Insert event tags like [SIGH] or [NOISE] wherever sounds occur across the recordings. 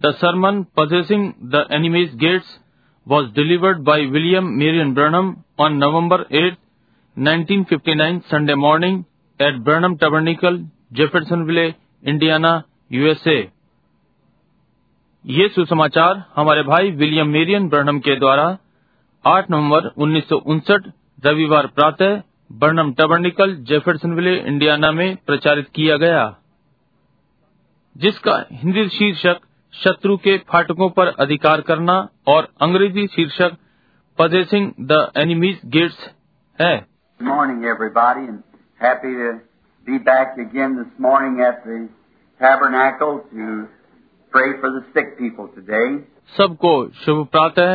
The sermon Possessing the Enemy's Gates was delivered by William Marion Branham on November 8, 1959, Sunday morning at Branham Tabernacle, Jeffersonville, Indiana USA ये सुसमाचार हमारे भाई William Marrion Barnum के द्वारा 8 नवंबर उन्नीस रविवार प्रातः बर्नम टबर्निकल जेफरसनविले इंडियाना में प्रचारित किया गया जिसका हिंदी शीर्षक शत्रु के फाटकों पर अधिकार करना और अंग्रेजी शीर्षक पजेसिंग द एनिमीज गेट्स है Good morning, everybody, and happy to be back again this morning at the tabernacle to pray for the sick people today. सबको शुभ प्रातः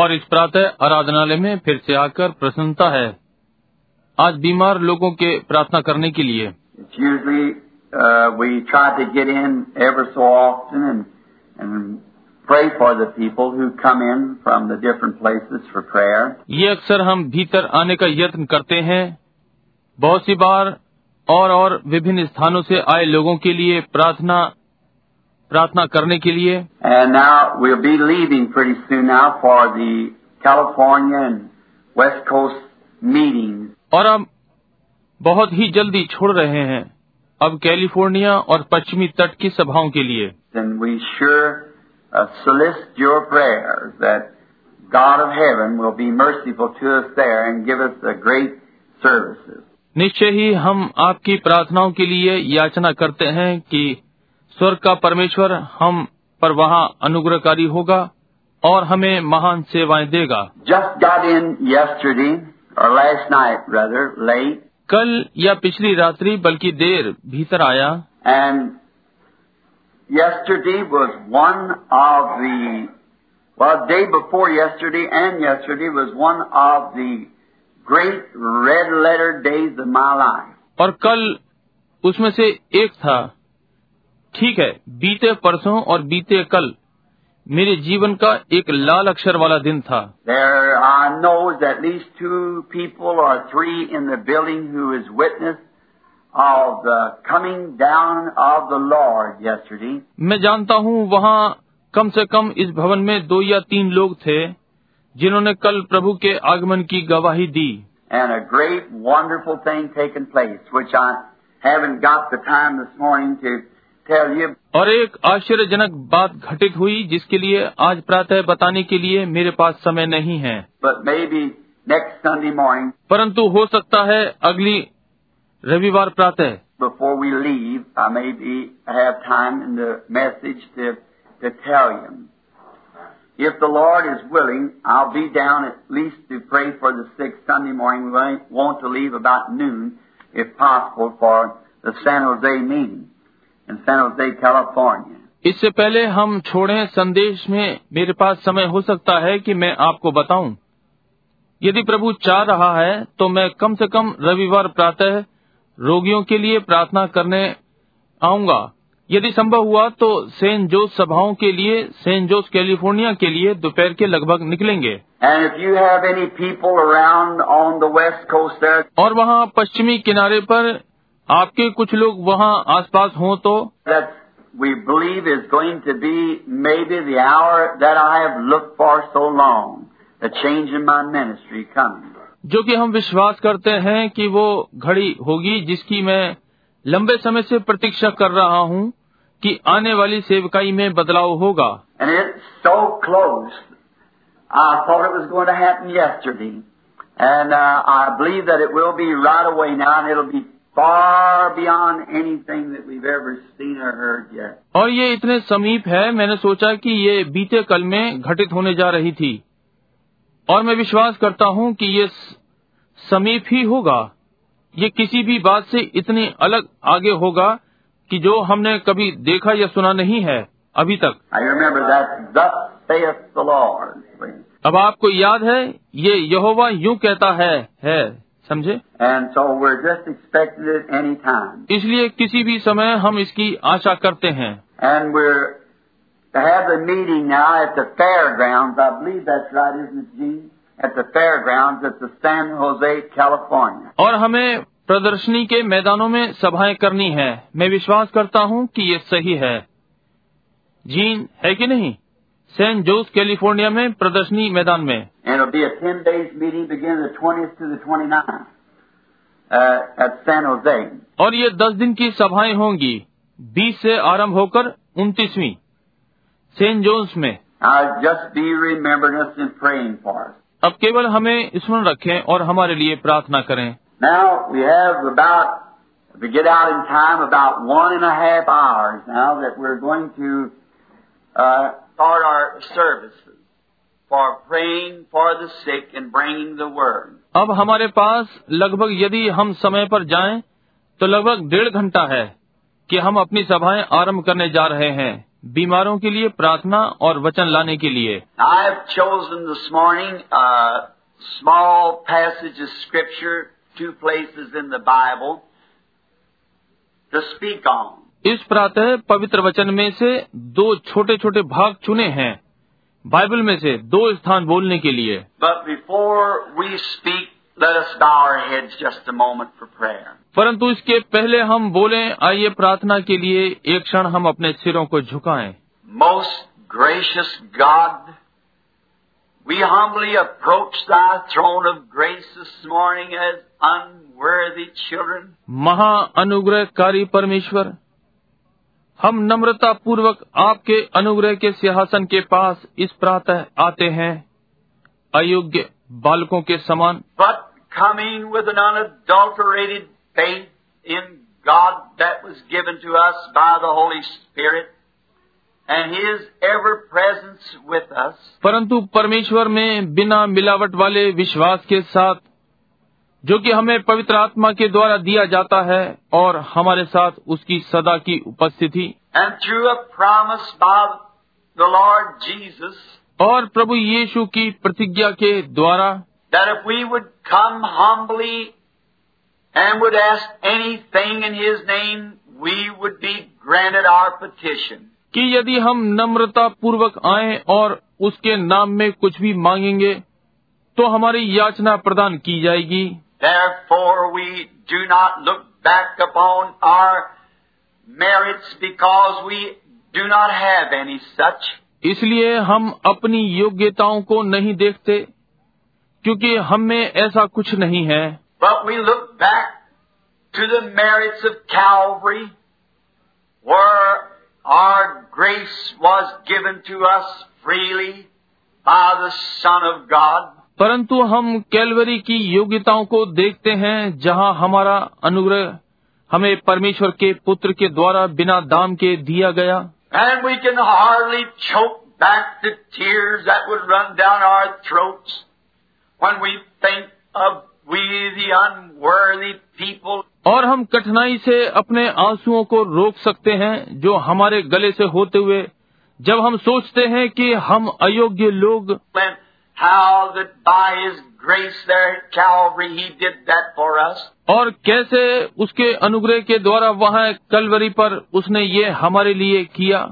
और इस प्रातः आराधनालय में फिर से आकर प्रसन्नता है आज बीमार लोगों के प्रार्थना करने के लिए It's usually uh, we try to get in ever so often and and pray for the people who come in from the different places for prayer. ये अक्सर हम भीतर आने का यत्न करते हैं बहुत सी बार और और विभिन्न स्थानों से आए लोगों के लिए प्रार्थना प्रार्थना करने के लिए And now we'll be leaving pretty soon now for the California and West Coast meetings. और अब बहुत ही जल्दी छोड़ रहे हैं अब कैलिफोर्निया और पश्चिमी तट की सभाओं के लिए then we sure uh, solicit your prayers that God of heaven will be merciful to us there and give us the great services. निश्चय ही हम आपकी प्रार्थनाओं के लिए याचना करते हैं कि स्वर्ग का परमेश्वर हम पर वहाँ अनुग्रहकारी होगा और हमें महान सेवाएं देगा Just got in yesterday, or last night rather, late, कल या पिछली रात्रि बल्कि देर भीतर आया and yesterday was one of the, well, day before yesterday and yesterday was one of the great red letter days of my life. और कल उसमें से एक था ठीक है बीते परसों और बीते कल मेरे जीवन का एक लाल अक्षर वाला दिन था There I know at least two people or three in the building who is witness of the coming down of the Lord yesterday. मैं जानता हूँ वहाँ कम से कम इस भवन में दो या तीन लोग थे जिन्होंने कल प्रभु के आगमन की गवाही दी And a great, wonderful thing taking place, which I haven't got the time this morning to tell you. और एक आश्चर्यजनक बात घटित हुई जिसके लिए आज प्रातः बताने के लिए मेरे पास समय नहीं है But maybe next Sunday morning, परंतु हो सकता है अगली रविवार प्रातः before we leave, I maybe have time in the message to, to tell you. If the Lord is willing, I'll be down at least to pray for the sick Sunday morning. We want to leave about noon, if possible, for the San Jose meeting in San Jose, California. इससे पहले हम छोड़ें संदेश में मेरे पास समय हो सकता है कि मैं आपको बताऊं यदि प्रभु चाह रहा है तो मैं कम से कम रविवार प्रातः रोगियों के लिए प्रार्थना करने आऊंगा यदि संभव हुआ तो सेंट जोस सभाओं के लिए सेंट जोस कैलिफोर्निया के लिए दोपहर के लगभग निकलेंगे And if you have any people around on the west coast there और वहाँ पश्चिमी किनारे पर आपके कुछ लोग वहाँ आसपास हों तो that we believe is going to be maybe the hour that I have looked for so long, the change in my ministry coming. जो कि हम विश्वास करते हैं कि वो घड़ी होगी जिसकी मैं लंबे समय से प्रतीक्षा कर रहा हूँ कि आने वाली सेवकाई में बदलाव होगा And it's so close. I thought it was going to happen yesterday. And uh, I believe that it will be right away now, and it'll be far beyond anything that we've ever seen or heard yet. और ये इतने समीप है मैंने सोचा कि ये बीते कल में घटित होने जा रही थी और मैं विश्वास करता हूँ कि ये स- समीप ही होगा ये किसी भी बात से इतनी अलग आगे होगा कि जो हमने कभी देखा या सुना नहीं है अभी तक I remember that, thus saith the Lord. अब आपको याद है ये यहोवा यूं कहता है है समझे And so we're just expecting it any time. इसलिए किसी भी समय हम इसकी आशा करते हैं And we're to have the meeting now at the fairgrounds. I believe that's right, isn't it, Gene? At the fairgrounds at the San Jose, California. और हमें प्रदर्शनी के मैदानों में सभाएं करनी है मैं विश्वास करता हूं कि ये सही है जीन है कि नहीं सेंट जोस कैलिफोर्निया में प्रदर्शनी मैदान में And it'll be a 10 days meeting beginning the 20th to the 29th uh, at San Jose. और ये दस दिन की सभाएं होंगी बीस से आरंभ होकर उनतीसवीं सेंट जोन्स में Now, just be remembering us and praying for us. अब केवल हमें स्मरण रखें और हमारे लिए प्रार्थना करें Now, we have about, if we get out in time, about one and a half hours now that we're going to uh, start our services for praying for the sick and bringing the word. अब हमारे पास लगभग यदि हम समय पर जाएं तो लगभग डेढ़ घंटा है कि हम अपनी सभाएं आरंभ करने जा रहे हैं बीमारों के लिए प्रार्थना और वचन लाने के लिए I've chosen this morning a small passage of Scripture, two places in the Bible, to speak on. इस प्रातः पवित्र वचन में से दो छोटे छोटे भाग चुने हैं बाइबल में से दो स्थान बोलने के लिए But before we speak, let us bow our heads just a moment for prayer. परंतु इसके पहले हम बोले आइए प्रार्थना के लिए एक क्षण हम अपने सिरों को झुकाएं Most gracious God, we humbly approach thy throne of grace this morning as unworthy children. महा अनुग्रहकारी परमेश्वर हम नम्रता पूर्वक आपके अनुग्रह के सिंहासन के पास इस प्रातः आते हैं अयोग्य बालकों के समान but coming with an unadulterated faith in God that was given to us by the Holy Spirit and His ever presence with us, परंतु परमेश्वर में बिना मिलावट वाले विश्वास के साथ जो कि हमें पवित्र आत्मा के द्वारा दिया जाता है और हमारे साथ उसकी सदा की उपस्थिति and through a promise by the Lord Jesus और प्रभु यीशु की प्रतिज्ञा के द्वारा that if we would come humbly and would ask anything in His name, we would be granted our petition. कि यदि हम नम्रता पूर्वक आए और उसके नाम में कुछ भी मांगेंगे तो हमारी याचना प्रदान की जाएगी Therefore, we do not look back upon our merits because we do not have any such, इसलिए हम अपनी योग्यताओं को नहीं देखते क्योंकि हम में ऐसा कुछ नहीं है but we look back to the merits of Calvary where our grace was given to us freely by the Son of God. परंतु हम कैलवरी की योग्यताओं को देखते हैं जहां हमारा अनुग्रह हमें परमेश्वर के पुत्र के द्वारा बिना दाम के दिया गया And we can hardly choke back the tears that would run down our throats when we think of we the unworthy people. और हम कठिनाई से अपने आंसुओं को रोक सकते हैं जो हमारे गले से होते हुए जब हम सोचते हैं कि हम अयोग्य लोग And how that by His grace there at Calvary He did that for us. और कैसे उसके अनुग्रह के द्वारा वहां कलवरी पर उसने ये हमारे लिए किया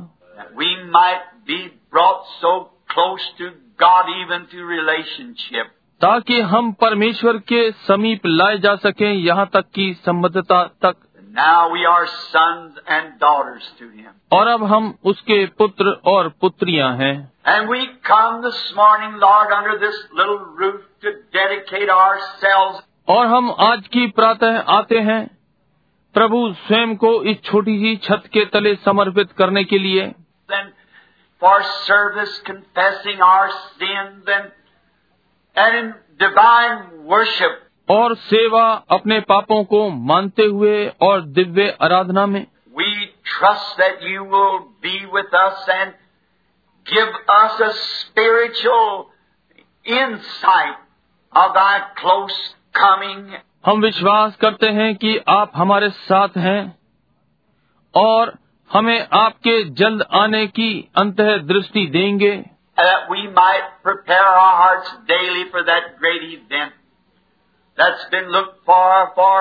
That we might be brought so close to God even to relationship. ताकि हम परमेश्वर के समीप लाए जा सकें यहाँ तक कि संबद्धता तक And now we are sons and daughters to Him. और अब हम उसके पुत्र और पुत्रियां हैं And we come this morning, Lord, under this little roof to dedicate ourselves और हम आज की प्रातः आते हैं प्रभु स्वयं को इस छोटी सी छत के तले समर्पित करने के लिए and for service, confessing our sins and, and in divine worship. और सेवा अपने पापों को मानते हुए और दिव्य आराधना में We trust that you will be with us and give us a spiritual insight of thy close coming. हम विश्वास करते हैं कि आप हमारे साथ हैं और हमें आपके जल्द आने की अंत दृष्टि देंगे that we might prepare our hearts daily for that great event that's been looked for for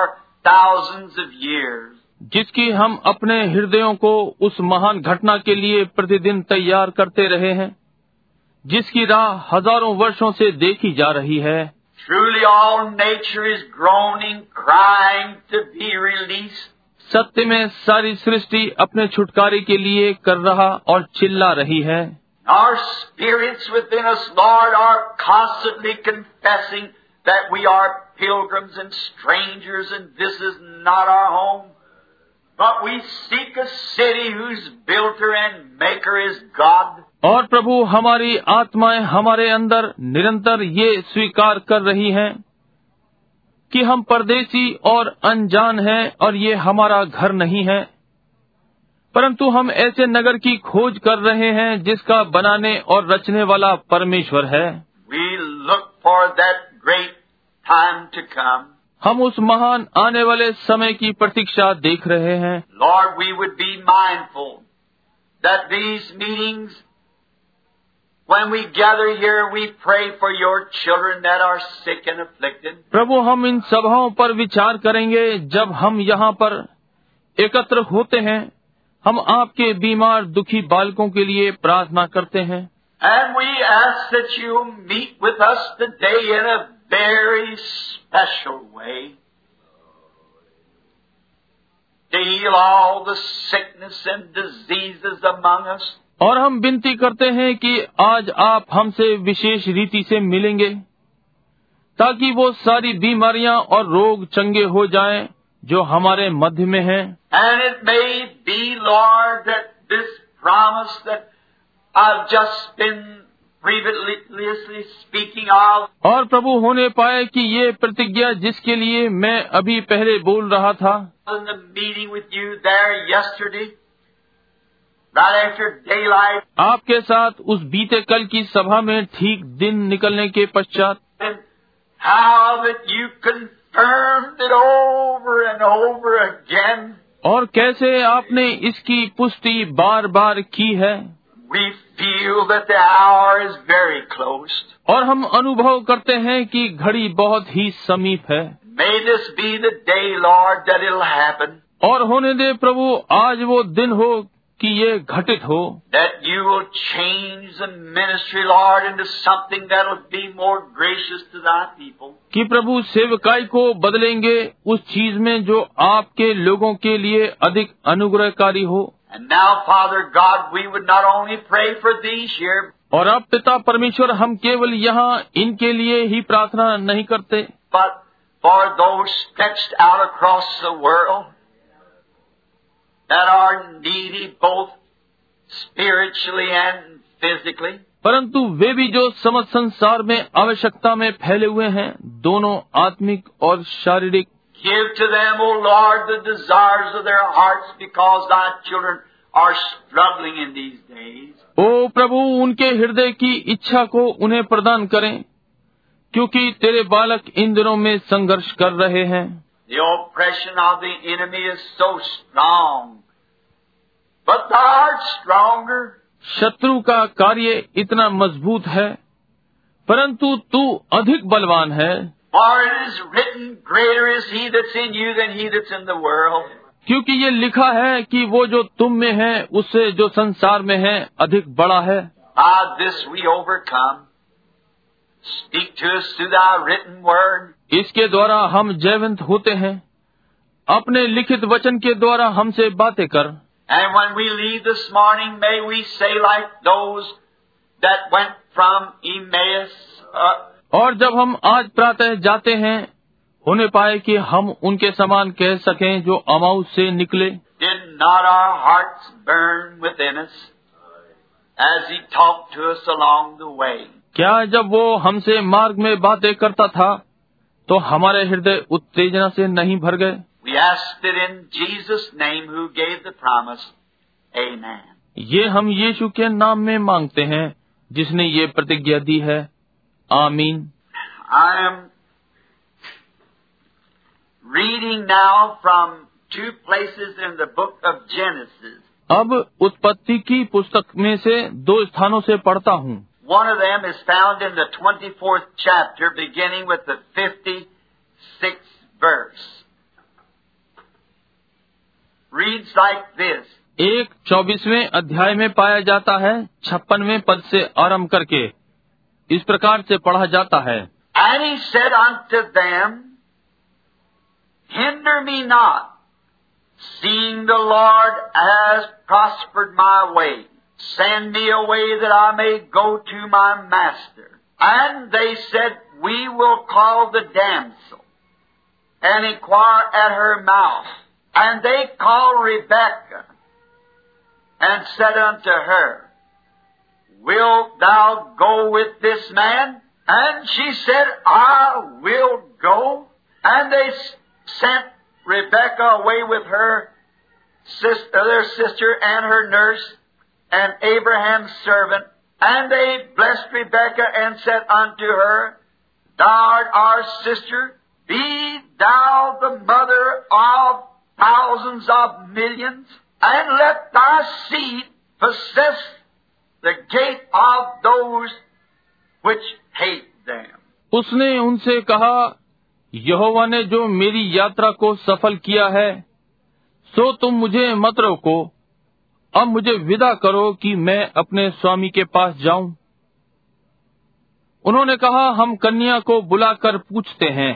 thousands of years. जिसकी हम अपने हृदयों को उस महान घटना के लिए प्रतिदिन तैयार करते रहे हैं जिसकी राह हजारों वर्षों से देखी जा रही है Truly all nature is groaning, crying to be released. सत्य में सारी सृष्टि अपने छुटकारे के लिए कर रहा और चिल्ला रही है Our spirits within us, Lord, are constantly confessing that we are pilgrims and strangers and this is not our home. But we seek a city whose builder and maker is God. और प्रभु हमारी आत्माएं हमारे अंदर निरंतर ये स्वीकार कर रही हैं कि हम परदेसी और अनजान हैं और ये हमारा घर नहीं है परंतु हम ऐसे नगर की खोज कर रहे हैं जिसका बनाने और रचने वाला परमेश्वर है We look for that great time to come. हम उस महान आने वाले समय की प्रतीक्षा देख रहे हैं Lord, we would be mindful that these meetings, when we gather here, we pray for your children that are sick and afflicted. प्रभु हम इन सभाओं पर विचार करेंगे जब हम यहाँ पर एकत्र होते हैं हम आपके बीमार दुखी बालकों के लिए प्रार्थना करते हैं And we ask that you meet with us today in a very special way to heal all the sickness and diseases among us. और हम विनती करते हैं कि आज आप हमसे विशेष रीति से मिलेंगे ताकि वो सारी बीमारियां और रोग चंगे हो जाएं जो हमारे मध्य में हैं And it may be, Lord, that this promise that I've just been previously speaking of और प्रभु होने पाए कि ये प्रतिज्ञा जिसके लिए मैं अभी पहले बोल रहा था in the meeting with you there yesterday, right after daylight, आपके साथ उस बीते कल की सभा में ठीक दिन निकलने के पश्चात and how that you confirmed it over and over again. और कैसे आपने इसकी पुष्टि बार बार की है We feel that the hour is very close. और हम अनुभव करते हैं कि घड़ी बहुत ही समीप है May this be the day, Lord, that it'll happen, और होने दे प्रभु आज वो दिन हो कि ये घटित हो that you will change the ministry, Lord, into something that'll be more gracious to thy people. कि प्रभु सेवकाई को बदलेंगे उस चीज में जो आपके लोगों के लिए अधिक अनुग्रहकारी हो And now, Father God, we would not only pray for these here, और अब पिता परमेश्वर हम केवल यहाँ इनके लिए ही प्रार्थना नहीं करते but for those stretched out across the world that are needy both spiritually and physically. परंतु वे भी जो समस्त संसार में आवश्यकता में फैले हुए हैं दोनों आत्मिक और शारीरिक Give to them, O Lord, the desires of their hearts because thy children are struggling in these days. ओ प्रभु उनके हृदय की इच्छा को उन्हें प्रदान करें क्योंकि तेरे बालक इन दिनों में संघर्ष कर रहे हैं The oppression of the enemy is so strong. But thou art stronger. शत्रु का कार्य इतना मजबूत है परंतु तू अधिक बलवान है For it is written, Greater is he that's in you than he that's in the world. क्योंकि ये लिखा है कि वो जो तुम में है उससे जो संसार में है अधिक बड़ा है By this we overcome. Speak to us through thy written word. इसके द्वारा हम जयवंत होते हैं अपने लिखित वचन के द्वारा हमसे बातें कर And when we leave this morning, may we say like those that went from Emmaus, uh, और जब हम आज प्रातः जाते हैं होने पाए कि हम उनके समान कह सकें जो अमाउस से निकले did not our hearts burn within us as he talked to us along the way? क्या जब वो हमसे मार्ग में बातें करता था तो हमारे हृदय उत्तेजना से नहीं भर गए We asked it in Jesus' name who gave the promise. Amen. ये हम यीशु के नाम में मांगते हैं जिसने ये प्रतिज्ञा दी है आमीन I am reading now from two places in the book of Genesis. अब उत्पत्ति की पुस्तक में से दो स्थानों से पढ़ता हूँ One of them is found in the 24th chapter, beginning with the 56th verse. Reads like this एक चौबीसवें अध्याय में पाया जाता है छप्पनवें पद से आरंभ करके इस प्रकार से पढ़ा जाता है And he said unto them, Hinder me not, Seeing the Lord has prospered my way, send me away that I may go to my master. And they said, We will call the damsel and inquire at her mouth. And they called Rebekah and said unto her, Wilt thou go with this man? And she said, I will go. And they s- sent Rebekah away with her sister, their sister and her nurse and Abraham's servant. And they blessed Rebekah and said unto her, Thou art our sister, be thou the mother of thousands of millions, and let thy seed possess the gate of those which hate them. उसने उनसे कहा यहोवा ने जो मेरी यात्रा को सफल किया है सो तुम मुझे मत रोको अब मुझे विदा करो कि मैं अपने स्वामी के पास जाऊं उन्होंने कहा हम कन्या को बुलाकर पूछते हैं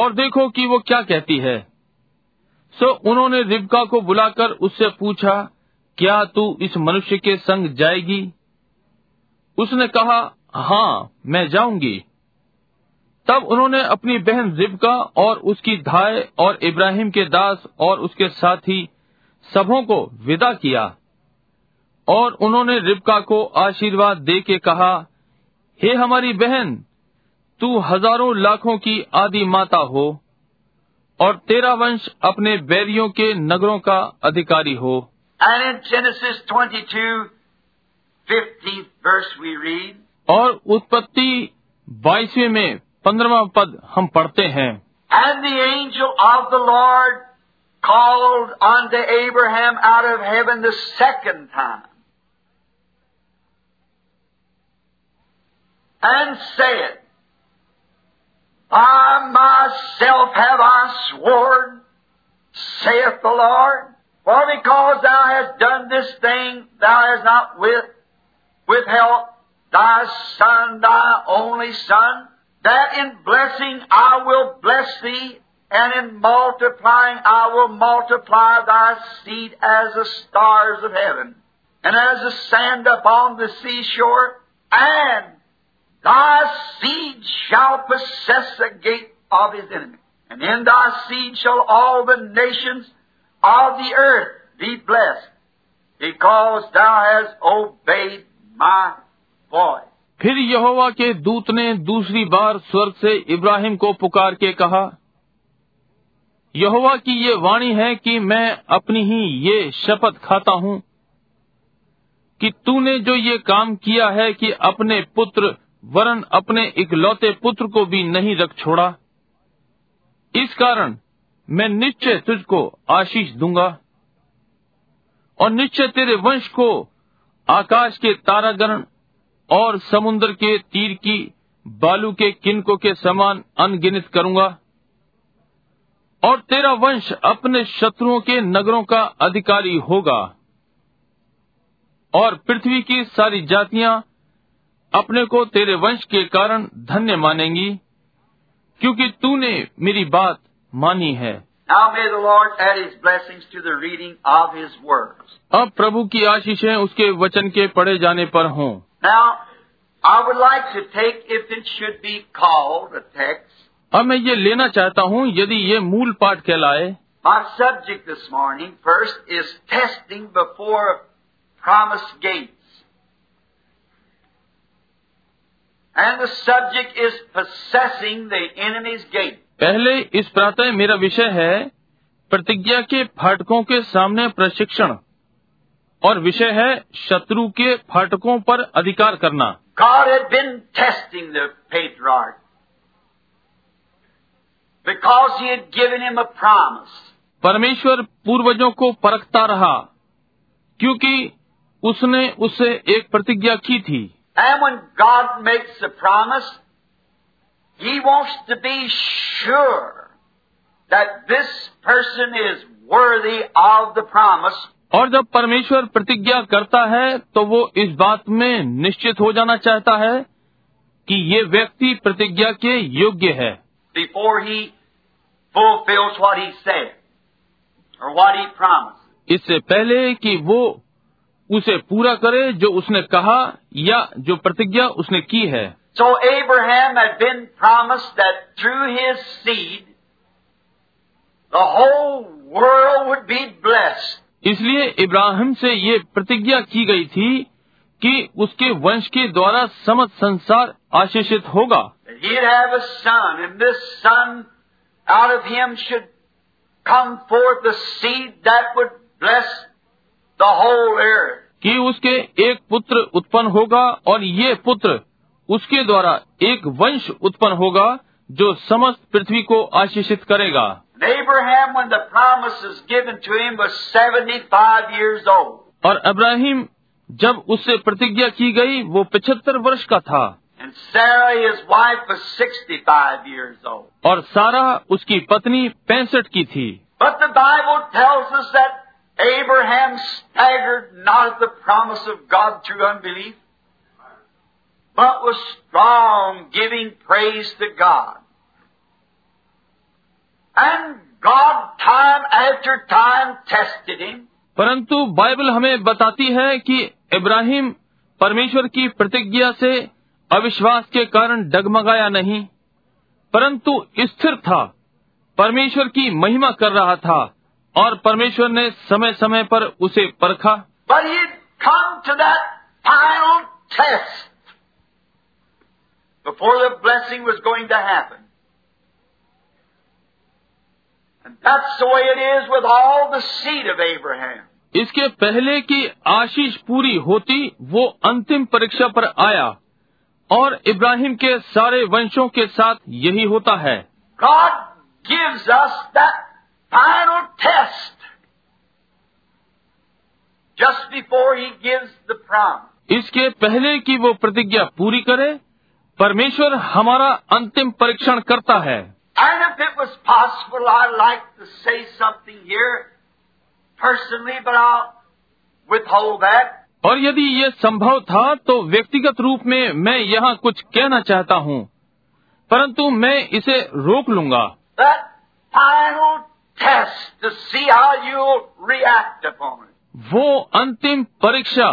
और देखो कि वो क्या कहती है सो उन्होंने रिबका को बुलाकर उससे पूछा क्या तू इस मनुष्य के संग जाएगी उसने कहा हाँ मैं जाऊंगी तब उन्होंने अपनी बहन रिबका और उसकी धाय और इब्राहिम के दास और उसके साथी सबों को विदा किया और उन्होंने रिबका को आशीर्वाद दे के कहा हे हमारी बहन तू हजारों लाखों की आदि माता हो और तेरा वंश अपने बैरियों के नगरों का अधिकारी हो And in Genesis 22, 15th verse, we read, और उत्पत्ति बाईसवें में पंद्रवा पद हम पढ़ते हैं And the angel of the Lord called unto Abraham out of heaven the second time, and said, By myself have I sworn, saith the Lord, for because thou hast done this thing, thou hast not with, withheld thy son, thy only son, that in blessing I will bless thee, and in multiplying I will multiply thy seed as the stars of heaven, and as the sand upon the seashore, and thy seed shall possess the gate of his enemy. And in thy seed shall all the nations of the earth be blessed, because thou hast obeyed my voice. फिर यहोवा के दूत ने दूसरी बार स्वर्ग से इब्राहिम को पुकार के कहा यहोवा की ये वाणी है कि मैं अपनी ही ये शपथ खाता हूँ कि तूने जो ये काम किया है कि अपने पुत्र वरन अपने इकलौते पुत्र को भी नहीं रख छोड़ा इस कारण मैं निश्चय तुझको आशीष दूंगा और निश्चय तेरे वंश को आकाश के तारागण और समुद्र के तीर की बालू के किनको के समान अनगिनत करूंगा और तेरा वंश अपने शत्रुओं के नगरों का अधिकारी होगा और पृथ्वी की सारी जातियां अपने को तेरे वंश के कारण धन्य मानेंगी क्योंकि तूने मेरी बात मानी है Now may the Lord add His blessings to the reading of His words. अब प्रभु की आशीषें उसके वचन के पढ़े जाने पर हों Now, I would like to take, if it should be called a text, अब मैं ये लेना चाहता हूँ यदि ये मूल पाठ कहलाए my subject this morning first is testing before promise gates. And the subject is possessing the enemy's gate. पहले इस प्रातः मेरा विषय है प्रतिज्ञा के फाटकों के सामने प्रशिक्षण और विषय है शत्रु के फाटकों पर अधिकार करना God had been testing the patriarch because he had given him a promise. परमेश्वर पूर्वजों को परखता रहा क्योंकि उसने उससे एक प्रतिज्ञा की थी And when God makes a promise, He wants to be sure that this person is worthy of the promise. और जब परमेश्वर प्रतिज्ञा करता है तो वो इस बात में निश्चित हो जाना चाहता है कि ये व्यक्ति प्रतिज्ञा के योग्य है before he fulfills what he said. or what he promised. इससे पहले कि वो उसे पूरा करे जो उसने कहा या जो प्रतिज्ञा उसने की है So Abraham had been promised that through his seed, the whole world would be blessed. इसलिए इब्राहिम से ये प्रतिज्ञा की गई थी कि उसके वंश के द्वारा समस्त संसार आशीषित होगा That he'd have a son, and this son, out of him should come forth the seed that would bless the whole earth. कि उसके एक पुत्र उत्पन्न होगा और ये पुत्र उसके द्वारा एक वंश उत्पन्न होगा जो समस्त पृथ्वी को आशीषित करेगा And Abraham, when the promise was given to him, was 75 years old. और इब्राहिम जब उससे प्रतिज्ञा की गई वो 75 वर्ष का था And Sarah, his wife, was 65 years old. और सारा उसकी पत्नी पैंसठ की थी But the Bible tells us that Abraham staggered not at the promise of God through unbelief, but was strong, giving praise to God. And God, time after time, tested him. परंतु Bible हमें बताती है कि इब्राहिम परमेश्वर की प्रतिज्ञा से अविश्वास के कारण डगमगाया नहीं परंतु स्थिर था परमेश्वर की महिमा कर रहा था और परमेश्वर ने समय समय पर उसे परखा But he'd come to that final test before the blessing was going to happen. And that's the way it is with all the seed of Abraham. इसके पहले कि आशीष पूरी होती वो अंतिम परीक्षा पर आया और इब्राहिम के सारे वंशों के साथ यही होता है God gives us that final test just before he gives the promise. इसके पहले कि वो प्रतिज्ञा पूरी करे परमेश्वर हमारा अंतिम परीक्षण करता है And if it was possible, I'd like to say something here personally, but I'll withhold that. और यदि ये संभव था तो व्यक्तिगत रूप में मैं यहाँ कुछ कहना चाहता हूँ परंतु मैं इसे रोक लूंगा That final test to see how you'll react upon it. वो अंतिम परीक्षा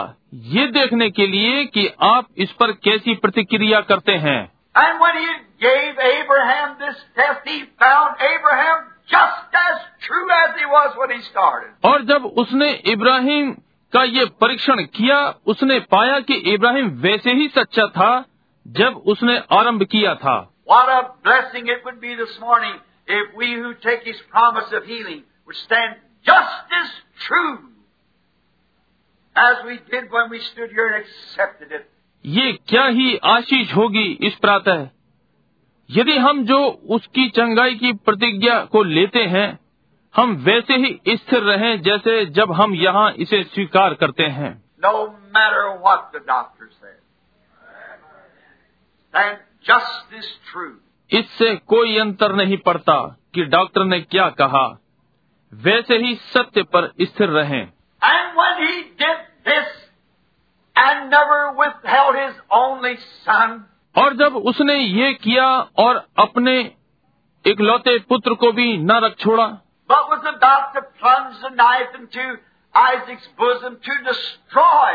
ये देखने के लिए कि आप इस पर कैसी प्रतिक्रिया करते हैं And when he gave Abraham this test, he found Abraham just as true as he was when he started. और जब उसने इब्राहिम का ये परीक्षण किया उसने पाया कि इब्राहिम वैसे ही सच्चा था जब उसने आरंभ किया था What a blessing it would be this morning if we who take his promise of healing would stand just as true as we did when we stood here and accepted it. ये क्या ही आशीष होगी इस प्रातः यदि हम जो उसकी चंगाई की प्रतिज्ञा को लेते हैं हम वैसे ही स्थिर रहें जैसे जब हम यहाँ इसे स्वीकार करते हैं no matter what the doctor says. And just is true. इससे कोई अंतर नहीं पड़ता कि डॉक्टर ने क्या कहा वैसे ही सत्य पर स्थिर रहें And when he did this and never withheld his only son, और जब उसने ये किया और अपने इकलौते पुत्र को भी न रख छोड़ा but was about to plunge the knife into Isaac's bosom to destroy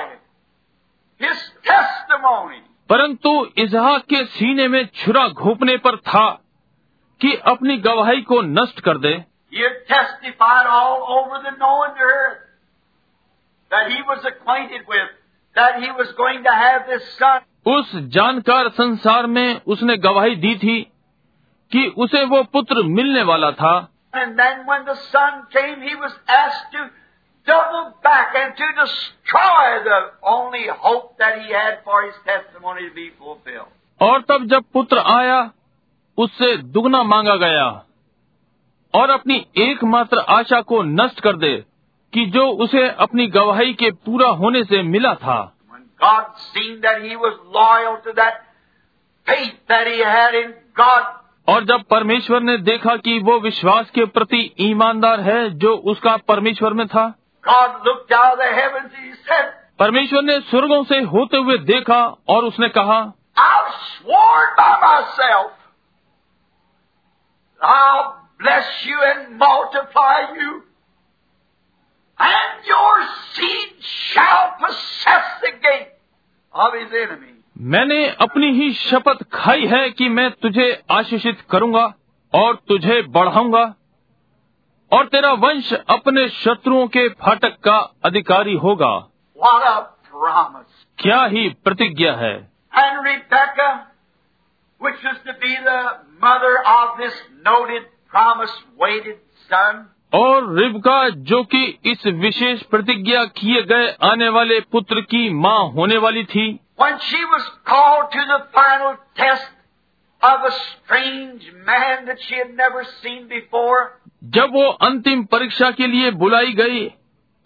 his testimony. परंतु इसहाक के सीने में छुरा घोपने पर था कि अपनी गवाही को नष्ट कर दे He had testified all over the known earth that he was acquainted with that he was going to have this son उस जानकार संसार में उसने गवाही दी थी कि उसे वो पुत्र मिलने वाला था And then when the son came, he was asked to double back and to destroy the only hope that he had for his testimony to be fulfilled. और तब जब पुत्र आया उससे दुगना मांगा गया और अपनी एकमात्र आशा को नष्ट कर दे कि जो उसे अपनी गवाही के पूरा होने से मिला था When God seen that he was loyal to that faith that he had in God, और जब परमेश्वर ने देखा कि वो विश्वास के प्रति ईमानदार है जो उसका परमेश्वर में था God looked out of the heavens and he said, परमेश्वर ने स्वर्गों से होते हुए देखा और उसने कहा I've sworn by myself, I'll bless you and multiply you and your seed shall possess the gate of his enemy. मैंने अपनी ही शपथ खाई है कि मैं तुझे आशीषित करूंगा और तुझे बढ़ाऊंगा और तेरा वंश अपने शत्रुओं के फाटक का अधिकारी होगा What a promise! क्या ही प्रतिज्ञा है And Rebecca, which was to be the mother of this noted, promise weighted son, और रिबका जो कि इस विशेष प्रतिज्ञा किए गए आने वाले पुत्र की माँ होने वाली थी when she was called to the final test of a strange man that she had never seen before, जब वो अंतिम परीक्षा के लिए बुलाई गई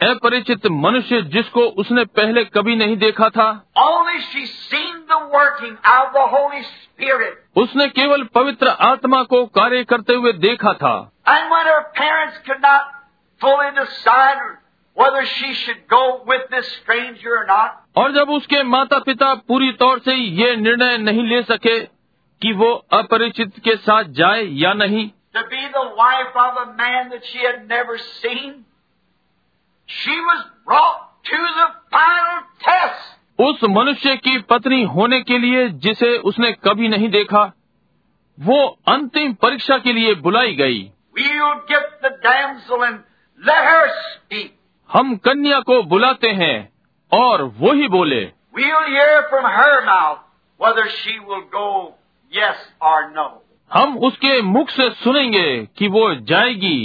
अपरिचित मनुष्य जिसको उसने पहले कभी नहीं देखा था only she seen the working of the Holy Spirit. उसने केवल पवित्र आत्मा को कार्य करते हुए देखा था And when her parents could not fully decide whether she should go with this stranger or not, और जब उसके माता पिता पूरी तौर से ये निर्णय नहीं ले सके कि वो अपरिचित के साथ जाए या नहीं to be the wife of a man that she had never seen, she was brought to the final test. उस मनुष्य की पत्नी होने के लिए जिसे उसने कभी नहीं देखा वो अंतिम परीक्षा के लिए बुलाई गई We'll get the damsel and let her speak. हम कन्या को बुलाते हैं और वो ही बोले We'll hear from her mouth whether she will go yes or no. हम उसके मुख से सुनेंगे कि वो जाएगी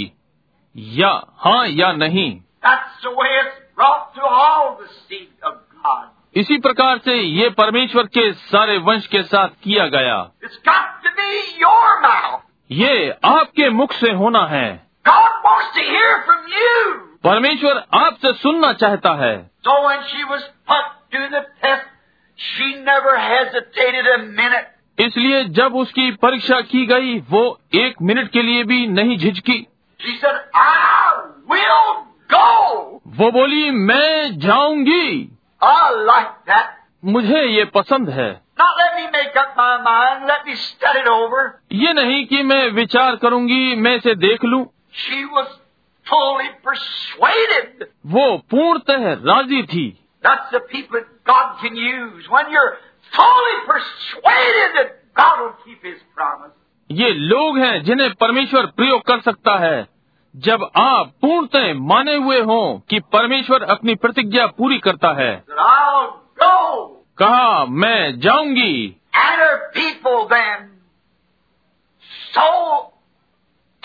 या हाँ या नहीं That's the way it's brought to all the seed of God. इसी प्रकार से ये परमेश्वर के सारे वंश के साथ किया गया It's got to be your mouth. ये आपके मुख से होना है God wants to hear from you. परमेश्वर आपसे सुनना चाहता है So when she was put to the test, she never hesitated a minute. इसलिए जब उसकी परीक्षा की गई वो एक मिनट के लिए भी नहीं झिझकी She said, I will go. वो बोली मैं जाऊंगी I like that. मुझे ये पसंद है Not let me make up my mind. Let me study it over. ये नहीं कि मैं विचार करूंगी मैं इसे देख लूं She was fully persuaded. वो पूर्णतः राजी थी That's the people that God can use. When you're fully persuaded that God will keep His promise. ये लोग हैं जिन्हें परमेश्वर प्रयोग कर सकता है जब आप पूर्णतः माने हुए हों कि परमेश्वर अपनी प्रतिज्ञा पूरी करता है That I'll go. कहा मैं जाऊंगी And her people then, so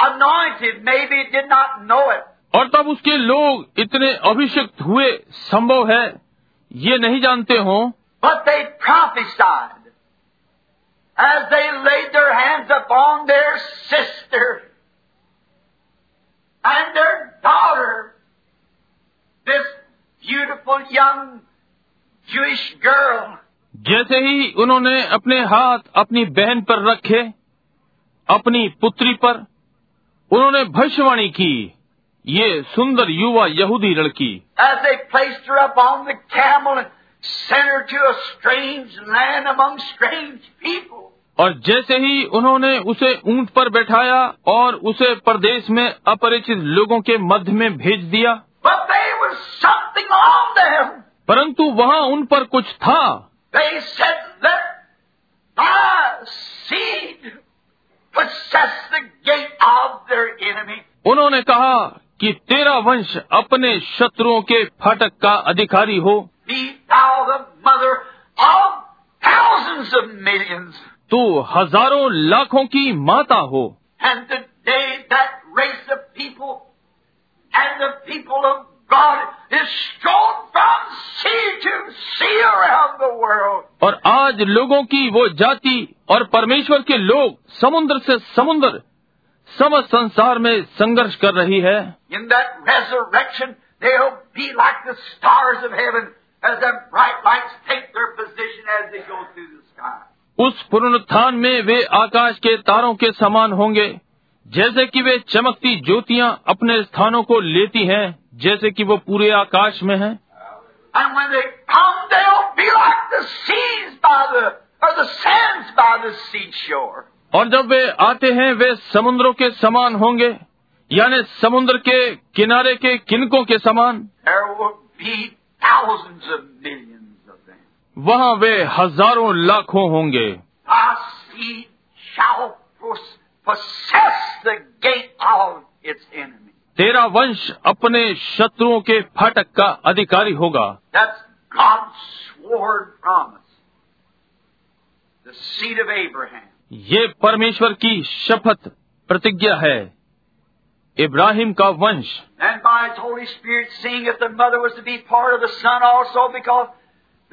anointed, maybe did not know it. और तब उसके लोग इतने अभिषिक्त हुए संभव है ये नहीं जानते हो But they prophesied as they laid their hands upon their sister and their daughter, this beautiful young Jewish girl. जैसे ही उन्होंने अपने हाथ अपनी बहन पर रखे अपनी पुत्री पर उन्होंने भविष्यवाणी की ये सुंदर युवा यहूदी लड़की as they placed her upon the camel and sent her to a strange land among strange people. और जैसे ही उन्होंने उसे ऊंट पर बैठाया और उसे प्रदेश में अपरिचित लोगों के मध्य में भेज दिया But there was something on them. परंतु वहाँ उन पर कुछ था They said, Let thy seed possess the gate of their enemy. उन्होंने कहा कि तेरा वंश अपने शत्रुओं के फाटक का अधिकारी हो Be thou the mother of thousands of millions. तू हजारों लाखों की माता हो And today that race of people and the people of God is shown from sea to sea around the world. और आज लोगों की वो जाति और परमेश्वर के लोग समुद्र से समुद्र समस्त संसार में संघर्ष कर रही है In that resurrection, they'll be like the stars of heaven as them bright lights take their position as they go through the sky. उस पुनरुत्थान में वे आकाश के तारों के समान होंगे जैसे कि वे चमकती ज्योतियां अपने स्थानों को लेती हैं जैसे कि वो पूरे आकाश में हैं And when they come, they'll be like the seas by the, or the sands by the seashore. और जब वे आते हैं वे समुद्रों के समान होंगे यानी समुद्र के किनारे के किनकों के समान There will be thousands of millions of them. वहाँ वे हजारों लाखों होंगे Thy seed shall pos- possess the gate of its enemy. तेरा वंश अपने शत्रुओं के फाटक का अधिकारी होगा That's God's sworn promise. The seed of Abraham. ये परमेश्वर की शपथ प्रतिज्ञा है इब्राहिम का वंश And by His Holy Spirit, seeing if the mother was to be part of the son also, because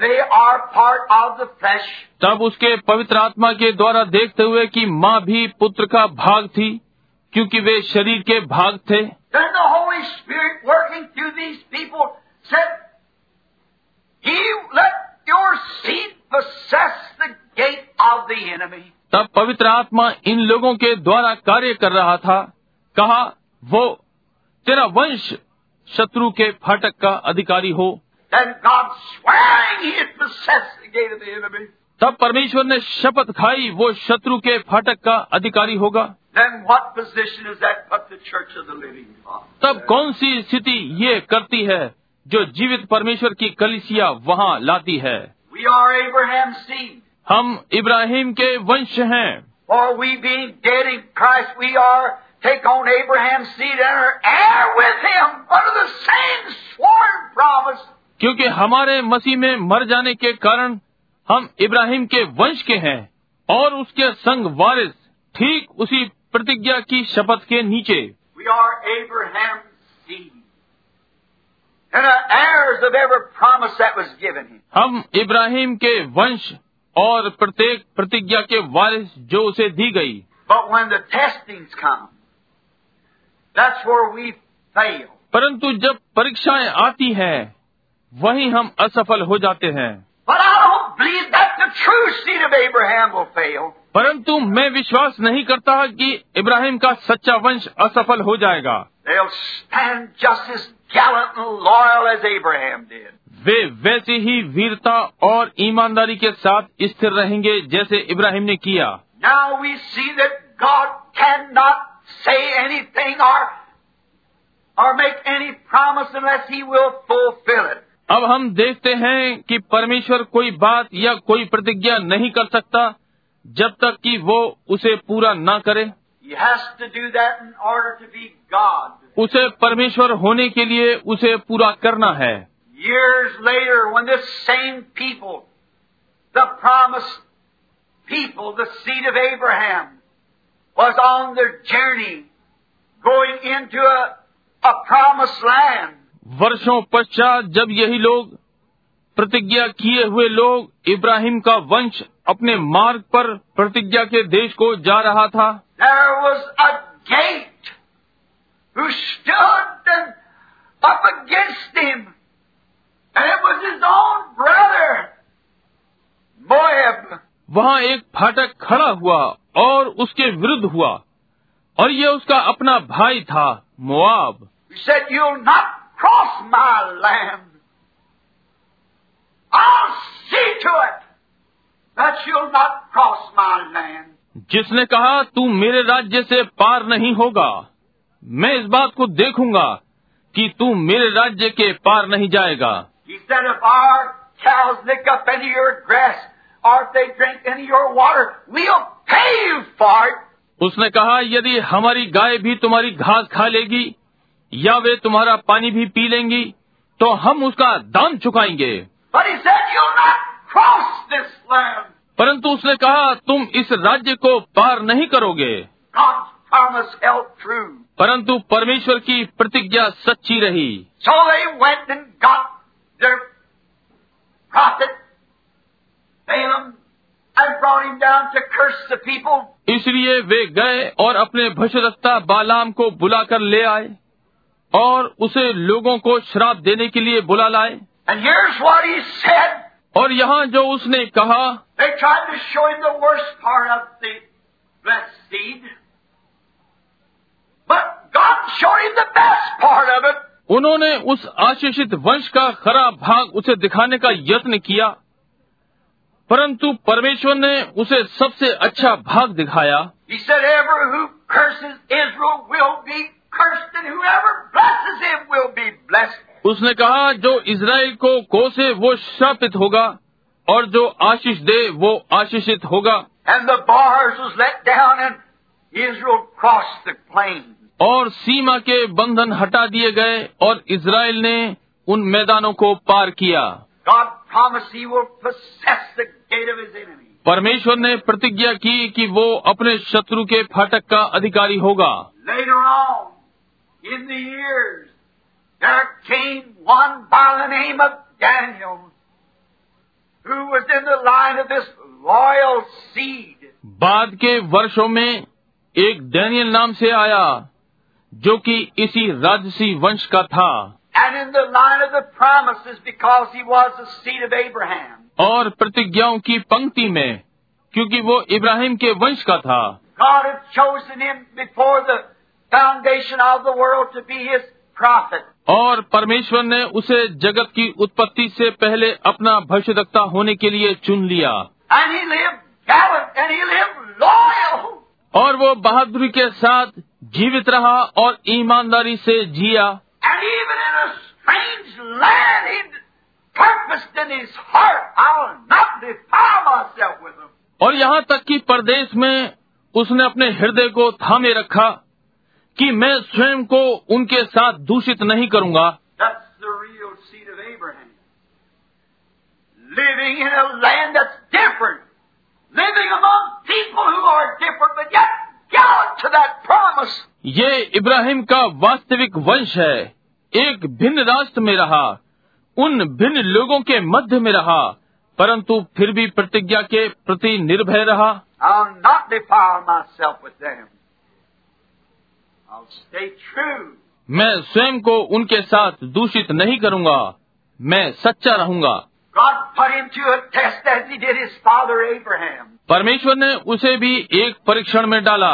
they are part of the flesh. तब उसके पवित्र आत्मा के द्वारा देखते हुए कि माँ भी पुत्र का भाग थी क्योंकि वे शरीर के भाग थे Then the Holy Spirit working through these people said, He let your seed possess the gate of the enemy. तब पवित्र आत्मा इन लोगों के द्वारा कार्य कर रहा था कहा वो तेरा वंश शत्रु के फाटक का अधिकारी हो Then God swearing He had possessed the gate of the enemy. तब परमेश्वर ने शपथ खाई वो शत्रु के फाटक का अधिकारी होगा Then what position is that but the church of the living God? तब कौन सी स्थिति ये करती है जो जीवित परमेश्वर की कलिसिया वहाँ लाती है We are Abraham's seed. हम इब्राहिम के वंश हैं For we being dead in Christ, we are, take on Abraham's seed and are heir with him under the same sworn promise. क्योंकि हमारे मसीह में मर जाने के कारण हम इब्राहिम के वंश के हैं और उसके संग वारिस ठीक उसी प्रतिज्ञा की शपथ के नीचे We are Abraham's seed. And are heirs of every promise that was given him. हम इब्राहिम के वंश और प्रत्येक प्रतिज्ञा के वारिस जो उसे दी गई But when the testings come, that's where we fail. परंतु जब परीक्षाएं आती हैं वहीं हम असफल हो जाते हैं But I don't believe that the true seed of Abraham will fail. परंतु मैं विश्वास नहीं करता कि इब्राहिम का सच्चा वंश असफल हो जाएगा They'll stand just as gallant and loyal as Abraham did. वे वैसे ही वीरता और ईमानदारी के साथ स्थिर रहेंगे जैसे इब्राहिम ने किया Now we see that God cannot say anything or, or make any promise unless He will fulfill it. अब हम देखते हैं कि परमेश्वर कोई बात या कोई प्रतिज्ञा नहीं कर सकता जब तक कि वो उसे पूरा ना करे He has to do that in order to be God. उसे परमेश्वर होने के लिए उसे पूरा करना है Years later, when this same people, the promised people, the seed of Abraham, was on their journey going into a, a promised land, वर्षों पश्चात जब यही लोग प्रतिज्ञा किए हुए लोग इब्राहिम का वंश अपने मार्ग पर प्रतिज्ञा के देश को जा रहा था there was a gate who stood and up against him, and it was his own brother, Moab. वहाँ एक फाटक खड़ा हुआ और उसके विरुद्ध हुआ और यह उसका अपना भाई था Moab He said, You'll not cross my land. I'll see to it that you'll not cross my land. जिसने कहा तू मेरे राज्य से पार नहीं होगा मैं इस बात को देखूंगा कि तू मेरे राज्य के पार नहीं जाएगा He said, If our cows lick up any of your grass, or if they drink any of your water, we'll pay you for it. उसने कहा यदि हमारी गाय भी तुम्हारी घास खा लेगी या वे तुम्हारा पानी भी पी लेंगी तो हम उसका दाम चुकाएंगे But he said, You'll not cross this land. परंतु उसने कहा तुम इस राज्य को पार नहीं करोगे God's promise held true. परंतु परमेश्वर की प्रतिज्ञा सच्ची रही So they went and got their prophet, Balaam, and brought him down to curse the people. इसलिए वे गए और अपने भविष्यवक्ता बालाम को बुलाकर ले आए और उसे लोगों को श्राप देने के लिए बुला लाए And here's what he said. और यहाँ जो उसने कहा They tried to show him the worst part of the blessed seed. But God showed him the best part of it. उन्होंने उस आशीषित वंश का खरा भाग उसे दिखाने का यत्न किया परंतु परमेश्वर ने उसे सबसे अच्छा भाग दिखाया He said, Ever who curses Israel will be cursed, and whoever blesses him will be blessed. उसने कहा जो इसराइल को कोसे वो शापित होगा और जो आशीष दे वो आशीषित होगा And the bars was let down, and Israel crossed the plain. और सीमा के बंधन हटा दिए गए और इसराइल ने उन मैदानों को पार किया God promised He will possess the gate of His enemy. परमेश्वर ने प्रतिज्ञा की कि वो अपने शत्रु के फाटक का अधिकारी होगा Later on, in the years, there came one by the name of Daniel, who was in the line of this royal seed. बाद के वर्षों में एक डैनियल नाम से आया जो कि इसी राजसी वंश का था and in the line of the promises because he was the seed of Abraham. और प्रतिज्ञाओं की पंक्ति में क्योंकि वो इब्राहिम के वंश का था God had chosen him before the foundation of the world to be his prophet. और परमेश्वर ने उसे जगत की उत्पत्ति से पहले अपना भविष्यवक्ता होने के लिए चुन लिया And he lived gallant and he lived loyal. और वो बहादुरी के साथ जीवित रहा और ईमानदारी से जिया And even in a strange land, he purposed in his heart, I will not defile myself with them. और यहाँ तक कि परदेश में उसने अपने हृदय को थामे रखा कि मैं स्वयं को उनके साथ दूषित नहीं करूंगा That's the real seed of Abraham. Living in a land that's different. Living among people who are different, but yet gallant to that promise. ये इब्राहिम का वास्तविक वंश है एक भिन्न राष्ट्र में रहा उन भिन्न लोगों के मध्य में रहा परंतु फिर भी प्रतिज्ञा के प्रति निर्भय रहा I'll not defile myself with them. I'll stay true. मैं स्वयं को उनके साथ दूषित नहीं करूंगा मैं सच्चा रहूंगा God put him to a test as he did his father Abraham. परमेश्वर ने उसे भी एक परीक्षण में डाला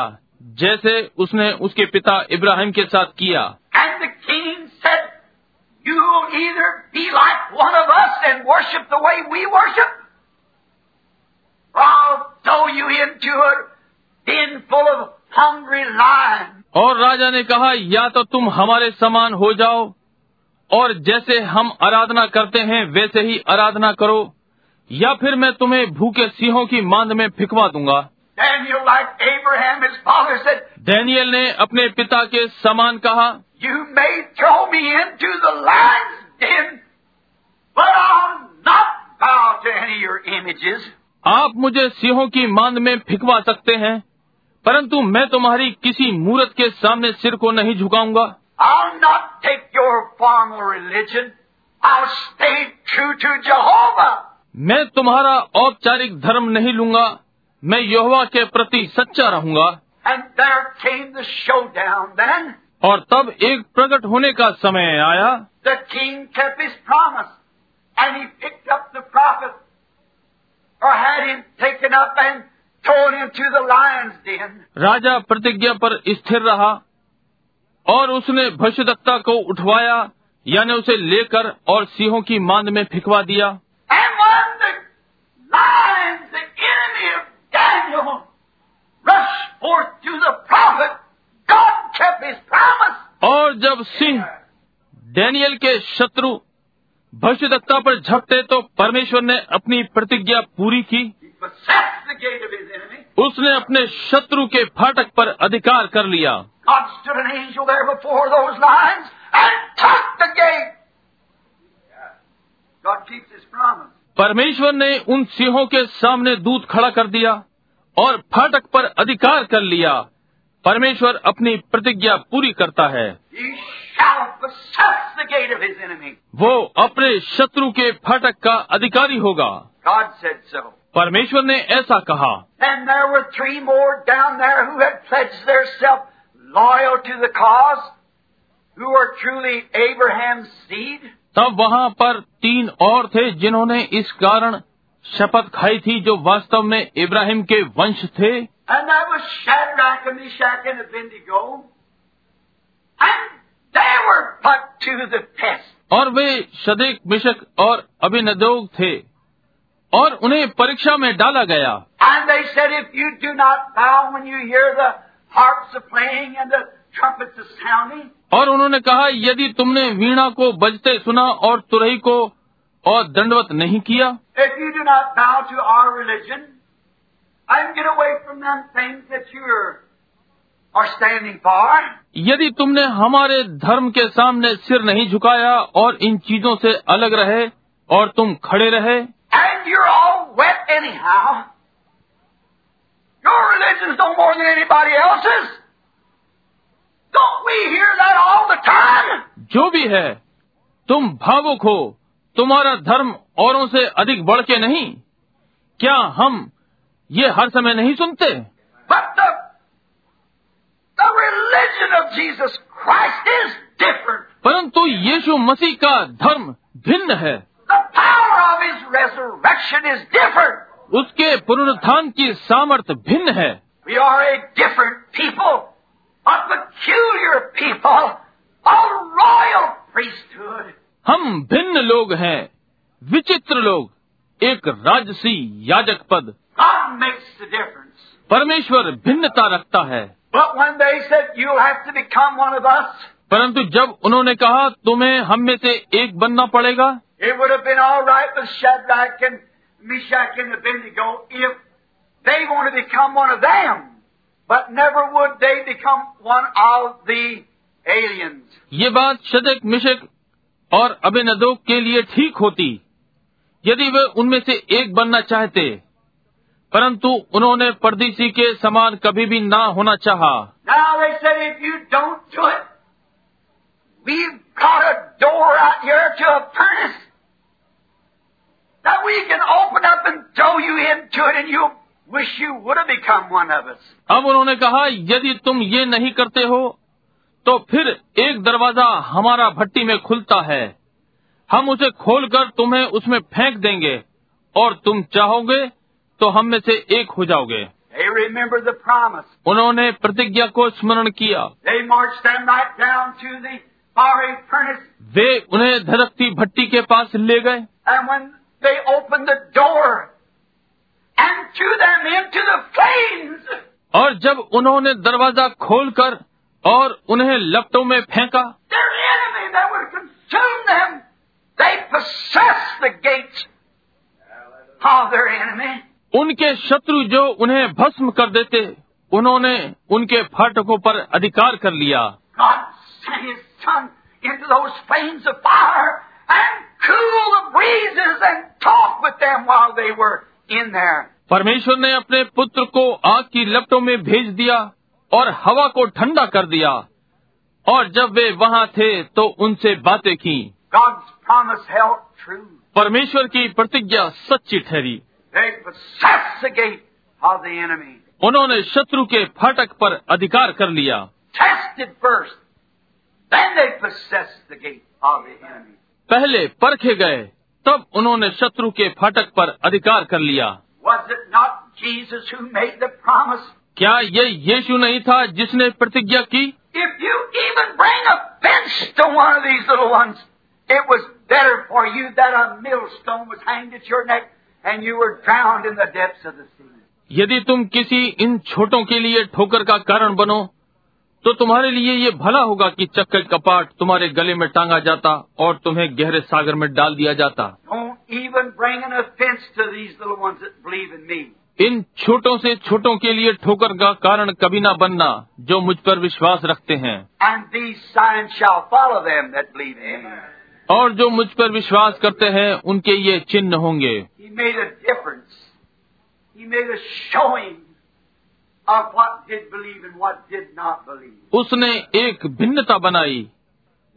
जैसे उसने उसके पिता इब्राहिम के साथ किया And the king said, You will either be like one of us and worship the way we worship, or I'll throw you into a den full of hungry lions. और राजा ने कहा या तो तुम हमारे समान हो जाओ और जैसे हम आराधना करते हैं वैसे ही आराधना करो या फिर मैं तुम्हें भूखे सिंहों की मांद में फिकवा दूंगा Daniel, like Abraham, his father, said, Daniel ने अपने पिता के समान कहा You may throw me into the lion's den, but I'll not bow to any of your images. आप मुझे सिंहों की मांद में फिकवा सकते हैं परंतु मैं तुम्हारी किसी मूर्त के सामने सिर को नहीं झुकाऊंगा I'll not take your formal religion. I'll stay true to Jehovah. मैं तुम्हारा औपचारिक धर्म नहीं लूंगा मैं यहोवा के प्रति सच्चा रहूंगा And there came the showdown then. और तब एक प्रकट होने का समय आया The king kept his promise. And he picked up the prophet, or had him taken up and thrown into the lion's den. राजा प्रतिज्ञा पर स्थिर रहा और उसने भविष्यदत्ता को उठवाया यानी उसे लेकर और सिंहों की मांद में फिकवा दिया And when the lions, the enemy of Daniel, rushed forth to the prophet, God kept his promise. और जब सिंह डैनियल के शत्रु भविष्यदत्ता पर झपटे तो परमेश्वर ने अपनी प्रतिज्ञा पूरी की He possessed the gate of his enemy. उसने अपने शत्रु के फाटक पर अधिकार कर लिया God stood an angel there before those lions and took the gate. God keeps his promise. परमेश्वर ने उन सिंहों के सामने दूत खड़ा कर दिया और फाटक पर अधिकार कर लिया परमेश्वर अपनी प्रतिज्ञा पूरी करता है He shall possess the gate of his enemy. वो अपने शत्रु के फाटक का अधिकारी होगा God said so. परमेश्वर ने ऐसा कहा And there were three more down there who had pledged themselves loyal to the cause, who were truly Abraham's seed. तब वहाँ पर तीन और थे जिन्होंने इस कारण शपथ खाई थी जो वास्तव में इब्राहिम के वंश थे And that was Shadrach and Meshach and Abednego. And they were put to the test. और वे शदेक मिशक और अभिनदोग थे और उन्हें परीक्षा में डाला गया And they said, if you do not bow when you hear the harps a playing and the trumpets is sounding, और उन्होंने कहा यदि तुमने वीणा को बजते सुना और तुरही को और दंडवत नहीं किया if you do not bow to our religion and get away from them things that you are, are standing for, यदि तुमने हमारे धर्म के सामने सिर नहीं झुकाया और इन चीजों से अलग रहे और तुम खड़े रहे and you're all wet anyhow, your religion's no more than anybody else's. Don't we hear that all the time? जो भी है तुम भावुक हो तुम्हारा धर्म औरों से अधिक बढ़ के नहीं क्या हम ये हर समय नहीं सुनते But the, the religion of Jesus Christ is different. परंतु यीशु मसीह का धर्म भिन्न है The power of His resurrection is different. उसके पुनरुत्थान की सामर्थ भिन्न है We are a different people, a peculiar people, a royal priesthood. हम भिन्न लोग हैं विचित्र लोग एक राजसी याजक पद God makes the difference. परमेश्वर भिन्नता रखता है But when they said, You'll have to become one of us, परंतु जब उन्होंने कहा तुम्हें हम में से एक बनना पड़ेगा it would have been all right with Shadrach and Meshach and Abednego if they want to become one of them. But never would they become one of the aliens. ये बात शदक मिशक और अबेनदो के लिए ठीक होती यदि वे उनमें से एक बनना चाहते परंतु उन्होंने परदेसी के समान कभी भी ना होना चाहा Now they said, if you don't do it, we've got a door out here to a furnace that we can open up and throw you into it, and you'll wish you would have become one of us. अब उन्होंने कहा यदि तुम ये नहीं करते हो तो फिर एक दरवाजा हमारा भट्टी में खुलता है हम उसे खोलकर तुम्हें उसमें फेंक देंगे और तुम चाहोगे तो हम में से एक हो जाओगे They remembered the promise. उन्होंने प्रतिज्ञा को स्मरण किया They marched them right down to the fiery furnace, वे उन्हें धड़कती भट्टी के पास ले गए and when they opened the door and threw them into the flames, और जब उन्होंने दरवाजा खोलकर और उन्हें लपटों में फेंका their enemy that would consume them. They possessed the gate of their enemy. उनके शत्रु जो उन्हें भस्म कर देते उन्होंने उनके फाटकों पर अधिकार कर लिया God sent His Son into those flames of fire and cool the breezes and talked with them while they were in there. परमेश्वर ने अपने पुत्र को आग की लपटों में भेज दिया और हवा को ठंडा कर दिया और जब वे वहां थे तो उनसे बातें की God's promise held true. परमेश्वर की प्रतिज्ञा सच्ची ठहरी They possessed the gate of the enemy. उन्होंने शत्रु के फाटक पर अधिकार कर लिया Tested first, then they possessed the gate of the enemy. पहले परखे गए तब उन्होंने शत्रु के फाटक पर अधिकार कर लिया Was it not Jesus who made the promise? क्या ये यीशु नहीं था जिसने प्रतिज्ञा की If you even bring a bench to one of these little ones, it was better for you that a millstone was hanged at your neck and you were drowned in the depths of the sea. यदि तुम किसी इन छोटों के लिए ठोकर का कारण बनो तो तुम्हारे लिए ये भला होगा कि चक्कर कपाट तुम्हारे गले में टांगा जाता और तुम्हें गहरे सागर में डाल दिया जाता Don't even bring an offense to these little ones that believe in me. इन छोटों से छोटों के लिए ठोकर का कारण कभी ना बनना जो मुझ पर विश्वास रखते हैं And these signs shall follow them that believe in me. और जो मुझ पर विश्वास करते हैं उनके ये चिन्ह होंगे He made a difference. He made a showing of what did believe and what did not believe. उसने एक भिन्नता बनाई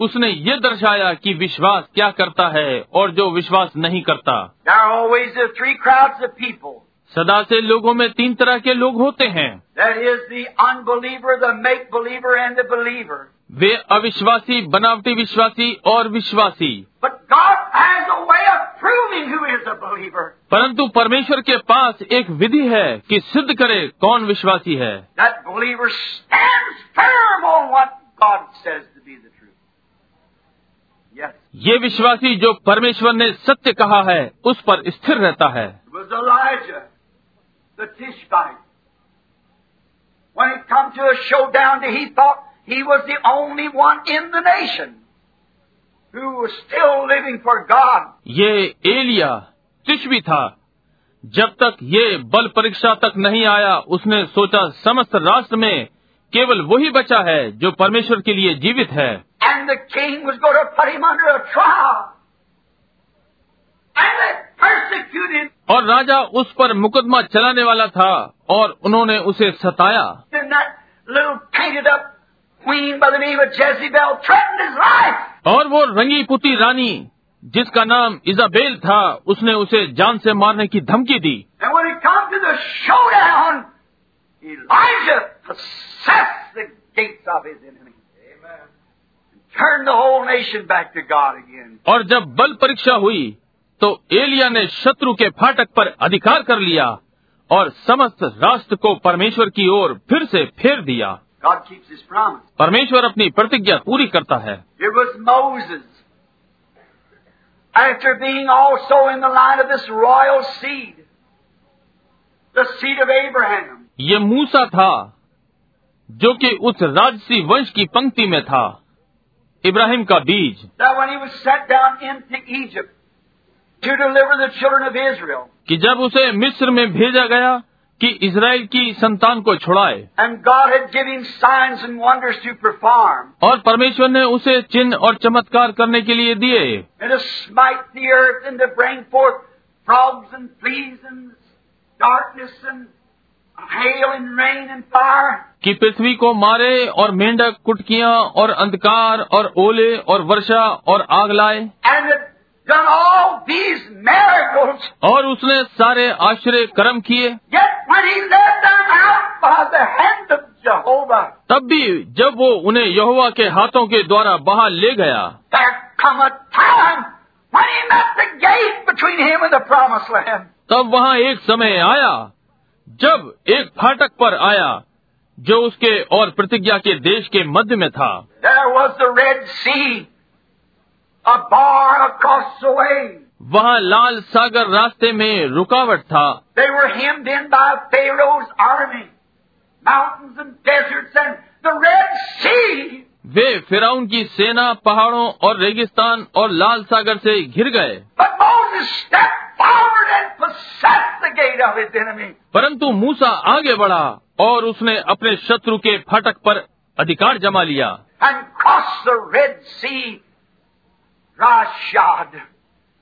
उसने ये दर्शाया कि विश्वास क्या करता है और जो विश्वास नहीं करता There are always the three crowds of people. सदा से लोगों में तीन तरह के लोग होते हैं That is the unbeliever, the make believer, and the believer. वे अविश्वासी बनावटी विश्वासी और विश्वासी But God has a way of proving who is a believer. परंतु परमेश्वर के पास एक विधि है कि सिद्ध करे कौन विश्वासी है That believer stands firm on what God says to be the truth. Yes. ये विश्वासी जो परमेश्वर ने सत्य कहा है उस पर स्थिर रहता है It was Elijah, the Tishbite. When it come to a showdown, he thought he He was the only one in the nation who was still living for God. ये एलिया तिशवी था जब तक ये बल परीक्षा तक नहीं आया उसने सोचा समस्त राष्ट्र में केवल वही बचा है जो परमेश्वर के लिए जीवित है And the king was going to put him under a trial. And they persecuted him. और राजा उस पर मुकदमा चलाने वाला था और unknown उसे सताया Then that little painted up queen by the name of Jezebel threatened his life. और वो रंगी पुती रानी जिसका नाम इजाबेल था उसने उसे जान से मारने की धमकी दी And when it comes to the showdown, Elijah possessed the gates of his enemy. Amen. And turned the whole nation back to God again. और जब बल परीक्षा हुई तो एलिया ने शत्रु के फाटक पर अधिकार कर लिया और समस्त राष्ट्र को परमेश्वर की ओर फिर से फेर दिया God keeps his promise. परमेश्वर अपनी प्रतिज्ञा पूरी करता है It was Moses. After being also in the line of this royal seed, the seed of Abraham, ये मूसा था जो कि उस राजसी वंश की पंक्ति में था इब्राहिम का बीज that when he was sent down into Egypt to deliver the children of Israel, कि जब उसे मिस्र में भेजा गया कि इसराइल की संतान को छुड़ाए and God had given him signs and wonders to perform, और परमेश्वर ने उसे चिन्ह और चमत्कार करने के लिए दिए and to smite the earth and to bring forth frogs and fleas and darkness and hail and rain and fire. कि पृथ्वी को मारे और मेंढक कुटकियां और अंधकार और ओले और वर्षा और आग लाए And had done all these miracles. और उसने सारे आश्चर्य कर्म किए Yet when he led them out by the hand of Jehovah, तब भी जब वो उन्हें यहोवा के हाथों के द्वारा बाहर ले गया there come a time when he met the gate between him and the promised land. तब वहाँ एक समय आया जब एक फाटक पर आया जो उसके और प्रतिज्ञा के देश के मध्य में था There was the Red Sea, a bar across the way. वहाँ लाल सागर रास्ते में रुकावट था They were hemmed in by Pharaoh's army. Mountains and deserts and the Red Sea. वे फिराउन की सेना पहाड़ों और रेगिस्तान और लाल सागर से घिर गए But Moses stepped forward and possessed the gate of his enemy. परंतु मूसा आगे बढ़ा और उसने अपने शत्रु के फाटक पर अधिकार जमा लिया and crossed the Red Sea dry shod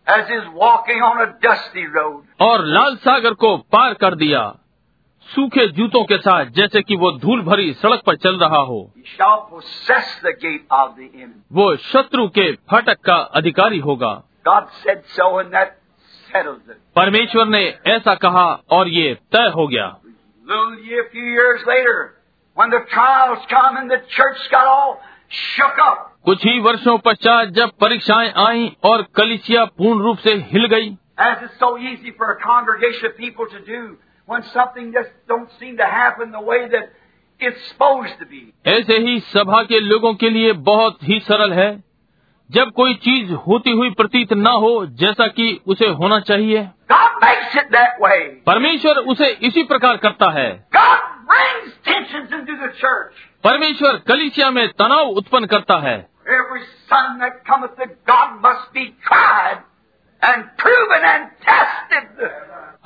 as is walking on a dusty road. और लाल सागर को पार कर दिया सूखे जूतों के साथ जैसे कि वो धूल भरी सड़क पर चल रहा हो He shall possess the gate of the enemy. वो शत्रु के फाटक का अधिकारी होगा God said so, and that settles it. परमेश्वर ने ऐसा कहा और ये तय हो गया Hallelujah. A few years later, when the trials come and the church got all shook up, कुछ ही वर्षों पश्चात जब परीक्षाएं आईं और कलिसिया पूर्ण रूप से हिल गई as it's so easy for a congregation of people to do when something just don't seem to happen the way that it's supposed to be. ऐसे ही सभा के लोगों के लिए बहुत ही सरल है जब कोई चीज होती हुई प्रतीत न हो जैसा कि उसे होना चाहिए God makes it that way. परमेश्वर उसे इसी प्रकार करता है God brings tensions into the church. परमेश्वर कलिसिया में तनाव उत्पन्न करता है Every son that cometh to God must be tried and proven and tested.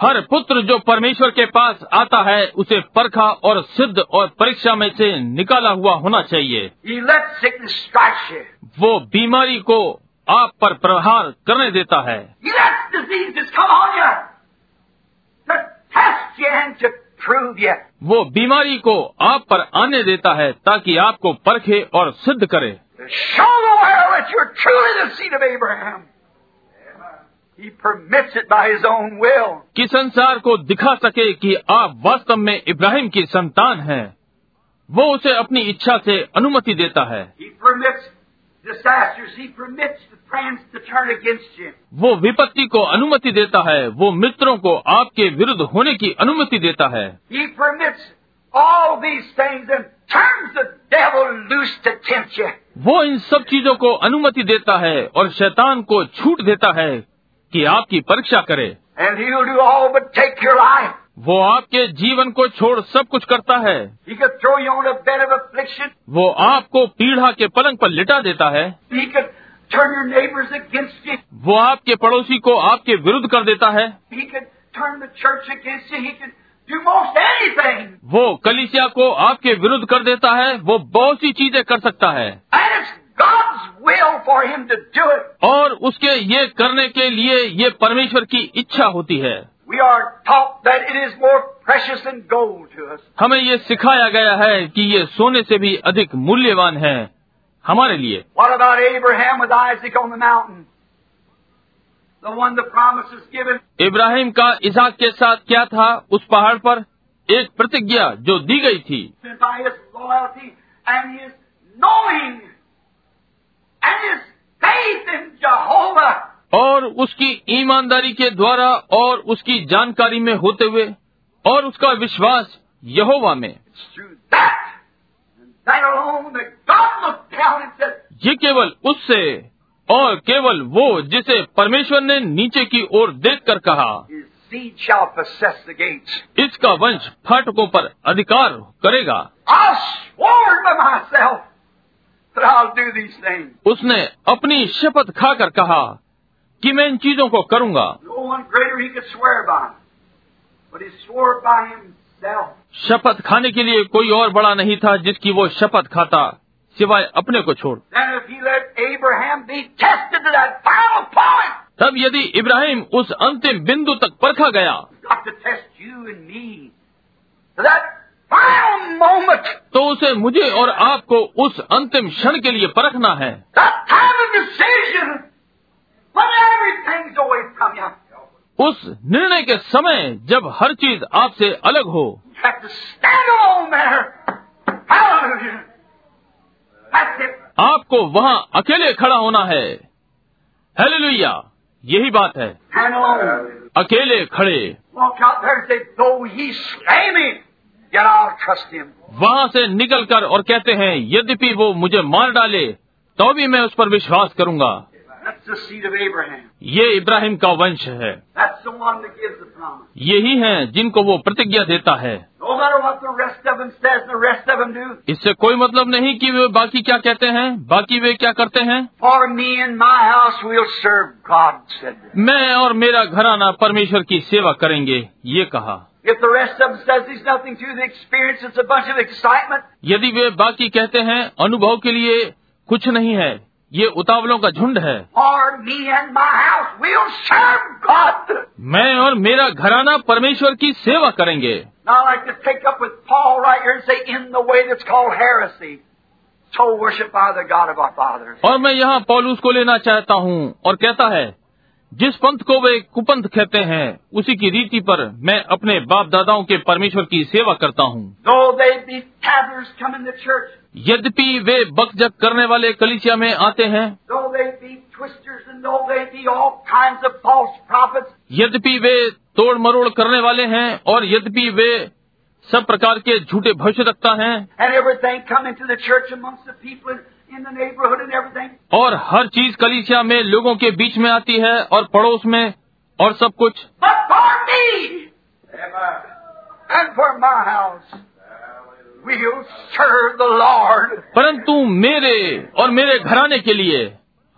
हर पुत्र जो परमेश्वर के पास आता है उसे परखा और सिद्ध और परीक्षा में से निकाला हुआ होना चाहिए He lets sickness strike you. वो बीमारी को आप पर प्रहार करने देता है He lets diseases come on you to test you and to prove you. वो बीमारी को आप पर आने देता है ताकि आपको परखे और सिद्ध करे To show the world that you're truly the seed of Abraham. He permits it by his own will. कि संसार को दिखा सके कि आप वास्तव में इब्राहिम की संतान हैं वो उसे अपनी इच्छा से अनुमति देता है He permits disasters. He permits the plans to turn against you. वो विपत्ति को अनुमति देता है वो मित्रों को आपके विरुद्ध होने की अनुमति देता है He permits all these things and turns the devil loose to tempt you. वो इन सब चीजों को अनुमति देता है और शैतान को छूट देता है कि आपकी परीक्षा करे And he'll do all but take your life. वो आपके जीवन को छोड़ सब कुछ करता है He could throw you on a bed of affliction. वो आपको पीढ़ा के पलंग पर लिटा देता है He could turn your neighbors against you. वो आपके पड़ोसी को आपके विरुद्ध कर देता है He could turn the church against you. He could do most anything. वो कलिसिया को आपके विरुद्ध कर देता है वो बहुत सी चीजें कर सकता है And it's God's will for him to do it. और उसके ये करने के लिए ये परमेश्वर की इच्छा होती है We are taught that it is more precious than gold to us. हमें ये सिखाया गया है कि ये सोने से भी अधिक मूल्यवान है हमारे लिए What about Abraham with Isaac on the mountain? The one the promise is given. Ibrahim का इसाक के साथ क्या था उस पहाड़ पर एक प्रतिज्ञा जो दी गई थी and by his loyalty and his knowing and his faith in Jehovah. और उसकी ईमानदारी के द्वारा और उसकी जानकारी में होते हुए और उसका विश्वास यहोवा में It's through that and that alone that God looked down and said, ये केवल उससे और केवल वो जिसे परमेश्वर ने नीचे की ओर देखकर कहा His seed shall possess the gates. इसका वंश फाटकों पर अधिकार करेगा I swore by myself that I'll do these things. उसने अपनी शपथ खाकर कहा कि मैं इन चीजों को करूंगा No one greater he could swear by. But he swore by himself. शपथ खाने के लिए कोई और बड़ा नहीं था जिसकी वो शपथ खाता सिवाय अपने को छोड़ Then if he let Abraham be tested to that final point, तब यदि इब्राहिम उस अंतिम बिंदु तक परखा गया got to test you and me to that final moment, तो उसे मुझे और आपको उस अंतिम क्षण के लिए परखना है that time of decision, when everything's away from you. उस निर्णय के समय जब हर चीज आपसे अलग हो You have to stand alone there. Hallelujah. That's it. आपको वहाँ अकेले खड़ा होना है हेलेलुया यही बात है Stand alone. अकेले खड़े Walk out there and say, though he slay me, yet I'll trust him. वहाँ से निकलकर और कहते हैं यद्यपि वो मुझे मार डाले तो भी मैं उस पर विश्वास करूंगा That's the seed of Abraham. ये इब्राहिम का वंश है That's the one that gives the promise. यही है जिनको वो प्रतिज्ञा देता है No matter what the rest of them says, the rest of them do. इससे कोई मतलब नहीं कि वे बाकी क्या कहते हैं बाकी वे क्या करते हैं For me and my house, we'll serve God, said they. मैं और मेरा घराना परमेश्वर की सेवा करेंगे ये कहा If the rest of them says there's nothing to the experience, it's a bunch of excitement. यदि वे बाकी कहते हैं अनुभव के लिए कुछ नहीं है ये उतावलों का झुंड है For me and my house, we'll serve God. मैं और मेरा घराना परमेश्वर की सेवा करेंगे Now I like to pick up with Paul right here and say, in the way that's called heresy, so worship by the God of our fathers. और मैं यहाँ पौलुस को लेना चाहता हूँ और कहता है जिस पंथ को वे कुपंथ कहते हैं उसी की रीति पर मैं अपने बाप दादाओं के परमेश्वर की सेवा करता हूँ Though they be tattlers come in the church, यद्यपि वे बकजक करने वाले कलिसिया में आते हैं though they be twisters, and though they be all kinds of false prophets, यद्यपि वे तोड़ मरोड़ करने वाले हैं और यद्यपि वे सब प्रकार के झूठे भविष्यवक्ता हैं and everything come into the church amongst the people in, in the neighborhood and everything, और हर चीज कलिसिया में लोगों के बीच में आती है और पड़ोस में और सब कुछ but for me and for my house, we'll serve the Lord. परंतु मेरे और मेरे घराने के लिए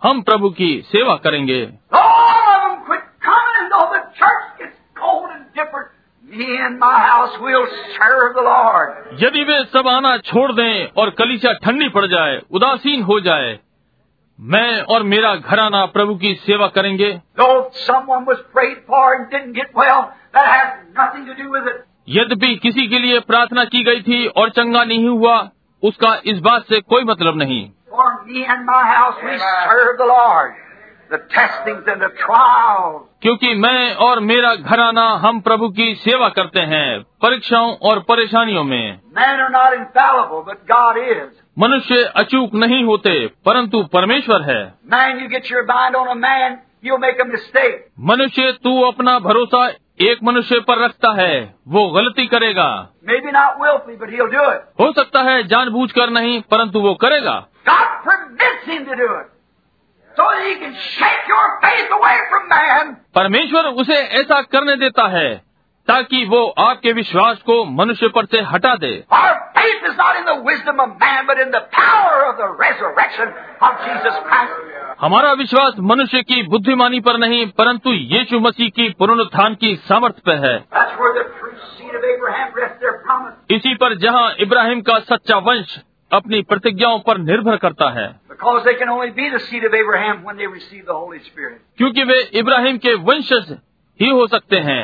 हम प्रभु की सेवा करेंगे All of them quit coming, and though the church gets cold and different, me and my house will serve the Lord. यदि वे सब आना छोड़ दें और कलिसिया ठंडी पड़ जाए उदासीन हो जाए मैं और मेरा घराना प्रभु की सेवा करेंगे Though someone was prayed for and didn't get well, that has nothing to do with it. यद्यपि किसी के लिए प्रार्थना की गई थी और चंगा नहीं हुआ उसका इस बात से कोई मतलब नहीं For me and my house, we serve the Lord. The testings and the trials. क्योंकि मैं और मेरा घराना हम प्रभु की सेवा करते हैं परीक्षाओं और परेशानियों में Men are not infallible, but God is. मनुष्य अचूक नहीं होते परंतु परमेश्वर है Man, you get your mind on a man, you'll make a mistake. मनुष्य तू अपना भरोसा एक मनुष्य पर रखता है वो गलती करेगा Maybe not willfully, but he'll do it. हो सकता है जानबूझकर नहीं परंतु वो करेगा God permits him to do it. So that he can shake your faith away from man. परमेश्वर उसे ऐसा करने देता है ताकि वो आपके विश्वास को मनुष्य पर से हटा दे Our faith is not in the wisdom of man, but in the power of the resurrection of Jesus Christ. हमारा विश्वास मनुष्य की बुद्धिमानी पर नहीं परंतु यीशु मसीह की पुनरुत्थान की सामर्थ्य पर है That's where the true seed of Abraham rests their promise. इसी पर जहाँ इब्राहिम का सच्चा वंश अपनी प्रतिज्ञाओं पर निर्भर करता है Because they can only be the seed of Abraham when they receive the Holy Spirit. क्योंकि वे इब्राहिम के वंशज ही हो सकते हैं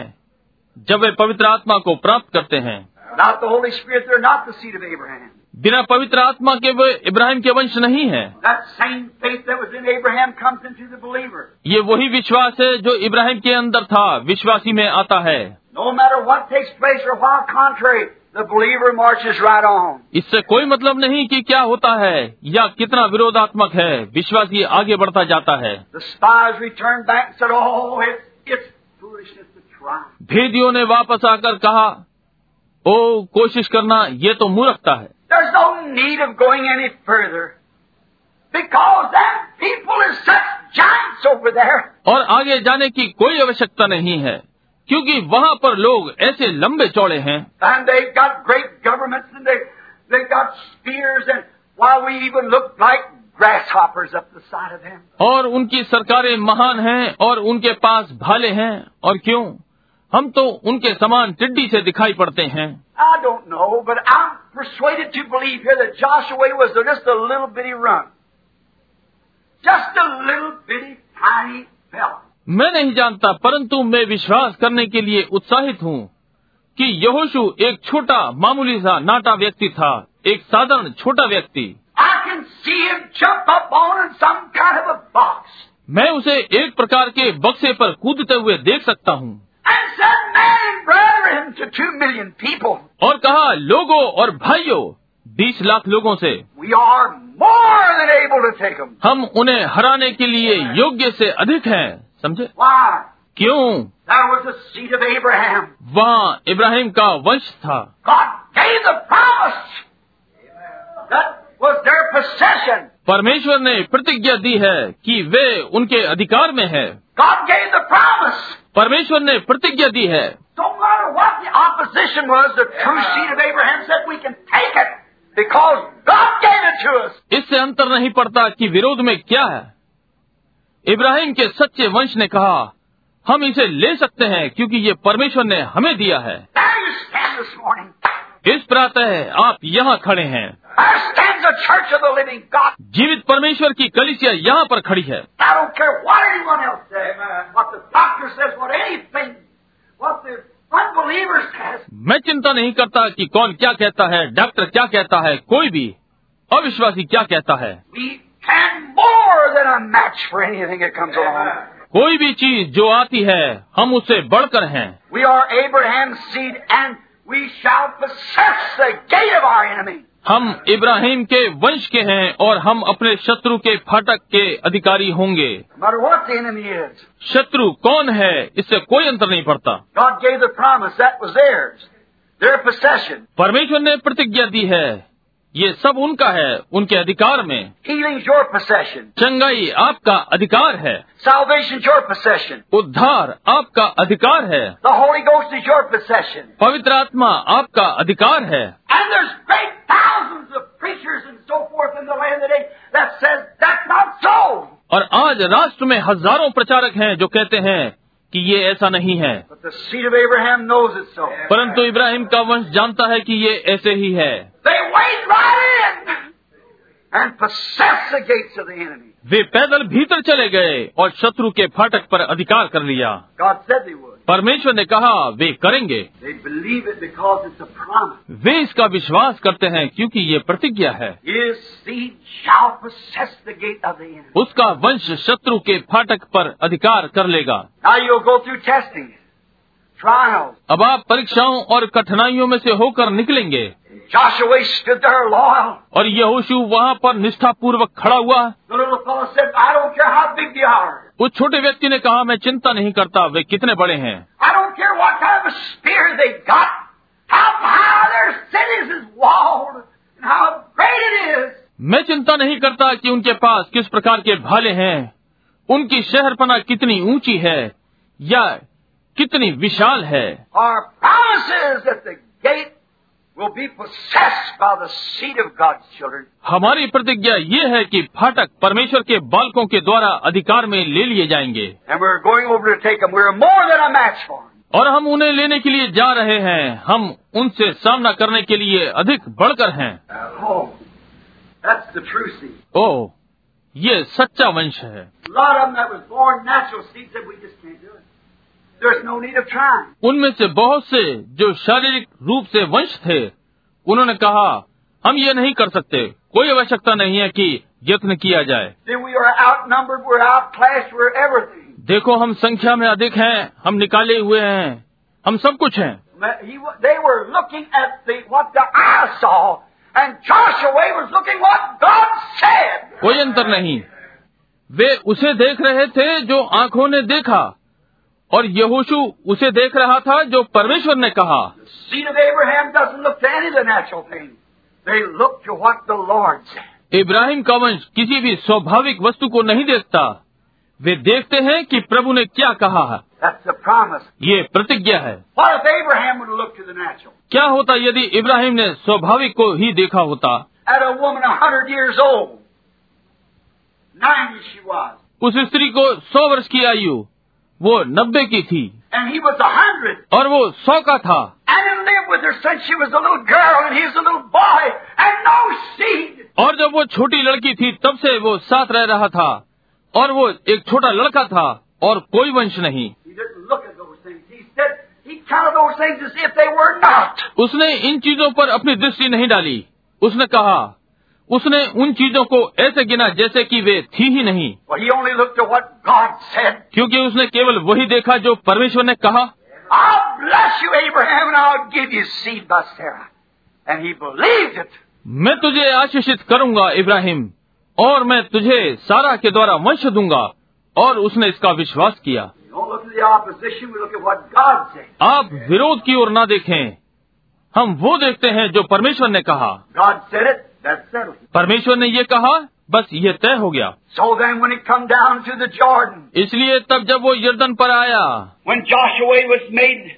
जब वे पवित्र आत्मा को प्राप्त करते हैं Without the Holy Spirit, they're not the seed of Abraham. बिना पवित्र आत्मा के वे इब्राहिम के वंश नहीं है That same faith that was in Abraham comes into the believer. ये वही विश्वास है जो इब्राहिम के अंदर था विश्वासी में आता है No matter what takes place or while contrary, the believer marches right on. इससे कोई मतलब नहीं कि क्या होता है या कितना विरोधात्मक है विश्वासी आगे बढ़ता जाता है The spies returned back and said, Oh, it's, it's foolishness to try. भेदियों ने वापस आकर कहा ओ कोशिश करना ये तो मूर्खता है There's no need of going any further. Because that people is such giants over there. और आगे जाने की कोई आवश्यकता नहीं है क्योंकि वहाँ पर लोग ऐसे लंबे चौड़े हैं And they've got great governments and they, they've got spears and why we even look like grasshoppers up the side of them. और उनकी सरकारें महान हैं और उनके पास भाले हैं और क्यों हम तो उनके समान टिड्डी से दिखाई पड़ते हैं I don't know, but I'm persuaded to believe here that Joshua was just a little bitty runt. Just a little bitty tiny fellow. मैं नहीं जानता परंतु मैं विश्वास करने के लिए उत्साहित हूँ कि यहोशू एक छोटा मामूली सा नाटा व्यक्ति था एक साधारण छोटा व्यक्ति I can see him jump up on in some kind of a box. मैं उसे एक प्रकार के बक्से पर कूदते हुए देख सकता हूँ and said, Man and brethren to two million people, और कहा लोगों और भाइयों बीस लाख लोगों से we are more than able to take them. हम उन्हें हराने के लिए योग्य से अधिक हैं समझे Why? क्यों There was the seed of Abraham. वहाँ इब्राहिम का वंश था God gave the promise that was their possession. परमेश्वर ने प्रतिज्ञा दी है कि वे उनके अधिकार में है God gave the promise. परमेश्वर ने प्रतिज्ञा दी है Don't matter what the opposition was, the true seed of Abraham said we can take it because God gave it to us. इससे अंतर नहीं पड़ता कि विरोध में क्या है इब्राहिम के सच्चे वंश ने कहा हम इसे ले सकते हैं क्योंकि ये परमेश्वर ने हमें दिया है There you stand this morning. इस प्रातः आप यहाँ खड़े हैं There stands the church of the living God. जीवित परमेश्वर की कलिसिया यहाँ पर खड़ी है I don't care what anyone else says, what the doctor says, what anything, what the unbeliever says. मैं चिंता नहीं करता कि कौन क्या कहता है डॉक्टर क्या कहता है कोई भी अविश्वासी क्या कहता है We can more than a match for anything that comes along. कोई भी चीज जो आती है हम उससे बढ़कर हैं We are Abraham's seed, and we shall possess the gate of our enemy. हम इब्राहिम के वंश के हैं और हम अपने शत्रु के फाटक के अधिकारी होंगे No matter what the enemy is, शत्रु कौन है इससे कोई अंतर नहीं पड़ता God gave the promise that was theirs, their possession. परमेश्वर ने प्रतिज्ञा दी है ये सब उनका है उनके अधिकार में Healing's your possession. चंगाई आपका अधिकार है Salvation's your possession. उद्धार आपका अधिकार है The Holy Ghost is your possession. पवित्र आत्मा आपका अधिकार है And there's great thousands of preachers and so forth in the land today that says that's not so. और आज राष्ट्र में हजारों प्रचारक हैं जो कहते हैं कि ये ऐसा नहीं है But the seed of Abraham knows it so. परंतु इब्राहिम का वंश जानता है कि ये ऐसे ही है They wade right in and possess the gates of the enemy. वे पैदल भीतर चले गए और शत्रु के फाटक पर अधिकार कर लिया God said they would. परमेश्वर ने कहा वे करेंगे They believe it because it's a promise. वे इसका विश्वास करते हैं क्योंकि ये प्रतिज्ञा है His seed shall possess the gate of the enemy. उसका वंश शत्रु के फाटक पर अधिकार कर लेगा Now you'll go through testing, trials. अब आप परीक्षाओं और कठिनाइयों में से होकर निकलेंगे Joshua stood there loyal. और यहोशू वहाँ पर निष्ठापूर्वक खड़ा हुआ The little fellow said, I don't care how big they are. उस छोटे व्यक्ति ने कहा मैं चिंता नहीं करता वे कितने बड़े हैं I don't care what kind of a spear they got, how high their cities is walled, and how great it is. मैं चिंता नहीं करता कि उनके पास किस प्रकार के भाले हैं उनकी शहरपना कितनी ऊंची है या कितनी विशाल है Our promise is that the gate will be possessed by the seed of God's children. हमारी प्रतिज्ञा ये है कि फाटक परमेश्वर के बालकों के द्वारा अधिकार में ले लिए जाएंगे And we're going over to take them. We're more than a match for them. और हम उन्हें लेने के लिए जा रहे हैं हम उनसे सामना करने के लिए अधिक बढ़कर हैं Oh, that's the true seed. ओह ये सच्चा वंश है A lot of them that was born natural seed said, we just can't do it. There's no need of trying. उनमें से बहुत से जो शारीरिक रूप से वंश थे उन्होंने कहा हम ये नहीं कर सकते कोई आवश्यकता नहीं है कि यत्न किया जाए Then we are outnumbered, we're outclassed, we're everything. देखो हम संख्या में अधिक हैं हम निकाले हुए हैं हम सब कुछ हैं Ma- He, wa- they were looking at the, what the eye saw, and Joshua was looking what God said. कोई अंतर नहीं वे उसे देख रहे थे जो आंखों ने देखा और यहोशू उसे देख रहा था जो परमेश्वर ने कहा The seed of Abraham doesn't look to any of the natural things. They look to what the Lord said. Ibrahim का वंश किसी भी स्वाभाविक वस्तु को नहीं देखता वे देखते हैं कि प्रभु ने क्या कहा है That's the promise. ये प्रतिज्ञा है What if Abraham would have looked to the natural? क्या होता यदि इब्राहिम ने स्वाभाविक को ही देखा होता At a woman a hundred years old, ninety she was, उस स्त्री को सौ वर्ष की आयु वो नब्बे की थी and he was a hundred. और वो सौ का था and had lived with her since she was a little girl and he was a little boy, and no seed. और जब वो छोटी लड़की थी तब से वो साथ रह रहा था और वो एक छोटा लड़का था और कोई वंश नहीं He didn't look at those things. He said he counted those things as if they were not. उसने इन चीजों पर अपनी दृष्टि नहीं डाली उसने कहा उसने उन चीजों को ऐसे गिना जैसे कि वे थी ही नहीं Well, he only looked at what God said. क्योंकि उसने केवल वही देखा जो परमेश्वर ने कहा I'll bless you, Abraham, and I'll give you seed by Sarah. And he believed it. मैं तुझे आशीषित करूंगा इब्राहिम और मैं तुझे सारा के द्वारा वंश दूंगा और उसने इसका विश्वास किया We don't look at the opposition, we look at what God said. आप विरोध की ओर ना देखें हम वो देखते हैं जो परमेश्वर ने कहा God said it, that's settled. परमेश्वर ने ये कहा बस ये तय हो गया So then when it come down to the Jordan, इसलिए तब जब वो यर्दन पर आया when Joshua was made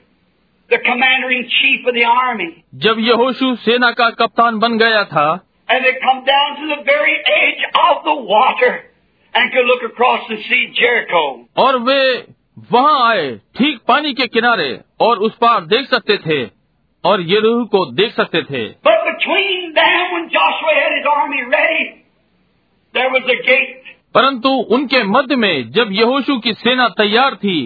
the commander in chief of the army, जब यहोशू सेना का कप्तान बन गया था and they come down to the very edge of the water and could look across and see Jericho. और वे वहां आए ठीक पानी के किनारे और उस पार देख सकते थे और यरूह को देख सकते थे But between them, when Joshua had his army ready, there was a gate. परंतु उनके मध्य में जब यहोशू की सेना तैयार थी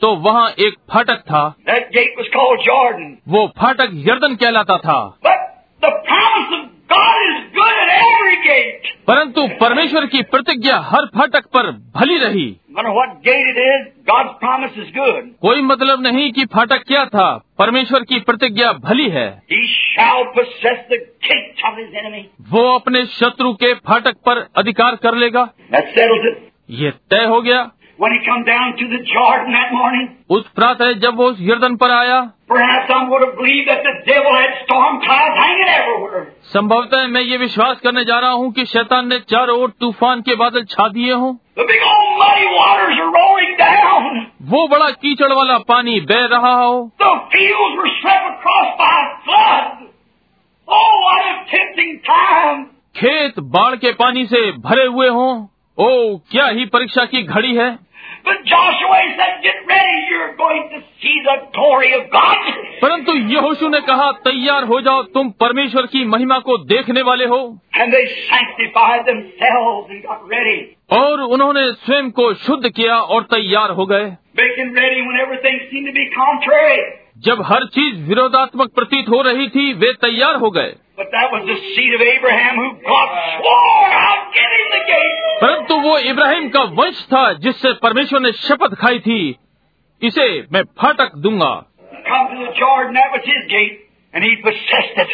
तो वहाँ एक फाटक था That gate was called Jordan. वो फाटक यर्दन कहलाता था But the promise of God is good at every gate. परंतु परमेश्वर की प्रतिज्ञा हर फाटक पर भली रही No matter what gate it is, God's promise is good. कोई मतलब नहीं कि फाटक क्या था परमेश्वर की प्रतिज्ञा भली है He shall possess the gates of his enemy. वो अपने शत्रु के फाटक पर अधिकार कर लेगा That settles it. ये तय हो गया When he come down to the Jordan that morning, उस प्रातः जब वो उस यर्दन पर आया Perhaps some would have believed that the devil had storm clouds hanging everywhere. संभवतः मैं ये विश्वास करने जा रहा हूँ कि शैतान ने चारों ओर तूफान के बादल छा दिए हों The big old muddy waters are rolling down. वो बड़ा कीचड़ वाला पानी बह रहा हो The fields were swept across by a flood. Oh, what a tempting time. खेत बाढ़ के पानी से भरे हुए हों ओ क्या ही परीक्षा की घड़ी है But Joshua said, get ready, you're going to see the glory of God. परंतु यहोशू ने कहा तैयार हो जाओ तुम परमेश्वर की महिमा को देखने वाले हो And they sanctified themselves and got ready. और उन्होंने स्वयं को शुद्ध किया और तैयार हो गए Making ready when everything seemed to be contrary. जब हर चीज विरोधात्मक प्रतीत हो रही थी वे तैयार हो गए But that was the seed of Abraham who God swore, I'll give him the gate. परंतु वो इब्राहिम का वंश था जिससे परमेश्वर ने शपथ खाई थी इसे मैं फाटक दूंगा come to the Jordan, that was his gate, and he possessed it.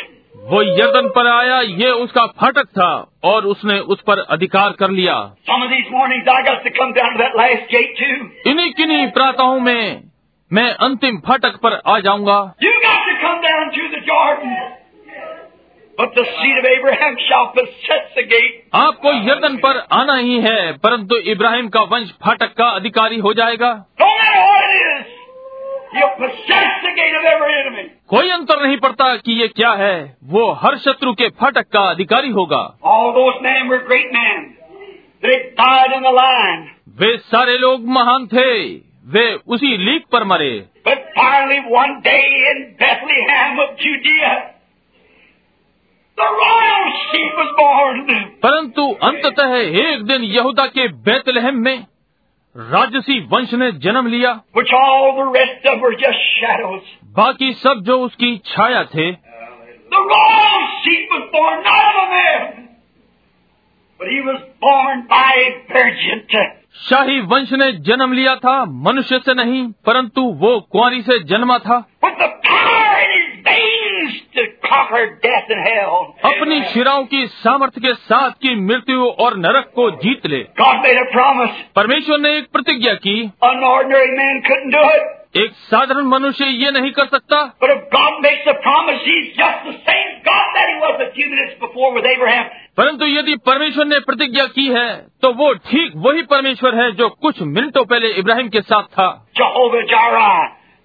वो यर्दन पर आया ये उसका फाटक था और उसने उस पर अधिकार कर लिया Some of these mornings I got to come down to that last gate too. इन्हीं किन्हीं प्रातों में मैं अंतिम फाटक पर आ जाऊंगा You got to come down to the Jordan. But the seed of Abraham shall possess the gate. आपको यर्दन पर आना ही है परंतु इब्राहिम का वंश फाटक का अधिकारी हो जाएगा No matter what it is, He'll possess the gate of every enemy. कोई अंतर नहीं पड़ता कि ये क्या है वो हर शत्रु के फाटक का अधिकारी होगा All those men were great men. They died in the line. वे सारे लोग महान थे वे उसी लीक पर मरे But finally, one day in Bethlehem of Judea, the royal sheep was born. परंतु अंततः एक दिन यहूदा के बैतलहम में राजसी वंश ने जन्म लिया which all the rest of were just shadows. बाकी सब जो उसकी छाया थे The royal sheep was born not of a man, but he was born by a virgin. शाही वंश ने जन्म लिया था मनुष्य से नहीं परंतु वो कुंवारी से जन्मा था With the power in his veins to conquer death and hell. अपनी शिराओं की सामर्थ्य के साथ की मृत्यु और नरक को जीत ले God made a promise. परमेश्वर ने एक प्रतिज्ञा की An ordinary man couldn't do it. एक साधारण मनुष्य ये नहीं कर सकता But if God makes a promise, he's just the same God that he was a few minutes before with Abraham. परंतु यदि परमेश्वर ने प्रतिज्ञा की है तो वो ठीक वही परमेश्वर है जो कुछ मिनटों पहले इब्राहिम के साथ था Jehovah Jireh.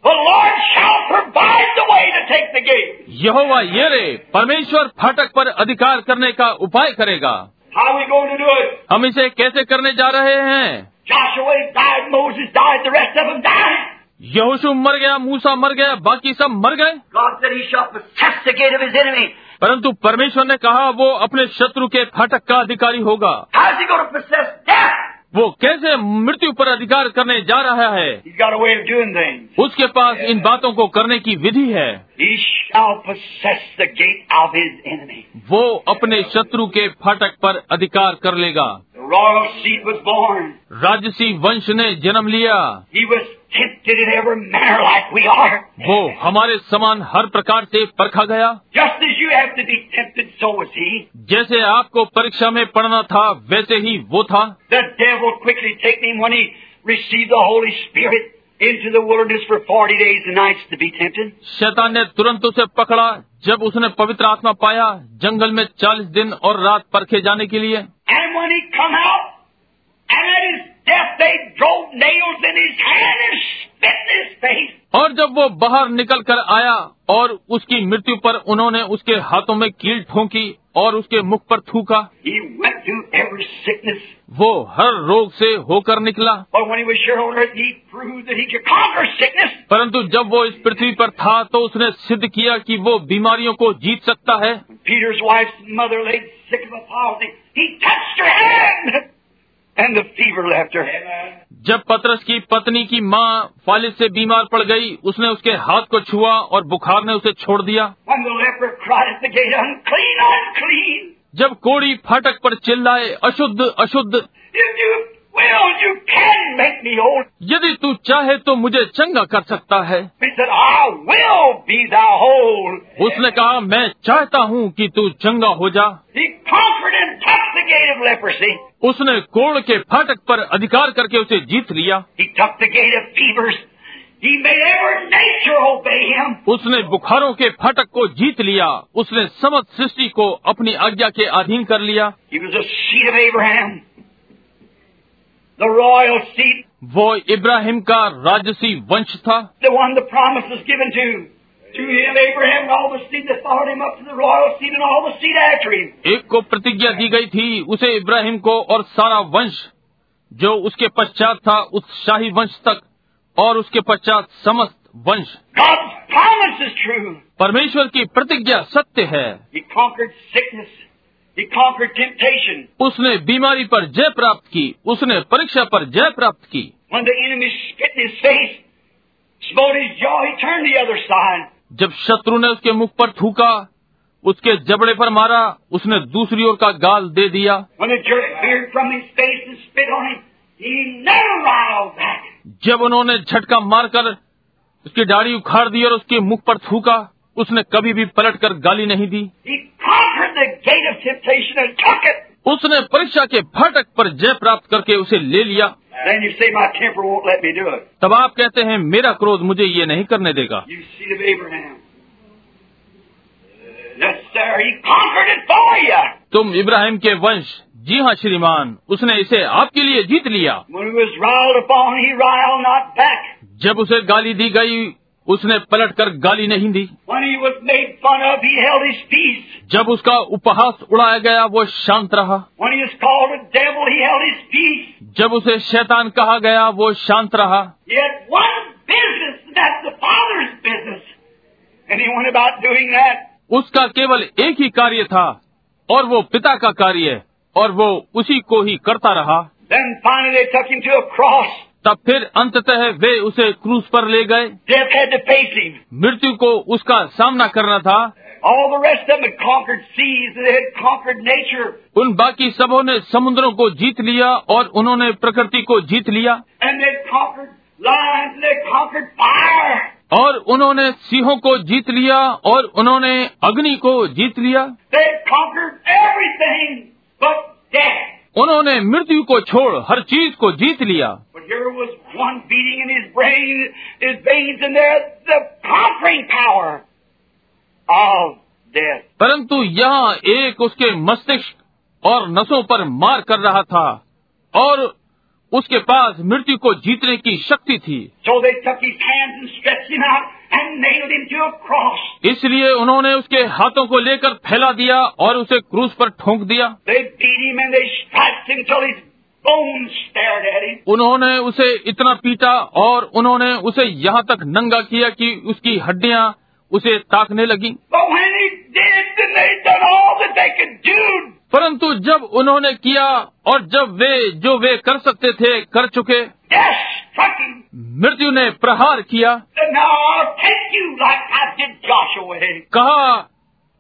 The Lord shall provide the way to take the gate. यहोवा ये रे परमेश्वर फाटक पर अधिकार करने का उपाय करेगा How are we going to do it? हम इसे कैसे करने जा रहे हैं Joshua died, Moses died, the rest of them died. यहोशू मर गया मूसा मर गया बाकी सब मर गए God said he shall possess the gate of his enemy. परंतु परमेश्वर ने कहा वो अपने शत्रु के फाटक का अधिकारी होगा How's he going to possess death? वो कैसे मृत्यु पर अधिकार करने जा रहा है He's got a way of doing things. उसके पास इन बातों को करने की विधि है He shall possess the gate of his enemy. वो अपने शत्रु के फाटक पर अधिकार कर लेगा The royal seed was born. राजसी वंश ने जन्म लिया He was tempted in every manner like we are. वो हमारे समान हर प्रकार से परखा गया Just as you have to be tempted, so was he. जैसे आपको परीक्षा में पढ़ना था वैसे ही वो था The devil quickly taken him when he received the Holy Spirit into the wilderness for 40 days and nights to be tempted. शैतान ने तुरंत उसे पकड़ा जब उसने पवित्र आत्मा पाया जंगल में चालीस दिन और रात परखे जाने के लिए And when he come out, and at his death they drove nails in his hand and spit in his face. और जब वो बाहर निकल कर आया और उसकी मृत्यु पर उन्होंने उसके हाथों में कील ठोंकी और उसके मुख पर थूका He went through every sickness. वो हर रोग से होकर निकला But when he was here on earth, he proved that he could conquer sickness. परंतु जब वो इस पृथ्वी पर था तो उसने सिद्ध किया कि वो बीमारियों को जीत सकता है When Peter's wife's mother lay sick of a palsy, he touched her hand, and the fever left her. जब पतरस की पत्नी की माँ फालिस से बीमार पड़ गई उसने उसके हाथ को छुआ और बुखार ने उसे छोड़ दिया When the leper cried at the gate, unclean, unclean, जब कोड़ी फाटक पर चिल्लाए अशुद्ध अशुद्ध if you will, you can make me whole. यदि तू चाहे तो मुझे चंगा कर सकता है He said, I will be thou whole. उसने कहा मैं चाहता हूँ कि तू चंगा हो जा He conquered and touched the gate of leprosy. उसने कोड़ के फाटक पर अधिकार करके उसे जीत लिया He took the gate of fevers. He made every nature obey him. उसने बुखारों के फाटक को जीत लिया उसने समस्त सृष्टि को अपनी आज्ञा के अधीन कर लिया He was a seed of Abraham, the royal seed, वो इब्राहिम का राजसी वंश था the one the promise was given to. To him, Abraham, and all the seed that followed him up to the royal seed, and all the seed after him. एक को प्रतिज्ञा दी गई थी उसे इब्राहिम को और सारा वंश जो उसके पश्चात था उस शाही वंश तक और उसके पश्चात समस्त वंश God's promise is true. परमेश्वर की प्रतिज्ञा सत्य है He conquered sickness. He conquered temptation. उसने बीमारी पर जय प्राप्त की उसने परीक्षा पर जय प्राप्त की When the enemy spit in his face, smote his jaw, he turned the other side. जब शत्रु ने उसके मुख पर थूका उसके जबड़े पर मारा उसने दूसरी ओर का गाल दे दिया When the jerk veered from his face and spit on him, he never riled back. जब उन्होंने झटका मारकर उसकी दाढ़ी उखाड़ दी और उसके मुख पर थूका उसने कभी भी पलटकर गाली नहीं दी He conquered the gate of temptation and took it. उसने परीक्षा के फाटक पर जय प्राप्त करके उसे ले लिया Then you say, My temper won't let me do it. तब आप कहते हैं मेरा क्रोध मुझे ये नहीं करने देगा You seed of Abraham. Yes, sir. He conquered it for you. तुम इब्राहिम के वंश जी हाँ श्रीमान उसने इसे आपके लिए जीत लिया When he was riled upon, he riled not back. जब उसे गाली दी गई उसने पलट कर गाली नहीं दी When he was made fun of, he held his peace. जब उसका उपहास उड़ाया गया वो शांत रहा When he was called a devil, he held his peace. जब उसे शैतान कहा गया वो शांत रहा He had one business, and that's the Father's business. And he went about doing that. उसका केवल एक ही कार्य था और वो पिता का कार्य और वो उसी को ही करता रहा Then finally they took him to a cross. तब फिर अंततः वे उसे क्रूज पर ले गए Death had to face him. मृत्यु को उसका सामना करना था All the rest of them had conquered seas, and they had conquered nature, उन बाकी सबों ने समुद्रों को जीत लिया और उन्होंने प्रकृति को जीत लिया and they had conquered lions, and they had conquered fire. और उन्होंने सिंहों को जीत लिया और उन्होंने अग्नि को जीत लिया They had conquered everything but death. उन्होंने मृत्यु को छोड़ हर चीज को जीत लिया But here was one beating in his brain, his veins, and there the conquering power of death. परंतु यहाँ एक उसके मस्तिष्क और नसों पर मार कर रहा था और उसके पास मृत्यु को जीतने की शक्ति थी So they took his hands and stretched him out and nailed him to a cross. इसलिए उन्होंने उसके हाथों को लेकर फैला दिया और उसे क्रूज पर ठोंक दिया They beat him and they striped him till his bones stared at him. उन्होंने उसे इतना पीटा और उन्होंने उसे यहाँ तक नंगा किया कि उसकी हड्डियाँ उसे ताकने लगी But when he did, then they'd done all that they could do. परंतु जब उन्होंने किया और जब वे जो वे कर सकते थे कर चुके Death struck him. मृत्यु ने प्रहार किया And now I'll take you like I did Joshua. कहा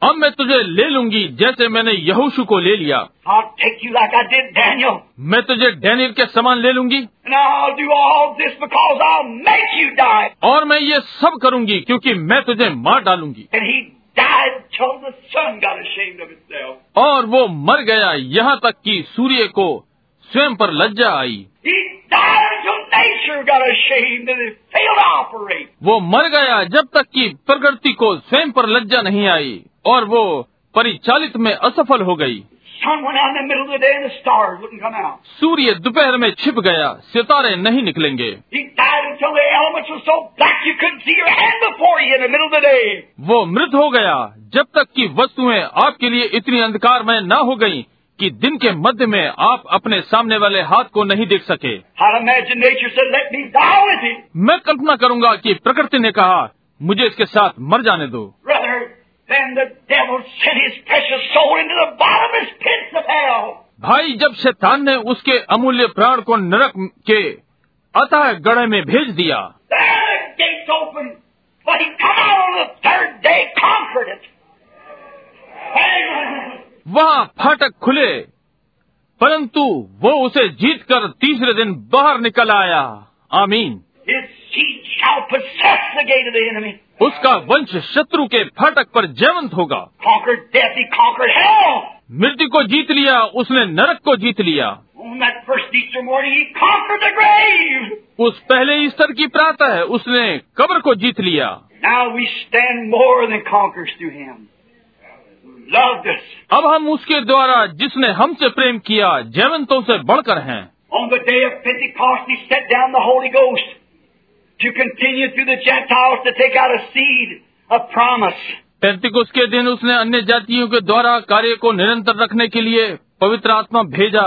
अब मैं तुझे ले लूंगी जैसे मैंने यहोशू को ले लिया I'll take you like I did Daniel. मैं तुझे डैनियल के समान ले लूंगी And I'll do all this because I'll make you die. और मैं ये सब करूंगी क्योंकि मैं तुझे मार डालूंगी And he died till the sun got ashamed of itself. और वो मर गया यहाँ तक कि सूर्य को स्वयं पर लज्जा आई He died until nature got ashamed and it failed to operate. वो मर गया जब तक कि प्रकृति को स्वयं पर लज्जा नहीं आई और वो परिचालित में असफल हो गई Sun went out in the middle of the day and the stars wouldn't come out. सूर्य दोपहर में छिप गया सितारे नहीं निकलेंगे He died until the elements were so black you couldn't see your hand before you in the middle of the day. वो मृत हो गया जब तक कि वस्तुएं आपके लिए इतनी अंधकारमय न हो गईं कि दिन के मध्य में आप अपने सामने वाले हाथ को नहीं देख सके I'd imagine nature said, let me die with him. मैं कल्पना करूंगा कि प्रकृति ने कहा मुझे इसके साथ मर जाने दो Rather than the devil sent his precious soul into the bottomless pits of hell. भाई जब शैतान ने उसके अमूल्य प्राण को नरक के अतः गड़े में भेज दिया There the gates open, but he come out on the third day, conquered it. Hallelujah. वहाँ फाटक खुले परंतु वो उसे जीतकर तीसरे दिन बाहर निकल आया आमीन His seed shall possess the gate of the enemy. उसका वंश शत्रु के फाटक पर जयवंत होगा Conquered death, he conquered hell. मृत्यु को जीत लिया उसने नरक को जीत लिया On that first Easter morning, he conquered the grave. उस पहले ईस्टर की प्रातः है उसने कब्र को जीत लिया Now we stand more than conquerors through him. Who loved us. अब हम उसके द्वारा जिसने हमसे प्रेम किया जयवंतों से बढ़कर हैं On the day of Pentecost, he set down the Holy Ghost to continue through the Gentiles to take out a seed of promise. पेंतिकुस के दिन उसने अन्य जातियों के द्वारा कार्य को निरंतर रखने के लिए पवित्र आत्मा भेजा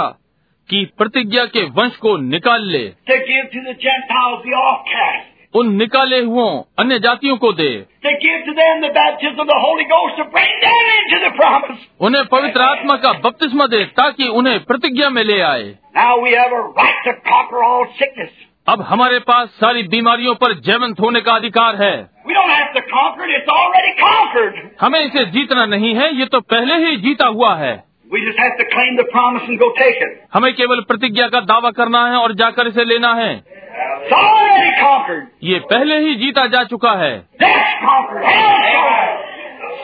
कि प्रतिज्ञा के वंश को निकाल ले to give to the Gentiles the offcast, उन निकाले हुओं अन्य जातियों को दे to give to them the baptism of the Holy Ghost, to bring them into the promise. उन्हें पवित्र आत्मा का बपतिस्मा दे ताकि उन्हें प्रतिज्ञा में ले आए Now we have a right to conquer all sickness. अब हमारे पास सारी बीमारियों पर जयवंत होने का अधिकार है We don't have to conquer it, it's already conquered. हमें इसे जीतना नहीं है ये तो पहले ही जीता हुआ है We just have to claim the promise and go take it. हमें केवल प्रतिज्ञा का दावा करना है और जाकर इसे लेना है It's already conquered. ये पहले ही जीता जा चुका है Death's conquered. Hell's conquered.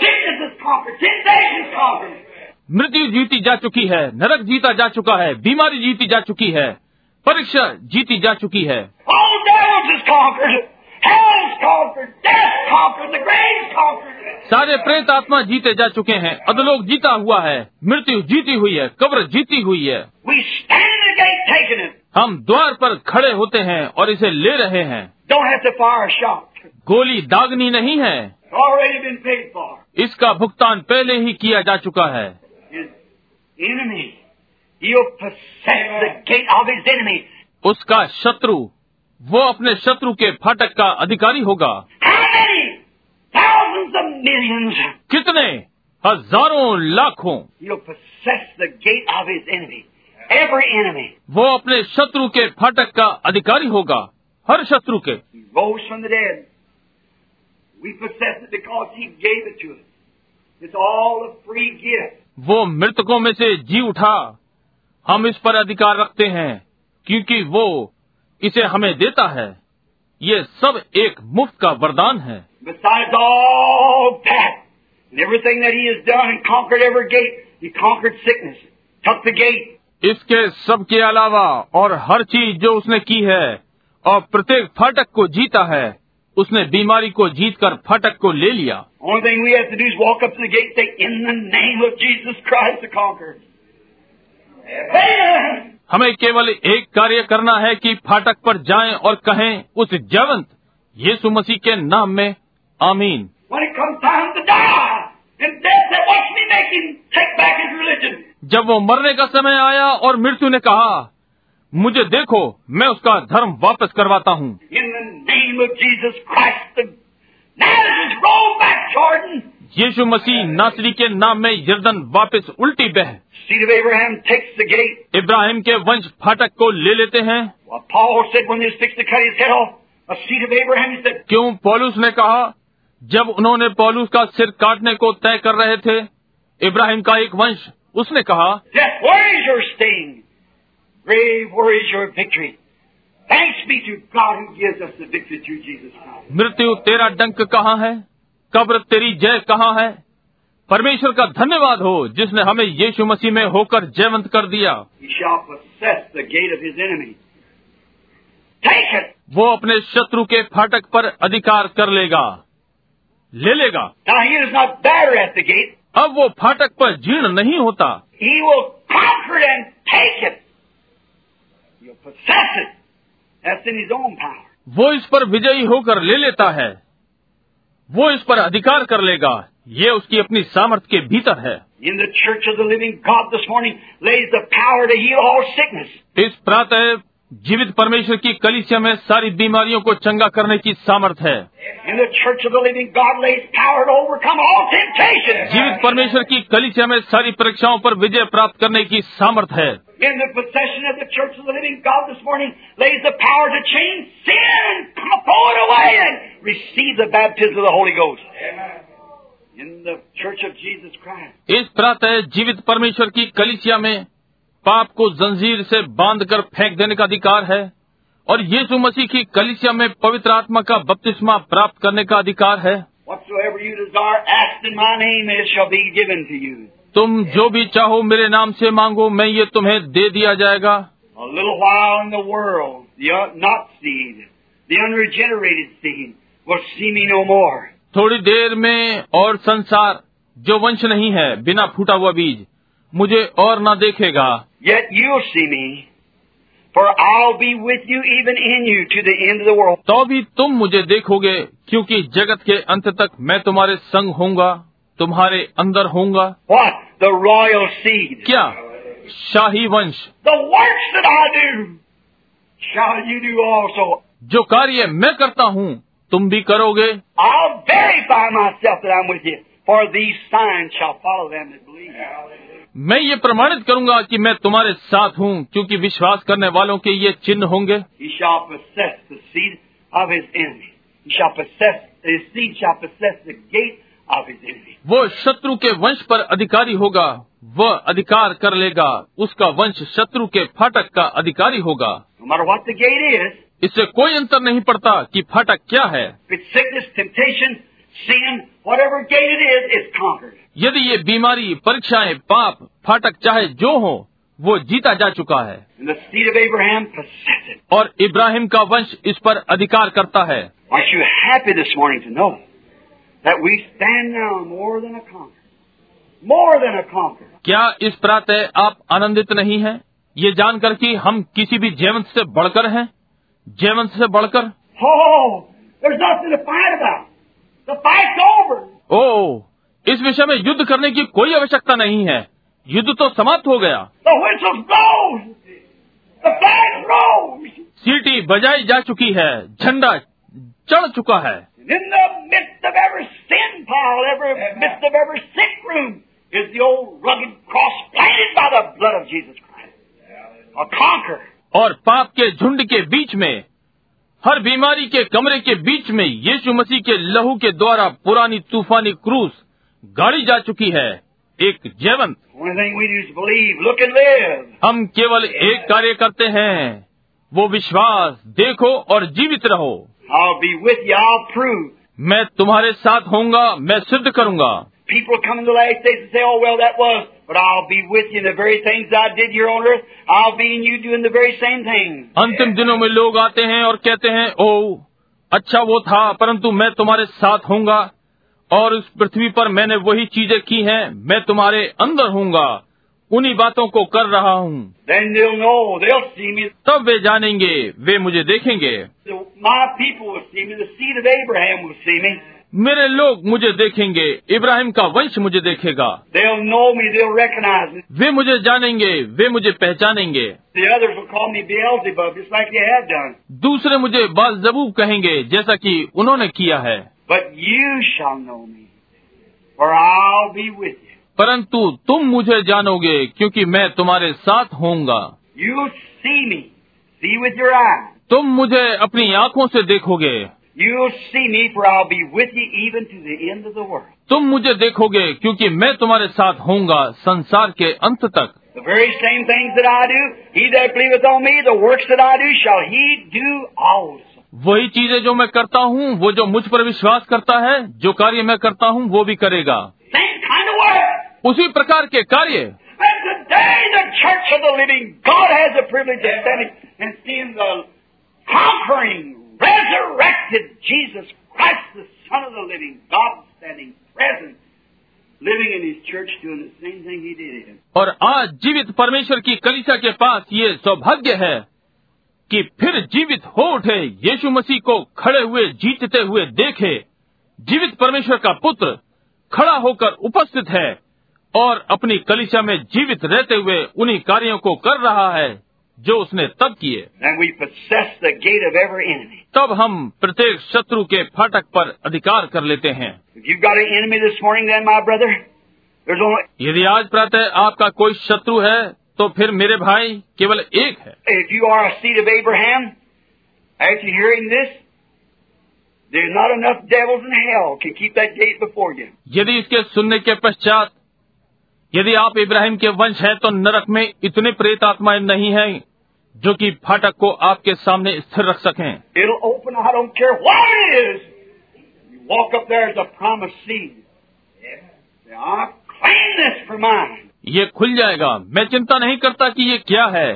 Sickness is conquered. Temptation's conquered. मृत्यु जीती जा चुकी है नरक जीता जा चुका है बीमारी जीती जा चुकी है परीक्षा जीती जा चुकी है All devils is conquered. Hell's conquered, death conquered, the grave's conquered. सारे प्रेत आत्मा जीते जा चुके हैं अधलोक जीता हुआ है मृत्यु जीती हुई है कब्र जीती हुई है We stand in the gate taking it. हम द्वार पर खड़े होते हैं और इसे ले रहे हैं Don't have to fire a shot. गोली दागनी नहीं है It's already been paid for. इसका भुगतान पहले ही किया जा चुका है His enemy. He'll possess the gate of his enemy. उसका शत्रु वो अपने शत्रु के फाटक का अधिकारी होगा How many? Thousands of millions. कितने हजारों लाखों He'll possess the gate of his enemy. Every enemy. वो अपने शत्रु के फाटक का अधिकारी होगा हर शत्रु के He rose from the dead. We possess it because he gave it to us. It's all a free gift. वो मृतकों में से जी उठा हम इस पर अधिकार रखते हैं क्योंकि वो इसे हमें देता है ये सब एक मुफ्त का वरदान है Besides all that, and everything that he has done and conquered every gate, he conquered sickness, took the gate. इसके सब के अलावा और हर चीज जो उसने की है और प्रत्येक फाटक को जीता है उसने बीमारी को जीतकर फाटक को ले लिया Only thing we have to do is walk up to the gate and say, In the name of Jesus Christ the conqueror. Amen. हमें केवल एक कार्य करना है कि फाटक पर जाएं और कहें उस जवंत यीशु मसीह के नाम में आमीन When it comes time to die, and death said, Watch me make him take back his religion. जब वो मरने का समय आया और मृत्यु ने कहा मुझे देखो मैं उसका धर्म वापस करवाता हूँ In the name of Jesus Christ the Nazareth, roll back, Jordan. यीशु मसीह नासरी के नाम में यर्दन वापस उल्टी बह Seed of Abraham takes the gate. Ibrahim के वंश फाटक को ले लेते हैं Well, Paul said when they was fixed to cut his head off, a seed of Abraham, he said, क्यों पौलुस ने कहा जब उन्होंने पौलुस का सिर काटने को तय कर रहे थे इब्राहिम का एक वंश उसने कहा Death, where is your sting? Grave, where is your victory? Thanks be to God who gives us the victory through Jesus Christ. मृत्यु तेरा डंक कहाँ है कब्र तेरी जय कहाँ है परमेश्वर का धन्यवाद हो जिसने हमें यीशु मसीह में होकर जयवंत कर दिया He shall possess the gate of his enemy. Take it! वो अपने शत्रु के फाटक पर अधिकार कर लेगा ले लेगा Now he does not batter at the gate. अब वो फाटक पर जीर्ण नहीं होता He will conquer it and take it. He'll possess it. That's in his own power. वो इस पर विजयी होकर ले लेता है वो इस पर अधिकार कर लेगा ये उसकी अपनी सामर्थ्य के भीतर है In the church of the living God this morning lays the power to heal all sickness. इस प्रातः जीवित परमेश्वर की कलिसिया में सारी बीमारियों को चंगा करने की सामर्थ्य है In the church of the living God lays power to overcome all temptation. जीवित परमेश्वर की कलिसिया में सारी परीक्षाओं पर विजय प्राप्त करने की सामर्थ है In the possession of the church of the living God this morning lays the power to change sin and throw it away and receive the baptism of the Holy Ghost. In the church of Jesus Christ, इस प्रातः जीवित परमेश्वर की कलिसिया में पाप को जंजीर से बांधकर फेंक देने का अधिकार है और यीशु मसीह की कलिसिया में पवित्र आत्मा का बपतिस्मा प्राप्त करने का अधिकार है whatsoever you desire, ask in my name, and it shall be given to you. तुम जो भी चाहो मेरे नाम से मांगो मैं ये तुम्हें दे दिया जाएगा A little while in the world, the un- not seed, the unregenerated seed, will see me no more. थोड़ी देर में और संसार जो वंश नहीं है बिना फूटा हुआ बीज मुझे और न देखेगा Yet you'll see me, for I'll be with you even in you to the end of the world. तो भी तुम मुझे देखोगे क्योंकि जगत के अंत तक मैं तुम्हारे संग होऊंगा तुम्हारे अंदर होऊंगा What? The royal seed. क्या शाही वंश The works that I do shall you do also. जो कार्य मैं करता हूँ तुम भी करोगे I'll verify myself that I'm with you, for these signs shall follow them that believe. मैं ये प्रमाणित करूंगा कि मैं तुम्हारे साथ हूँ क्योंकि विश्वास करने वालों के ये चिन्ह होंगे He shall possess the seed of his enemy. He shall possess, his seed shall possess the gate of his enemy. वो शत्रु के वंश पर अधिकारी होगा वह अधिकार कर लेगा उसका वंश शत्रु के फाटक का अधिकारी होगा No matter what the gate is, इससे कोई अंतर नहीं पड़ता कि फाटक क्या है if it's sickness, temptation, sin, whatever gate it is, it's conquered. यदि ये बीमारी परीक्षाएं पाप फाटक चाहे जो हो वो जीता जा चुका है And the seed of Abraham possess it. और इब्राहिम का वंश इस पर अधिकार करता है Aren't you happy this morning to know that we stand now more than a conqueror? More than a conqueror. क्या इस प्रातः आप आनंदित नहीं हैं? ये जानकर कि हम किसी भी जयवंत से बढ़कर हैं जयवंत से बढ़कर Oh, there's nothing to fight about. The fight's over. ओ इस विषय में युद्ध करने की कोई आवश्यकता नहीं है युद्ध तो समाप्त हो गया The whistle blows. The flag rolls. सीटी बजाई जा चुकी है झंडा चढ़ चुका है And in the midst of every sin pile, every midst of every sick room, is the old rugged cross planted by the blood of Jesus Christ. A conqueror. और पाप के झुंड के बीच में हर बीमारी के कमरे के बीच में यीशु मसीह के लहू के द्वारा पुरानी तूफानी क्रूस गाड़ी जा चुकी है एक जयवंत Only thing we do is believe, look and live. हम केवल एक कार्य करते हैं वो विश्वास देखो और जीवित रहो I'll be with you. I'll prove. मैं तुम्हारे साथ होऊंगा मैं सिद्ध करूंगा People come in the last days and say, oh, well, that was. But I'll be with you in the very things I did here on earth. I'll be in you doing the very same things. अंतिम दिनों में लोग आते हैं और कहते हैं ओ अच्छा वो था परंतु मैं तुम्हारे साथ होऊंगा और इस पृथ्वी पर मैंने वही चीजें की हैं मैं तुम्हारे अंदर होऊंगा उन्हीं बातों को कर रहा हूँ Then they'll know. They'll see me. तब वे जानेंगे वे मुझे देखेंगे My people will see me. The seed of Abraham will see me. मेरे लोग मुझे देखेंगे इब्राहिम का वंश मुझे देखेगा They'll know me. They'll recognize me. वे मुझे जानेंगे वे मुझे पहचानेंगे The others will call me Beelzebub, just like they had done. दूसरे मुझे बालजबूब कहेंगे जैसा कि उन्होंने किया है But you shall know me, for I'll be with you. परंतु तुम मुझे जानोगे क्योंकि मैं तुम्हारे साथ होऊंगा You'll see me. See with your eyes. तुम मुझे अपनी आंखों से देखोगे You'll see me, for I'll be with you even to the end of the world. तुम मुझे देखोगे क्योंकि मैं तुम्हारे साथ होऊंगा संसार के अंत तक The very same things that I do, he that believeth on me, the works that I do, shall he do also. वही चीजें जो मैं करता हूँ वो जो मुझ पर विश्वास करता है जो कार्य मैं करता हूँ वो भी करेगा Same kind of work. उसी प्रकार के कार्य And today the church of the living God has the privilege of standing and seeing the conquering, resurrected Jesus Christ, the Son of the living God, standing present, living in his church, doing the same thing he did in. और आज जीवित परमेश्वर की कलिसा के पास ये सौभाग्य है कि फिर जीवित हो उठे यीशु मसीह को खड़े हुए जीतते हुए देखे जीवित परमेश्वर का पुत्र खड़ा होकर उपस्थित है और अपनी कलिसा में जीवित रहते हुए उन्हीं कार्यों को कर रहा है जो उसने तब किए And we possess the gate of every enemy. तब हम प्रत्येक शत्रु के फाटक पर अधिकार कर लेते हैं If you've got an enemy this morning, then, my brother, there's only, यदि आज प्रातः आपका कोई शत्रु है तो फिर मेरे भाई केवल एक है if you are a seed of Abraham, after hearing this, there's not enough devils in hell can keep that gate before you. यदि इसके सुनने के पश्चात यदि आप इब्राहिम के वंश हैं तो नरक में इतने प्रेत आत्माएं नहीं हैं जो कि फाटक को आपके सामने स्थिर रख सकें It'll open, I don't care what it is. You walk up there as a promised seed. Say, I claim this for mine. ये खुल जाएगा मैं चिंता नहीं करता कि ये क्या है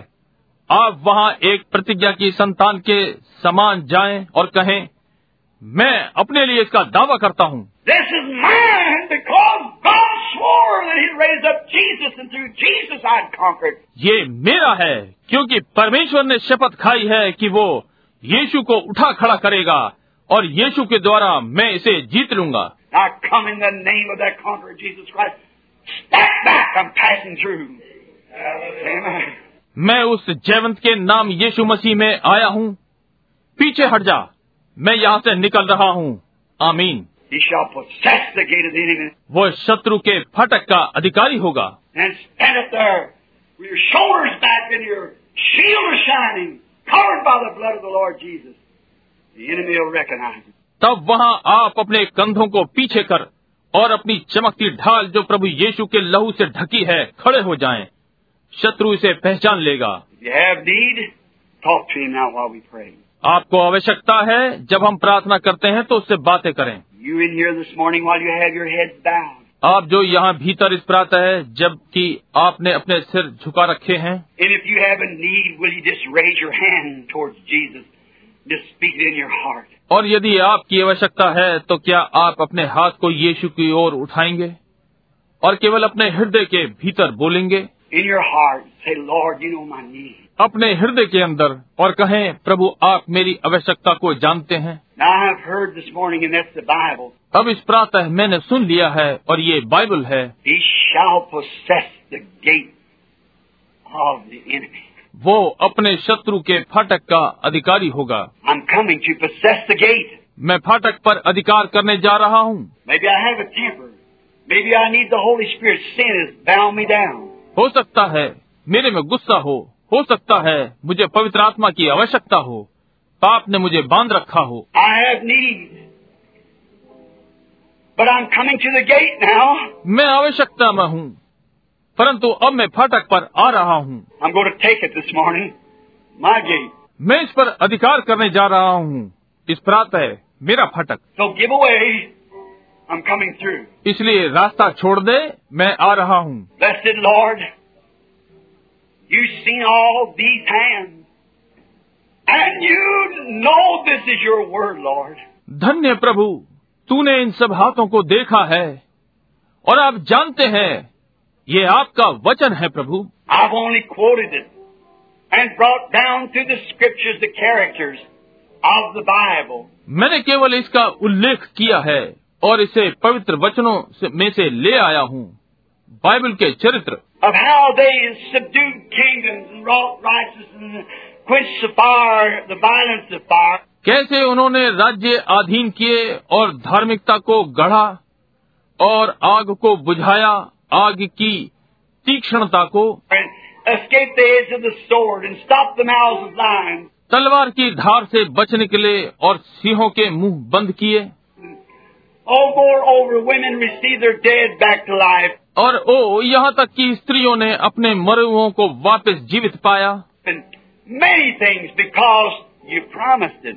आप वहाँ एक प्रतिज्ञा की संतान के समान जाएं और कहें मैं अपने लिए इसका दावा करता हूँ This is mine because God swore that He raised up Jesus, and through Jesus I'd conquered. ये मेरा है क्योंकि परमेश्वर ने शपथ खाई है कि वो यीशु को उठा खड़ा करेगा और यीशु के द्वारा मैं इसे जीत लूंगा I come in the name of that conqueror Jesus Christ. Step back, I'm passing through. Amen. मैं उस जयवंत के नाम यीशु मसीह में आया हूँ पीछे हट जा मैं यहाँ से निकल रहा हूँ आमीन He shall possess the gate of the enemy वो शत्रु के फटक का अधिकारी होगा and stand up there with your shoulders back and your shield shining, covered by the blood of the Lord Jesus. The enemy will recognize him. तब वहाँ आप अपने कंधों को पीछे कर और अपनी चमकती ढाल जो प्रभु यीशु के लहू से ढकी है खड़े हो जाएं शत्रु इसे पहचान लेगा If you have need, talk to him now while we pray. आपको आवश्यकता है जब हम प्रार्थना करते हैं तो उससे बातें करें You in here this morning while you have your heads bowed. आप जो यहाँ भीतर इस प्रातः है जबकि आपने अपने सिर झुका रखे हैं And if you have a need, will you just raise your hand towards Jesus? Just speak it in your heart. और यदि आपकी आवश्यकता है तो क्या आप अपने हाथ को यीशु की ओर उठाएंगे और केवल अपने हृदय के भीतर बोलेंगे In your heart, say, Lord, you know my need. अपने हृदय के अंदर और कहें प्रभु आप मेरी आवश्यकता को जानते हैं Now I've heard this morning, and that's the Bible. अब इस प्रातः मैंने सुन लिया है और ये बाइबल है He shall possess the gate of the enemy. वो अपने शत्रु के फाटक का अधिकारी होगा I'm coming to possess the gate. मैं फाटक पर अधिकार करने जा रहा हूँ Maybe I have a temper. Maybe I need the Holy Spirit. Sin has bound me down. हो सकता है मेरे में गुस्सा हो हो सकता है मुझे पवित्र आत्मा की आवश्यकता हो पाप ने मुझे बांध रखा हो I have need. But I'm coming to the gate now. मैं आवश्यकता में हूँ परंतु अब मैं फाटक पर आ रहा हूँ I'm going to take it this morning. My gate. मैं इस पर अधिकार करने जा रहा हूँ इस प्रातः मेरा फाटक So give away. I'm coming through. इसलिए रास्ता छोड़ दे मैं आ रहा हूँ Blessed Lord, you've seen all these hands. And you know this is your word, Lord. धन्य प्रभु तूने इन सब हाथों को देखा है और आप जानते हैं ये आपका वचन है प्रभु I've only quoted it and brought down through the scriptures the characters of the Bible. मैंने केवल इसका उल्लेख किया है और इसे पवित्र वचनों से- में से ले आया हूँ बाइबल के चरित्र of how they subdued kingdoms and wrought righteousness and quenched the fire, the violence of fire. कैसे उन्होंने राज्य अधीन किए और धार्मिकता को गढ़ा और आग को बुझाया आग की तीक्ष्णता को And escaped the edge of the sword and stopped the mouths of lions. तलवार की धार से बच निकले और सिंहों के मुंह बंद किए Oh, moreover, women received their dead back to life. और ओ यहाँ तक कि स्त्रियों ने अपने मरे हुओं को वापस जीवित पाया And many things because you promised it.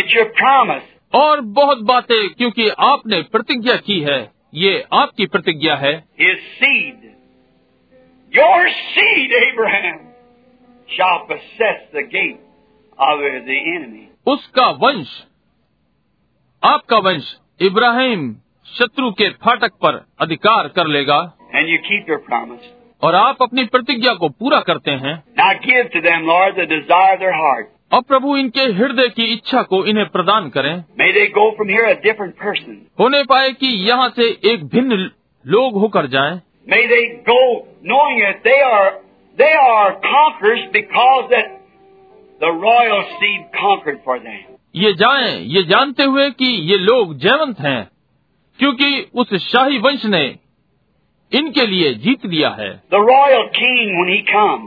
It's your promise. और बहुत बातें क्योंकि आपने प्रतिज्ञा की है ये आपकी प्रतिज्ञा है His seed, your seed, Abraham, shall possess the gate of the enemy. उसका वंश आपका वंश इब्राहिम शत्रु के फाटक पर अधिकार कर लेगा and you keep your promise. और आप अपनी प्रतिज्ञा को पूरा करते हैं Now give to them, Lord, the desire of their heart. और प्रभु इनके हृदय की इच्छा को इन्हें प्रदान करें May they go from here a different person. होने पाए कि यहाँ से एक भिन्न लोग होकर जाएं May they go knowing that they are they are conquerors because that the royal seed conquered for them. ये जाएं ये जानते हुए कि ये लोग जयवंत हैं क्योंकि उस शाही वंश ने इनके लिए जीत लिया है The royal king when he come,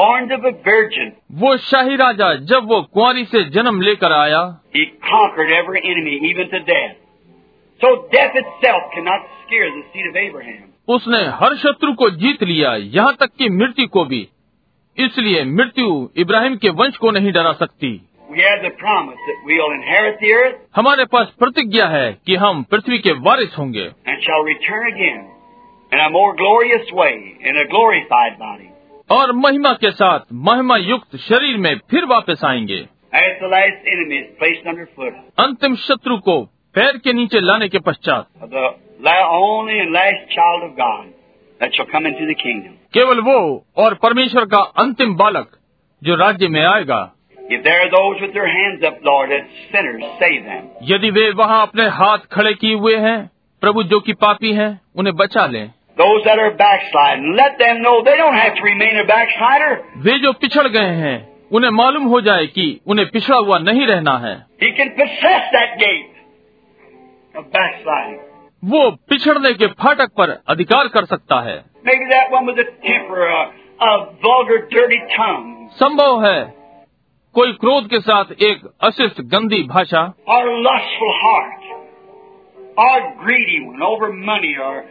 born of a virgin, वो शाही राजा जब वो कुंवारी से जन्म लेकर आया he conquered every enemy, even to death. So death itself cannot scare the seed of Abraham. उसने हर शत्रु को जीत लिया यहाँ तक कि मृत्यु को भी इसलिए मृत्यु इब्राहिम के वंश को नहीं डरा सकती We have the promise that we'll inherit the earth हमारे पास प्रतिज्ञा है कि हम पृथ्वी के वारिस होंगे and shall return again in a more glorious way, in a glorified body. और महिमा के साथ महिमा युक्त शरीर में फिर वापस आएंगे As the last enemy is placed underfoot, अंतिम शत्रु को पैर के नीचे लाने के पश्चात of the la- only and last child of God that shall come into the kingdom. केवल वो और परमेश्वर का अंतिम बालक जो राज्य में आएगा If there are those with their hands up, Lord, that sinners, save them. यदि वे वहाँ अपने हाथ खड़े किए हुए हैं प्रभु जो कि पापी हैं उन्हें बचा लें Those that are backsliding, let them know they don't have to remain a backslider. वे जो पिछड़ गए हैं उन्हें मालूम हो जाए कि उन्हें पिछड़ा हुआ नहीं रहना है He can possess that gate of backsliding. वो पिछड़ने के फाटक पर अधिकार कर सकता है Maybe that one with a temper, a, a vulgar, dirty tongue. संभव है कोई क्रोध के साथ एक अशिष्ट गंदी भाषा or lustful heart, or greedy one over money, or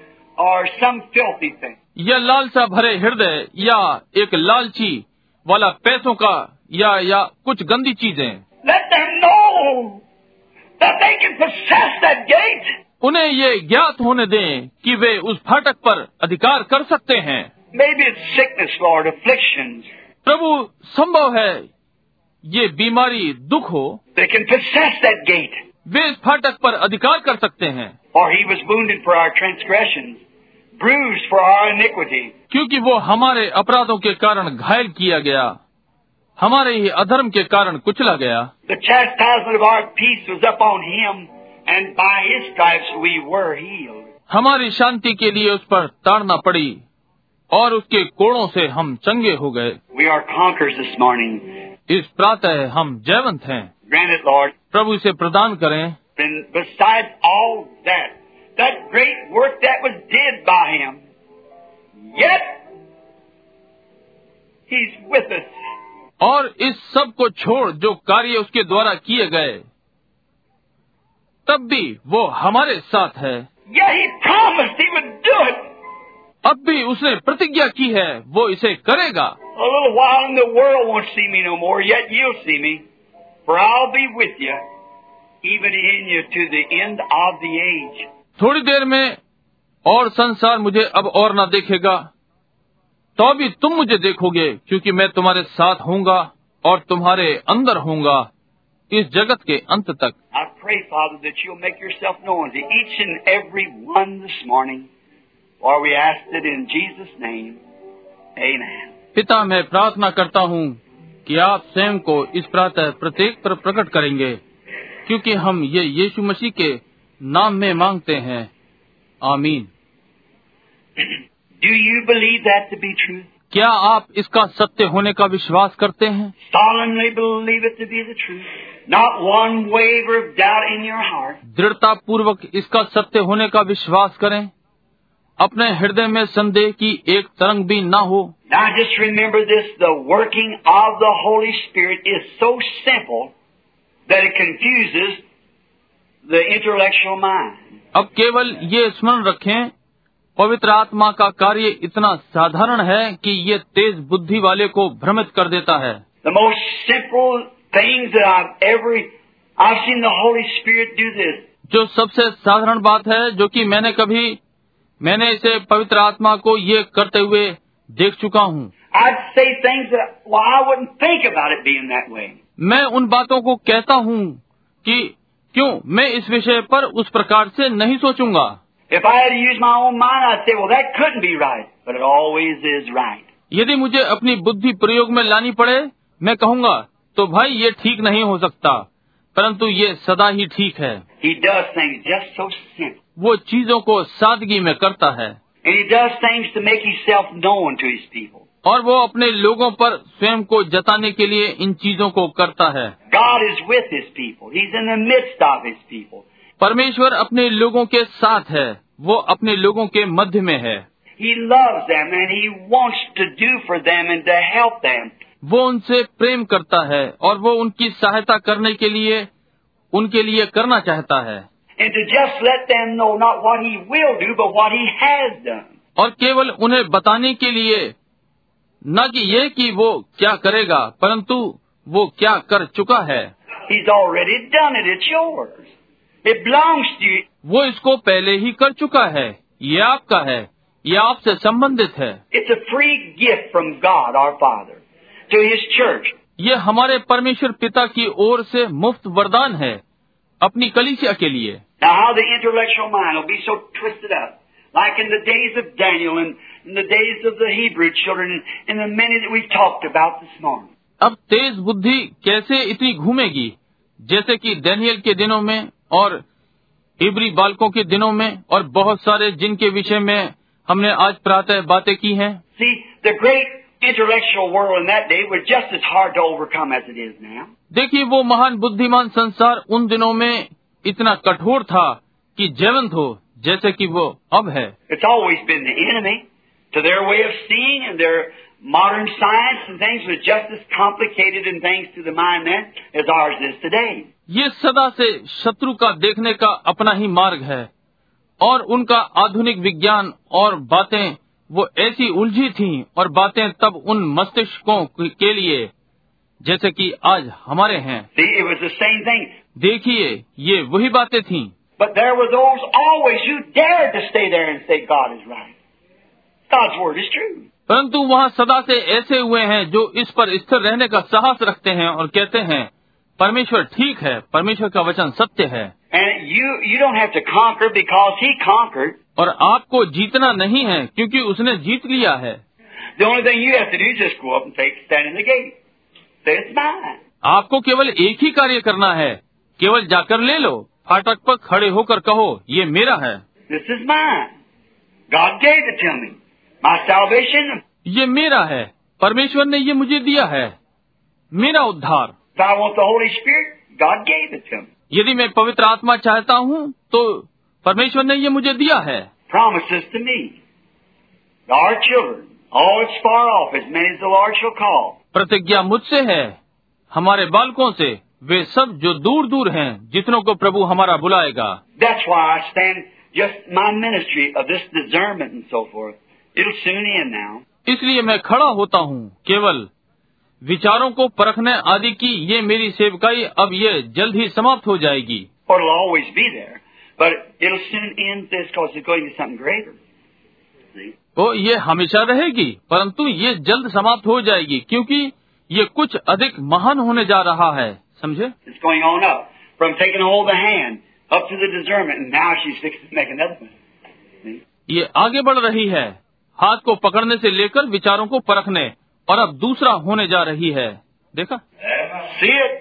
or some filthy thing. या लालसा भरे हृदय या एक लालची वाला पैसों का या या कुछ गंदी चीजें Let them know that they can possess that gate. उन्हें ये ज्ञात होने दें कि वे उस फाटक पर अधिकार कर सकते हैं Maybe it's sickness, Lord, afflictions. प्रभु संभव है ये बीमारी दुख हो They can possess that gate. वे इस फाटक पर अधिकार कर सकते हैं For he was wounded for our transgressions, bruised for our iniquity. क्योंकि वो हमारे अपराधों के कारण घायल किया गया हमारे ही अधर्म के कारण कुचला गया The chastisement of our peace was upon him, and by his stripes we were healed. हमारी शांति के लिए उस पर ताड़ना पड़ी और उसके कोड़ों से हम चंगे हो गए We are conquerors this morning. इस प्रातः हम जयवंत हैं Grant it, Lord. प्रभु इसे प्रदान करें And besides all that, that great work that was did by him, yet he's with us. और इस सब को छोड़ जो कार्य उसके द्वारा किए गए तब भी वो हमारे साथ है Yet he promised he would do it. अब भी उसने प्रतिज्ञा की है वो इसे करेगा A little while and the world won't see me no more, yet you'll see me, for I'll be with you, even in you to the end of the age. थोड़ी देर में और संसार मुझे अब और ना देखेगा तो भी तुम मुझे देखोगे क्योंकि मैं तुम्हारे साथ होऊंगा और तुम्हारे अंदर होऊंगा इस जगत के अंत तक I pray, Father, that you'll make yourself known to each and every one this morning. For we ask it in Jesus' name. Amen. पिता मैं प्रार्थना करता हूँ कि आप स्वयं को इस प्रातः प्रत्येक पर प्रकट करेंगे क्योंकि हम ये यीशु मसीह के नाम में मांगते हैं आमीन Do you believe that to be true? क्या आप इसका सत्य होने का विश्वास करते हैं Solemnly believe it to be the truth. Not one waver of doubt in your heart. दृढ़ता पूर्वक इसका सत्य होने का विश्वास करें अपने हृदय में संदेह की एक तरंग भी ना हो Now just remember this, the working of the Holy Spirit is so simple that it confuses the intellectual mind. अब केवल ये स्मरण रखें पवित्र आत्मा का कार्य इतना साधारण है कि ये तेज बुद्धि वाले को भ्रमित कर देता है The most simple things that I've ever, I've seen the Holy Spirit do this. जो सबसे साधारण बात है जो कि मैंने कभी मैंने इसे पवित्र आत्मा को ये करते हुए देख चुका हूँ I'd say things that, well, I wouldn't think about it being that way. मैं उन बातों को कहता हूँ कि क्यों मैं इस विषय पर उस प्रकार से नहीं सोचूंगा If I had to use my own mind, I'd say, well, that couldn't be right, but it always is right. यदि मुझे अपनी बुद्धि प्रयोग में लानी पड़े मैं कहूँगा तो भाई ये ठीक नहीं हो सकता परंतु ये सदा ही ठीक है He does things just so simple. वो चीजों को सादगी में करता है And he does things to make himself known to his people. और वो अपने लोगों पर स्वयं को जताने के लिए इन चीजों को करता है God is with His people. He's in the midst of His people. परमेश्वर अपने लोगों के साथ है वो अपने लोगों के मध्य में है He loves them and He wants to do for them and to help them. वो उनसे प्रेम करता है और वो उनकी सहायता करने के लिए उनके लिए करना चाहता है And to just let them know not what He will do, but what He has done. और केवल उन्हें बताने के लिए न कि ये कि वो क्या करेगा परंतु वो क्या कर चुका है He's already done it. It's yours. It belongs to you. वो इसको पहले ही कर चुका है ये आपका है ये आपसे संबंधित है It's a free gift from God our Father to His church. ये हमारे परमेश्वर पिता की ओर से मुफ्त वरदान है अपनी कलिसिया के लिए Now, how the intellectual mind will be so twisted up, like in the days of Daniel and in the days of the Hebrew children and the many that we've talked about this morning. अब तेज बुद्धि कैसे इतनी घूमेगी जैसे कि Daniel के दिनों में और इबरी बालकों के दिनों में और बहुत सारे जिनके विषय में हमने आज प्रातः बातें की हैं See, the great intellectual world in that day was just as hard to overcome as it is now. देखिए वो महान बुद्धिमान संसार उन दिनों में इतना कठोर था कि जयवंत हो जैसे कि वो अब है It's always been the enemy to their way of seeing and their modern science and things was just as complicated and things to the mind then as ours is today. ये सदा से शत्रु का देखने का अपना ही मार्ग है और उनका आधुनिक विज्ञान और बातें वो ऐसी उलझी थीं और बातें तब उन मस्तिष्कों के लिए जैसे कि आज हमारे हैं See, it was the same thing. देखिए ये वही बातें थीं But there were those always who dared to stay there and say God is right. God's word is true. परंतु वहाँ सदा से ऐसे हुए हैं जो इस पर स्थिर रहने का साहस रखते हैं और कहते हैं परमेश्वर ठीक है परमेश्वर का वचन सत्य है And you, you don't have to conquer because He conquered. और आपको जीतना नहीं है क्योंकि उसने जीत लिया है The only thing you have to do is just go up and take, stand in the gate. Say it's mine. आपको केवल एक ही कार्य करना है केवल जाकर ले लो फाटक पर खड़े होकर कहो ये मेरा है This is mine. God gave it to me. My salvation, ये मेरा है परमेश्वर ने ये मुझे दिया है मेरा उद्धार if I want the Holy Spirit, God gave it to me. यदि मैं पवित्र आत्मा चाहता हूँ तो परमेश्वर ने ये मुझे दिया है Promises to me. Our children, all that's far off, as many as the Lord shall call. प्रतिज्ञा मुझसे है हमारे बालकों से वे सब जो दूर दूर हैं जितनों को प्रभु हमारा बुलाएगा That's why I stand just my ministry of this discernment and so forth. It'll soon end now. इसलिए मैं खड़ा होता हूँ केवल विचारों को परखने आदि की ये मेरी सेवकाई अब ये जल्द ही समाप्त हो जाएगी or it'll always be there. But it'll soon end this because it's going to something greater. See? वो ये हमेशा रहेगी परंतु ये जल्द समाप्त हो जाएगी क्योंकि ये कुछ अधिक महान होने जा रहा है समझे It's going on up. From taking hold of the hand up to the discernment, and now she's [LAUGHS] fixing to make another one. ये आगे बढ़ रही है हाथ को पकड़ने से लेकर विचारों को परखने और अब दूसरा होने जा रही है देखा See it,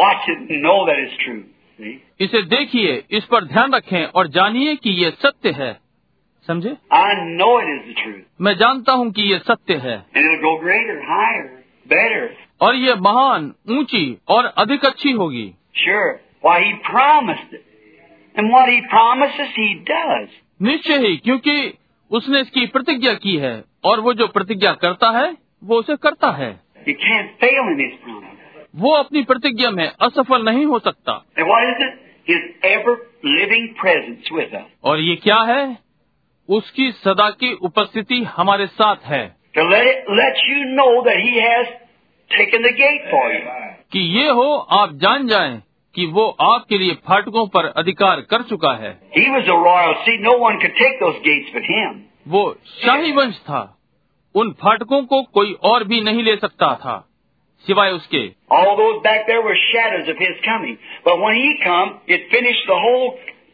watch it, and know that it's true. See? इसे देखिए इस पर ध्यान रखें और जानिए कि ये सत्य है समझे I know it is the truth. मैं जानता हूँ कि ये सत्य है And it'll go greater, higher, better. और ये महान ऊंची और अधिक अच्छी होगी Sure. Why, He promised it. And what He promises, He does. निश्चय ही क्योंकि उसने इसकी प्रतिज्ञा की है और वो जो प्रतिज्ञा करता है वो उसे करता है You can't fail in His promise. वो अपनी प्रतिज्ञा में असफल नहीं हो सकता And what is it? His ever living presence with us. और ये क्या है उसकी सदा की उपस्थिति हमारे साथ है to let it let you know that he has taken the gate for you. कि ये हो आप जान जाएं कि वो आपके लिए फाटकों पर अधिकार कर चुका है He was a royal seed. No one could take those gates but him. वो शाही वंश था उन फाटकों को कोई और भी नहीं ले सकता था सिवाय उसके All those back there were shadows of his coming. But when he come, it finished the whole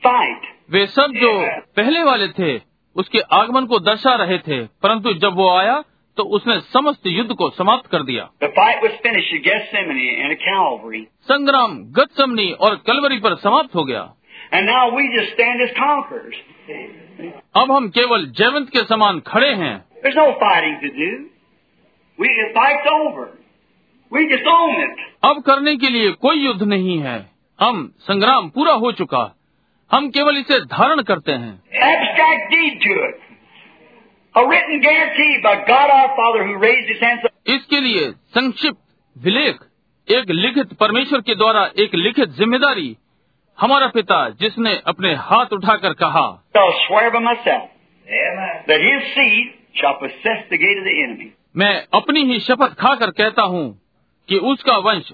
fight. वे सब जो पहले वाले थे उसके आगमन को दर्शा रहे थे परंतु जब वो आया तो उसने समस्त युद्ध को समाप्त कर दिया The fight was finished at Gethsemane and at Calvary. संग्राम गतसमनी और कलवरी पर समाप्त हो गया And now we just stand as conquerors. अब हम केवल जयवंत के समान खड़े हैं There's no fighting to do. We the fight's over. We just own it. अब करने के लिए कोई युद्ध नहीं है हम संग्राम पूरा हो चुका हम केवल इसे धारण करते हैं Abstract deed to it. A written guarantee by God our Father who raised his hands up. इसके लिए संक्षिप्त विलेख एक लिखित परमेश्वर के द्वारा एक लिखित जिम्मेदारी हमारा पिता जिसने अपने हाथ उठाकर कहा I'll swear by myself that his seed shall possess the gate of the enemy. मैं अपनी ही शपथ खाकर कहता हूँ कि उसका वंश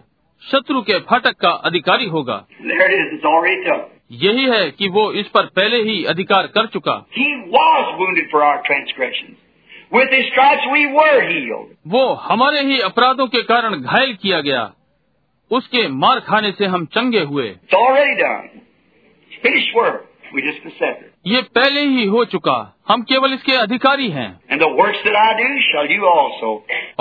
शत्रु के फाटक का अधिकारी होगा There it is, it's already done. यही है कि वो इस पर पहले ही अधिकार कर चुका He was wounded for our transgressions. With his stripes we were healed. वो हमारे ही अपराधों के कारण घायल किया गया उसके मार खाने से हम चंगे हुए It's already done. It's finished work. We just possess it. ये पहले ही हो चुका हम केवल इसके अधिकारी हैं And the works that I do shall you also.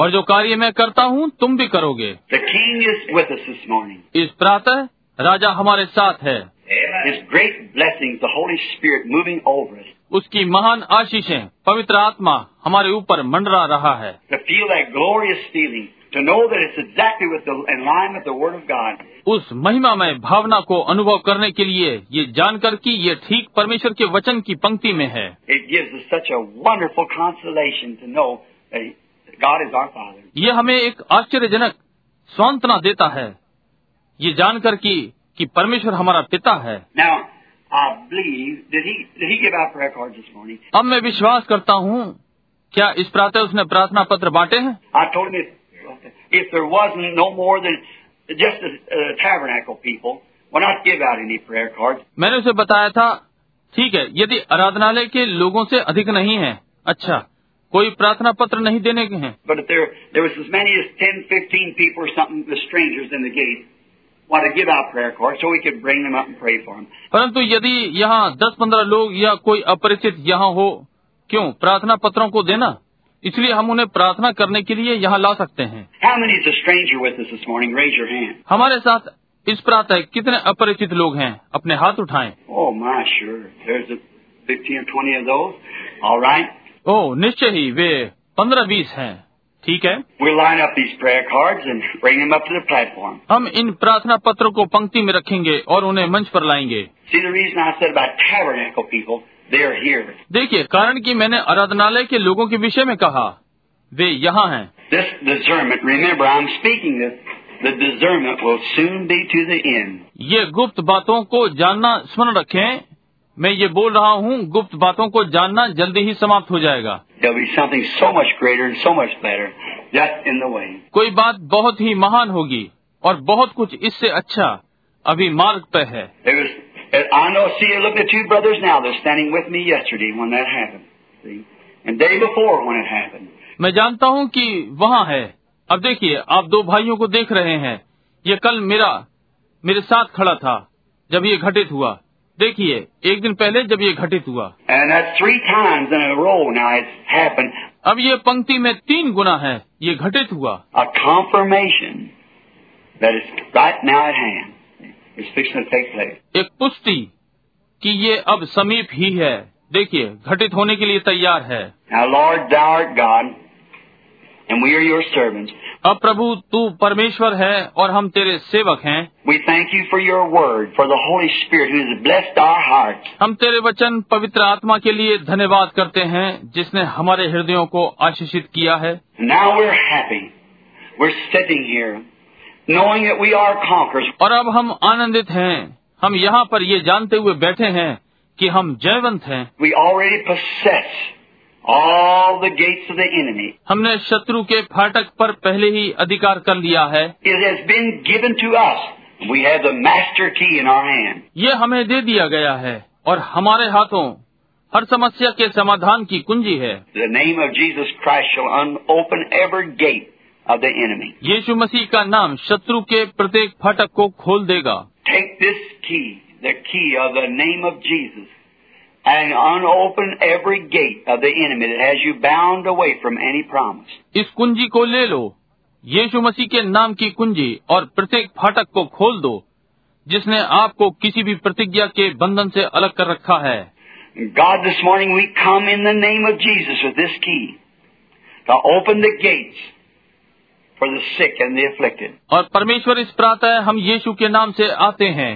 और जो कार्य मैं करता हूँ तुम भी करोगे The King is with us this morning. इस प्रातः राजा हमारे साथ है His great blessings, the Holy Spirit moving over us. उसकी महान आशीषें पवित्र आत्मा हमारे ऊपर मंडरा रहा है To feel that glorious feeling. To know that it's exactly with the, in line with the Word of God. उस महिमामय भावना को अनुभव करने के लिए ये जानकर कि ये ठीक परमेश्वर के वचन की पंक्ति में है It gives us such a wonderful consolation to know that God is our Father. ये हमें एक आश्चर्यजनक सांत्वना देता है ये जानकर कि कि परमेश्वर हमारा पिता है Now, I believe did he did he give out prayer cards this morning? अब मैं विश्वास करता हूँ क्या इस प्रातः उसने प्रार्थना पत्र बांटे हैं I told him if, if there wasn't no more than just the uh, tabernacle people. or not give out any prayer cards. मैंने उसे बताया था ठीक है यदि आराधनालय के लोगों से अधिक नहीं है अच्छा कोई प्रार्थना पत्र नहीं देने के हैं But if there, there was as many as 10, 15 people or something, the strangers in the gate, wanted to give out prayer cards so we could bring them up and pray for them. परंतु यदि यहाँ दस पंद्रह लोग या कोई अपरिचित यहाँ हो क्यों प्रार्थना पत्रों को देना इसलिए हम उन्हें प्रार्थना करने के लिए यहाँ ला सकते हैं How many's a stranger with us this morning? Raise your hand. हमारे साथ इस प्रातः कितने अपरिचित लोग हैं अपने हाथ उठाएं Oh my, sure. There's a 15 or 20 of those. All right. ओ निश्चय ही वे पंद्रह बीस हैं ठीक है We'll line up these prayer cards and bring them up to the platform. हम इन प्रार्थना पत्र को पंक्ति में रखेंगे और उन्हें मंच पर लाएंगे See, the reason I said about tabernacle people, they're here. देखिए कारण कि मैंने आराधनालय के लोगों के विषय में कहा वे यहाँ हैं This discernment, remember, I'm speaking this. The discernment will soon be to the end. ये गुप्त बातों को जानना स्मरण रखें मैं ये बोल रहा हूँ गुप्त बातों को जानना जल्दी ही समाप्त हो जाएगा There'll be something so much greater and so much better just in the way. कोई बात बहुत ही महान होगी और बहुत कुछ इससे अच्छा अभी मार्ग पे है There was, I know, see, I look at two brothers now. They're standing with me yesterday when that happened. See? And day before when it happened. मैं जानता हूँ कि वहाँ है अब देखिए आप दो भाइयों को देख रहे हैं ये कल मेरा मेरे साथ खड़ा था जब ये घटित हुआ देखिए एक दिन पहले जब ये घटित हुआ And that's three times in a row now it's happened. अब ये पंक्ति में तीन गुना है ये घटित हुआ A confirmation that it's right now at hand. It's fixing to take place. एक पुष्टि कि ये अब समीप ही है देखिए घटित होने के लिए तैयार है Now, Lord, thou art God, and we are your servants. अब प्रभु तू परमेश्वर है और हम तेरे सेवक हैं We thank you for your word, for the Holy Spirit who has blessed our hearts. हम तेरे वचन पवित्र आत्मा के लिए धन्यवाद करते हैं जिसने हमारे हृदयों को आशीषित किया है Now we're happy. We're sitting here, knowing that we are conquerors. और अब हम आनंदित हैं हम यहाँ पर ये जानते हुए बैठे हैं कि हम जयवंत हैं We already possess all the gates of the enemy. हमने शत्रु के फाटक पर पहले ही अधिकार कर लिया है It has been given to us. We have the master key in our hand. ये हमें दे दिया गया है और हमारे हाथों हर समस्या के समाधान की कुंजी है The name of Jesus Christ shall un- open every gate of the enemy. यीशु मसीह का नाम शत्रु के प्रत्येक फाटक को खोल देगा Take this key, the key of the name of Jesus, and unopen every gate of the enemy that has you bound away from any promise. इस कुंजी को ले लो यीशु मसीह के नाम की कुंजी और प्रत्येक फाटक को खोल दो जिसने आपको किसी भी प्रतिज्ञा के बंधन से अलग कर रखा है God, this morning we come in the name of Jesus with this key to open the gates for the sick and the afflicted. और परमेश्वर इस प्रातः हम यीशु के नाम से आते हैं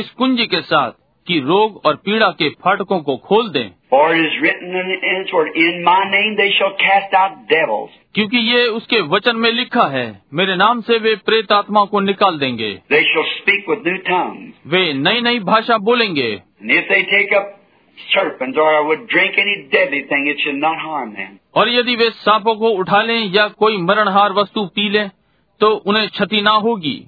इस कुंजी के साथ कि रोग और पीड़ा के फाटकों को खोल दें For it is written in in His Word, In my name they shall cast out devils. क्योंकि ये उसके वचन में लिखा है मेरे नाम से वे प्रेत आत्मा को निकाल देंगे They shall speak with new tongues. वे नई नई भाषा बोलेंगे And if they take up serpents or would drink any deadly thing, it shall not harm them. और यदि वे सांपों को उठा लें या कोई मरणहार वस्तु पी लें तो उन्हें क्षति ना होगी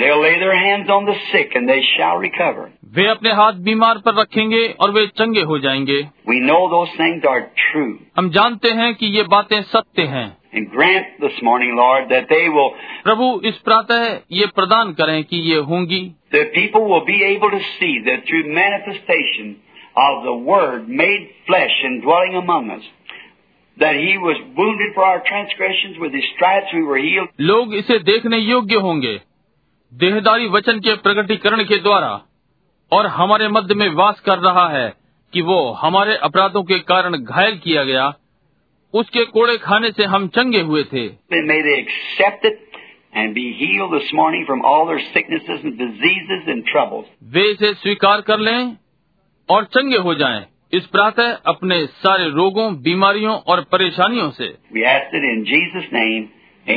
They'll lay their hands on the sick and they shall recover. वे अपने हाथ बीमार पर रखेंगे और वे चंगे हो जाएंगे We know those things are true. हम जानते हैं कि ये बातें सत्य हैं And grant this morning, Lord, that they will, प्रभु इस प्रातः ये प्रदान करें कि ये होंगी the people will be able to see that through manifestation of the Word made flesh and dwelling among us, that He was wounded for our transgressions, with His stripes we were healed. लोग इसे देखने योग्य होंगे देहदारी वचन के प्रकटीकरण के द्वारा और हमारे मध्य में वास कर रहा है कि वो हमारे अपराधों के कारण घायल किया गया उसके कोड़े खाने से हम चंगे हुए थे Then may they accept it and be healed this morning from all their sicknesses and diseases and troubles. वे इसे स्वीकार कर लें और चंगे हो जाएं इस प्रातः अपने सारे रोगों बीमारियों और परेशानियों से We ask it in Jesus' name.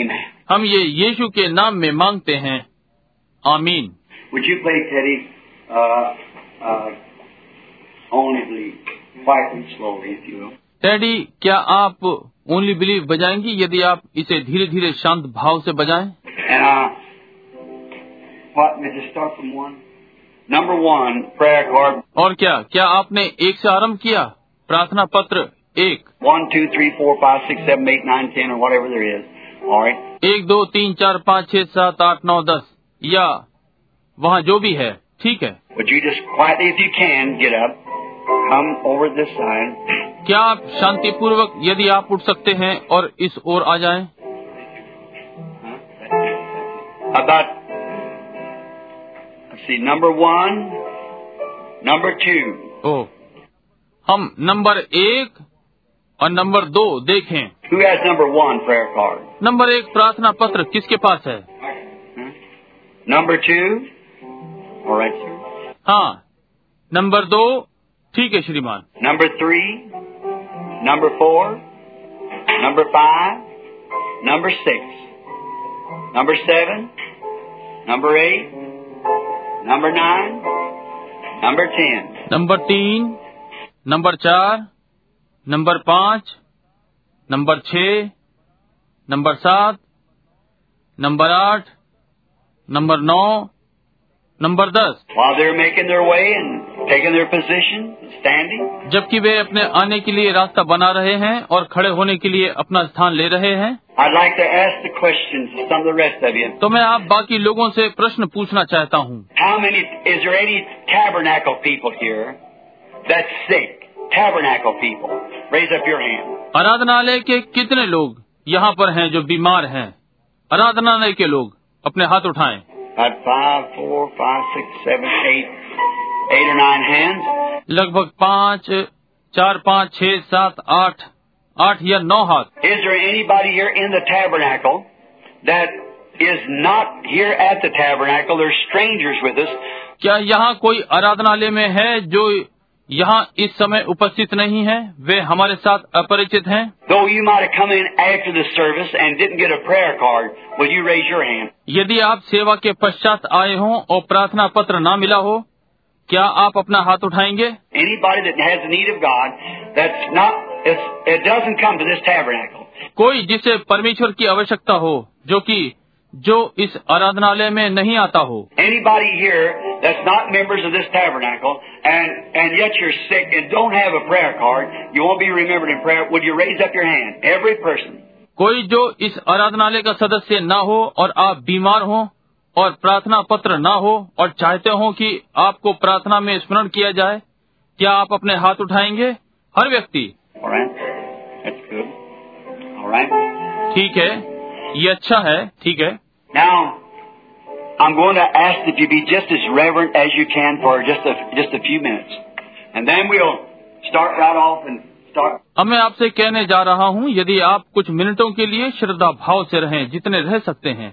Amen. हम ये यीशु के नाम में मांगते हैं आमीन Would you play Teddy uh, uh, only quietly, slowly, if you will? Teddy क्या आप ओनली बिलीव बजाएंगी यदि आप इसे धीरे धीरे शांत भाव से बजाएं And uh, what? May I just start from one? Number one, prayer card. और क्या क्या आपने एक से आरंभ किया प्रार्थना पत्र एक One, two, three, four, five, six, seven, eight, nine, ten, or whatever there is. All right. एक दो तीन चार पाँच छह सात आठ नौ दस या वहाँ जो भी है ठीक है Would you just quietly, if you can, get up, come over this side. क्या आप शांतिपूर्वक यदि आप उठ सकते हैं और इस ओर आ जाएं About, let's see, number one, number two. ओ हम नंबर एक और नंबर दो देखें Who has number one prayer card? Number एक प्रार्थना पत्र किसके पास है Huh? Hmm? Number two? All right, sir. हाँ नंबर दो ठीक है श्रीमान Number three? Number four? Number five? Number six? Number seven? Number eight? Number nine? Number ten? Number तीन नंबर चार नंबर पाँच नंबर छः नंबर सात नंबर आठ नंबर नौ नंबर दस While they're making their way and taking their position, standing, जबकि वे अपने आने के लिए रास्ता बना रहे हैं और खड़े होने के लिए अपना स्थान ले रहे हैं I'd like to ask the questions to some of the rest of you. तो मैं आप बाकी लोगों से प्रश्न पूछना चाहता हूँ How many, is there any tabernacle people here that's sick? Tabernacle people. Raise up your hand. आराधनालय के कितने लोग यहाँ पर हैं जो बीमार हैं आराधनालय के लोग अपने हाथ उठाएं About five, four, five, six, seven, eight, eight or nine hands. लगभग पाँच चार पाँच छः सात आठ आठ या नौ हाथ Is there anybody here in the tabernacle that is not here at the tabernacle? They're strangers with us. क्या यहाँ कोई आराधनालय में है जो यहाँ इस समय उपस्थित नहीं है वे हमारे साथ अपरिचित हैं Though you might have come in after the service and didn't get a prayer card, will you raise your hand? यदि आप सेवा के पश्चात आए हों और प्रार्थना पत्र ना मिला हो क्या आप अपना हाथ उठाएंगे Anybody that has the need of God that's not, it's, it doesn't come to this tabernacle. कोई जिसे परमेश्वर की आवश्यकता हो जो कि जो इस आराधनालय में नहीं आता हो Anybody here that's not members of this tabernacle and, and yet you're sick and don't have a prayer card, you won't be remembered in prayer, would you raise up your hand? Every person. कोई जो इस आराधनालय का सदस्य ना हो और आप बीमार हो और प्रार्थना पत्र ना हो और चाहते हो कि आपको प्रार्थना में स्मरण किया जाए क्या आप अपने हाथ उठाएंगे हर व्यक्ति Alright? That's good. Alright? ठीक है ये अच्छा है ठीक है Now, I'm going to ask that you be just as reverent as you can for just a, just a few minutes. And then we'll start right off and start. अब मैं आपसे कहने जा रहा हूँ यदि आप कुछ मिनटों के लिए श्रद्धा भाव से रहें जितने रह सकते हैं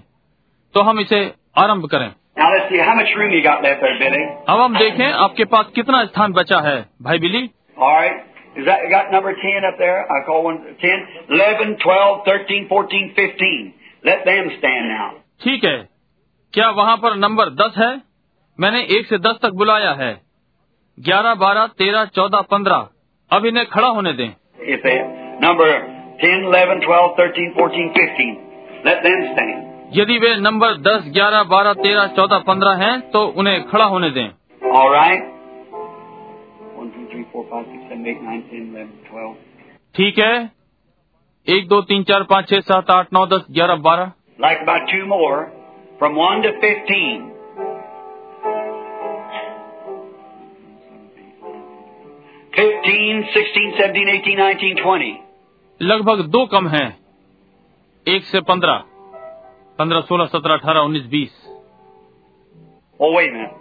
तो हम इसे आरंभ करें Now let's see, how much room you got left there, Billy? अब हम देखें आपके पास कितना स्थान बचा है भाई बिली All right. Is that you got number ten up there? I call one ten. Eleven, twelve, thirteen, fourteen, fifteen. Let them stand now. ठीक है क्या वहाँ पर नंबर दस है मैंने एक से दस तक बुलाया है ग्यारह बारह तेरह चौदह पंद्रह अब इन्हें खड़ा होने दें If they number ten, eleven, twelve, thirteen, fourteen, fifteen. Let them stand. यदि वे नंबर दस ग्यारह बारह तेरह चौदह पंद्रह हैं तो उन्हें खड़ा होने दें All right. One, two, three, four, five, six, seven, eight, nine, ten, eleven, twelve. ठीक है एक दो तीन चार पाँच छह सात आठ नौ दस ग्यारह बारह Like about two more, from one to fifteen. Fifteen, sixteen, seventeen, eighteen, nineteen, twenty. लगभग दो कम हैं एक से पंद्रह पंद्रह सोलह सत्रह अठारह उन्नीस बीस Well, Oh, wait a minute.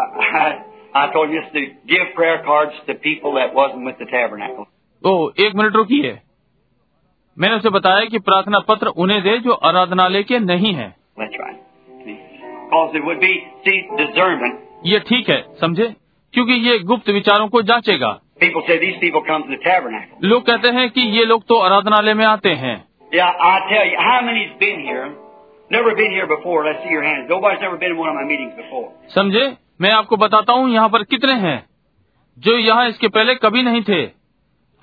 I, I, I told you just to give prayer cards to people that wasn't with the tabernacle. ओ एक मिनट रुकिए मैंने उसे बताया कि प्रार्थना पत्र उन्हें दे जो आराधनालय के नहीं हैं That's right. Because it would be, see, discernment. ये ठीक है समझे क्योंकि ये गुप्त विचारों को जांचेगा People say these people come to the tabernacle. लोग कहते हैं कि ये लोग तो आराधनालय में आते हैं Yeah, I tell you, how many's been here? Never been here before. Let's see your hands. Nobody's never been in one of my meetings before. समझे मैं आपको बताता हूँ यहाँ पर कितने हैं जो यहाँ इसके पहले कभी नहीं थे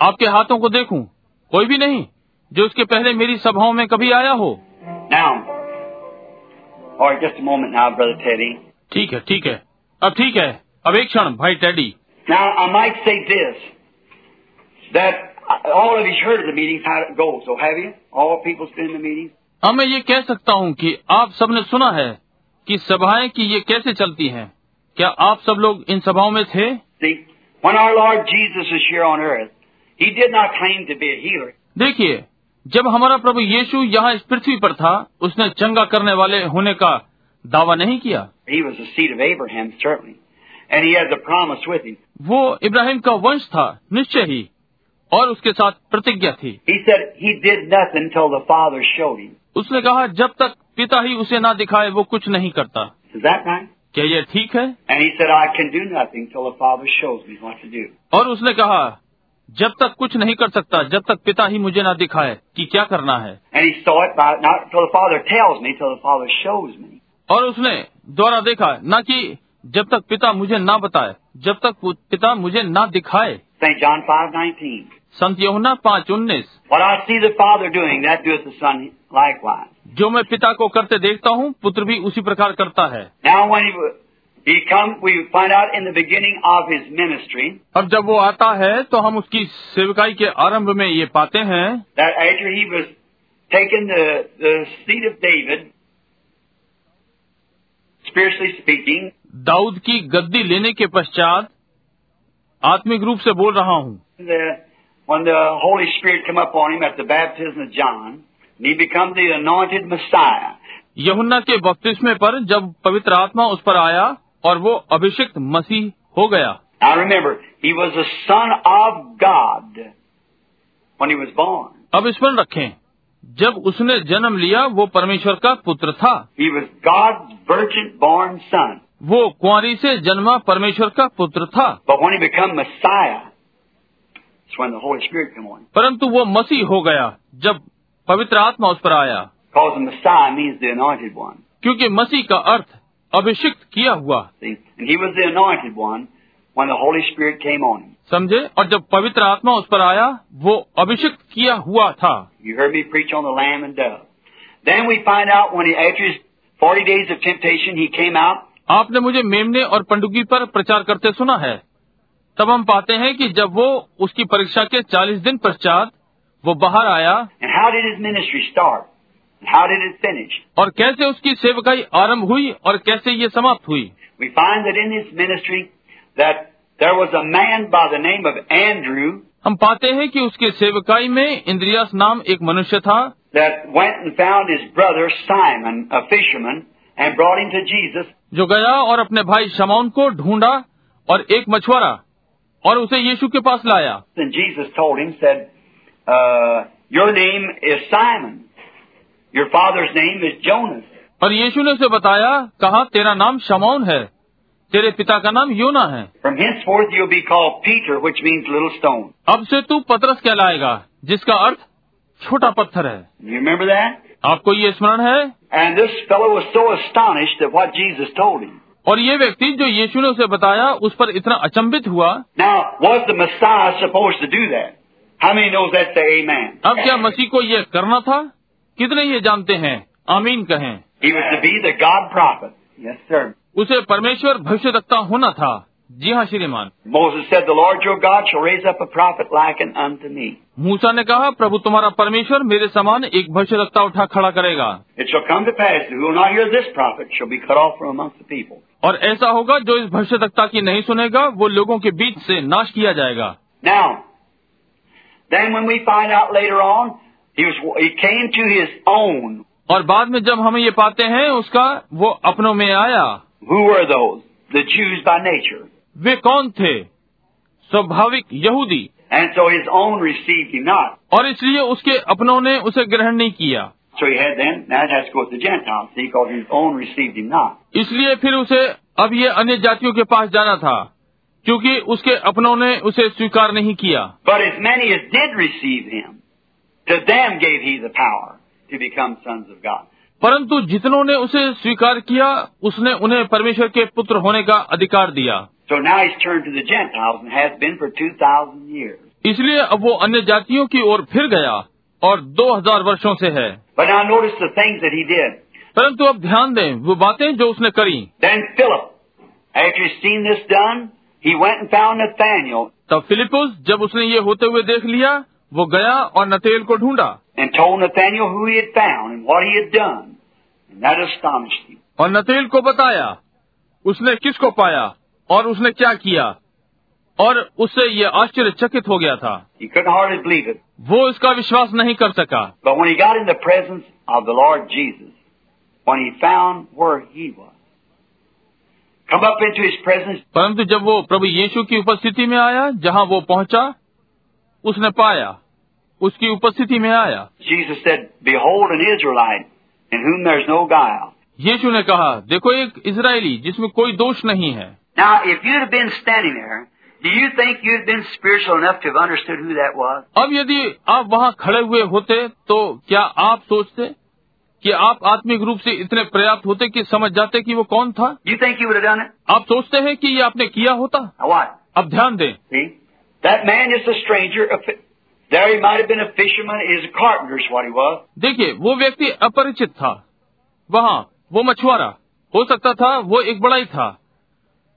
आपके हाथों को देखूं कोई भी नहीं जो इसके पहले मेरी सभाओं में कभी आया हो Now, all right, just a moment now, Brother Teddy. ठीक है ठीक है अब ठीक है अब एक क्षण भाई Teddy Now, I might say this, that all of you's heard of the meetings, how it goes, so have you? All people's been in the meetings? अब मैं ये कह सकता हूँ कि आप सबने सुना है कि सभाएं की ये कैसे चलती हैं क्या आप सब लोग इन सभाओं में थे See, when our Lord Jesus was here on earth, He did not claim to be a healer. देखिए जब हमारा प्रभु यीशु यहाँ इस पृथ्वी पर था उसने चंगा करने वाले होने का दावा नहीं किया He was the seed of Abraham, certainly. And He had the promise with Him. वो इब्राहिम का वंश था निश्चय ही और उसके साथ प्रतिज्ञा थी He said He did nothing till the Father showed Him. उसने कहा जब तक पिता ही उसे ना दिखाए वो कुछ नहीं करता Is that right? क्या यह ठीक है And He said, I can do nothing till the Father shows me what to do. और उसने कहा जब तक कुछ नहीं कर सकता जब तक पिता ही मुझे ना दिखाए कि क्या करना है And He saw it by, not till the Father tells me, till the Father shows me. और उसने द्वारा देखा ना कि जब तक पिता मुझे ना बताए जब तक वो पिता मुझे ना दिखाए St. John 5.19. संत यमुना पाँच उन्नीस What I see the Father doing, that doeth the Son likewise. जो मैं पिता को करते देखता हूँ पुत्र भी उसी प्रकार करता है Now when He, w- he come, we find out in the beginning of His ministry, अब जब वो आता है तो हम उसकी सेवकाई के आरंभ में ये पाते हैं that after he was taken the, the seat of David, spiritually speaking, Dawood की गद्दी लेने के पश्चात आत्मिक रूप से बोल रहा हूँ the, uh, when the Holy Spirit come upon him at the baptism of John, and he becomes the anointed Messiah. यहुन्ना के बपतिस्मे पर जब पवित्र आत्मा उस पर आया और वो अभिषिक्त मसीह हो गया Now remember, he was the Son of God when he was born. अब स्मरण रखें जब उसने जन्म लिया वो परमेश्वर का पुत्र था He was God's virgin born son. वो कुंवारी से जन्मा परमेश्वर का पुत्र था But when he become Messiah, it's when the Holy Spirit come on him. परंतु वो मसीह हो गया जब पवित्र आत्मा उस पर आया Because the Messiah means the anointed one. क्योंकि मसीह का अर्थ अभिषिक्त किया हुआ See? And he was the anointed one when the Holy Spirit came on him. समझे और जब पवित्र आत्मा उस पर आया वो अभिषिक्त किया हुआ था You heard me preach on the lamb and dove. Then we find out when he, after his 40 days of temptation, he came out. आपने मुझे मेमने और पंडुकी पर प्रचार करते सुना है तब हम पाते हैं कि जब वो उसकी परीक्षा के 40 दिन पश्चात वो बाहर आया And how did his ministry start? And how did it finish? और कैसे उसकी सेवकाई आरंभ हुई और कैसे ये समाप्त हुई We find that in his ministry that there was a man by the name of Andrew हम पाते हैं कि उसके सेवकाई में इंद्रियास नाम एक मनुष्य था that went and found his brother Simon, a fisherman, and brought him to Jesus. जो गया और अपने भाई शमौन को ढूंढा और एक मछुआरा और उसे यीशु के पास लाया And Jesus told him, said, uh, Your name is Simon. Your father's name is Jonas. और यीशु ने उसे बताया कहा तेरा नाम शमौन है तेरे पिता का नाम योना है From henceforth you'll be called Peter, which means little stone. अब से तू पतरस कहलाएगा जिसका अर्थ छोटा पत्थर है You remember that? आपको ये स्मरण है And this fellow was so astonished at what Jesus told him. और ये व्यक्ति जो यीशु ने उसे बताया उस पर इतना अचंभित हुआ Now, was the Messiah supposed to do that? How many knows that? Say amen. अब क्या मसीह को यह करना था कितने ये जानते हैं आमीन कहें He was to be the God prophet. Yes, sir. उसे परमेश्वर भविष्यवक्ता होना था जी हाँ श्रीमान Moses said, The Lord your God shall raise up a prophet likened unto me. मूसा ने कहा प्रभु तुम्हारा परमेश्वर मेरे समान एक भविष्यवक्ता उठा खड़ा करेगा It shall come to pass that who will not hear this prophet shall be cut off from amongst the people. और ऐसा होगा जो इस भविष्यवक्ता की नहीं सुनेगा वो लोगों के बीच से नाश किया जाएगा Now, then when we find out later on, he, was, he came to his own. और बाद में जब हम ये पाते हैं उसका वो अपनों में आया Who were those? The Jews by nature. वे कौन थे स्वाभाविक यहूदी And so his own received him not. और इसलिए उसके अपनों ने उसे ग्रहण नहीं किया So he had then, now it has to go with the Gentiles, see, because his own received him not. इसलिए फिर उसे अब ये अन्य जातियों के पास जाना था क्योंकि उसके अपनों ने उसे स्वीकार नहीं किया But as many as did receive him, to them gave he the power to become sons of God. परंतु जितनों ने उसे स्वीकार किया उसने उन्हें परमेश्वर के पुत्र होने का अधिकार दिया So now he's turned to the Gentiles and has been for 2,000 years. इसलिए अब वो अन्य जातियों की ओर फिर गया और 2000 वर्षों से है But now notice the things that he did. परंतु अब ध्यान दें वो बातें जो उसने करी Then Philip After he's seen this done, he went and found Nathaniel तब फिलिपुस जब उसने ये होते हुए देख लिया वो गया और नतेल को ढूंढा and told Nathaniel who he had found and what he had done. And that astonished him. और नतेल को बताया उसने किसको पाया और उसने क्या किया और उससे ये आश्चर्यचकित हो गया था He couldn't hardly believe it. वो इसका विश्वास नहीं कर सका But when he got in the presence of the Lord Jesus, when he found where he was, come up into his presence, परंतु जब वो प्रभु यीशु की उपस्थिति में आया जहाँ वो पहुंचा उसने पाया उसकी उपस्थिति में आया Jesus said, Behold an Israelite in whom there's no guile. यीशु ने कहा देखो एक इसराइली जिसमें कोई दोष नहीं है Now, if you'd have been standing there, do you think you'd have been spiritual enough to have understood who that was? अब यदि आप वहाँ खड़े हुए होते तो क्या आप सोचते कि आप आत्मिक रूप से इतने पर्याप्त होते कि समझ जाते कि वो कौन था You think you would have done it? आप सोचते हैं कि ये आपने किया होता Now what? अब ध्यान दें See? That man is a stranger. A fi- there he might have been a fisherman. He was a carpenter is what he was. देखिए वो व्यक्ति अपरिचित था वहाँ वो मछुआरा हो सकता था वो एक बड़ा ही था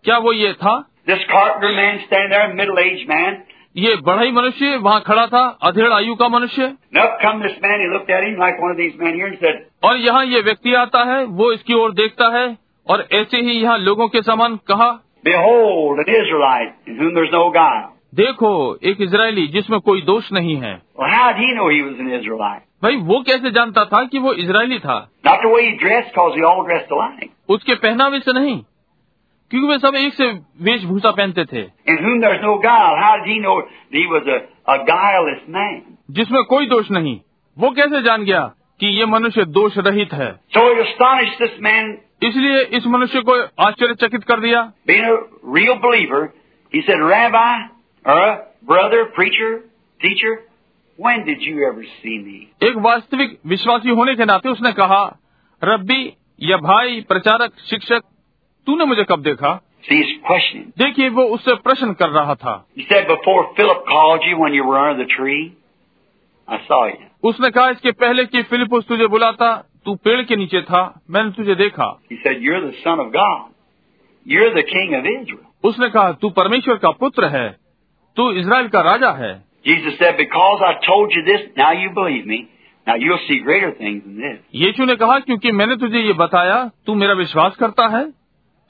क्या वो ये था This carpenter man standing there, middle-aged man. ये बड़ा ही मनुष्य वहाँ खड़ा था अधेड़ आयु का मनुष्य And up come this man. He looked at him like one of these men here and said, और यहाँ ये व्यक्ति आता है वो इसकी ओर देखता है और ऐसे ही यहाँ लोगों के समान कहा Behold, an Israelite in whom there's no guile. देखो एक इसराइली जिसमें कोई दोष नहीं है Well, how did he know he was an Israelite? भाई वो कैसे जानता था कि वो इसराइली था Not the way he dressed, because they all dressed alike. उसके पहनावे से नहीं क्योंकि वे सब एक से वेशभूषा पहनते थे In whom there's no guile. How did he know that he was a, a guileless man? जिसमें कोई दोष नहीं वो कैसे जान गया कि ये मनुष्य दोष रहित है So it astonished this man, इसलिए इस मनुष्य को आश्चर्यचकित कर दिया being a real believer. He said, Rabbi, or uh, brother, preacher, teacher, when did you ever see me? एक वास्तविक विश्वासी होने के नाते उसने कहा रब्बी या भाई प्रचारक शिक्षक तूने मुझे कब देखा See, he's questioning. देखिए वो उससे प्रश्न कर रहा था He said, before Philip called you when you were under the tree, I saw you. उसने कहा इसके पहले कि फिलिपुस तुझे बुलाता तू पेड़ के नीचे था मैंने तुझे देखा He said, You're the Son of God. You're the King of Israel. उसने कहा तू परमेश्वर का पुत्र है तू इसराइल का राजा है Jesus said, Because I told you this, now you believe me. Now you'll see greater things than this. यीशु ने कहा क्योंकि मैंने तुझे ये बताया तू मेरा विश्वास करता है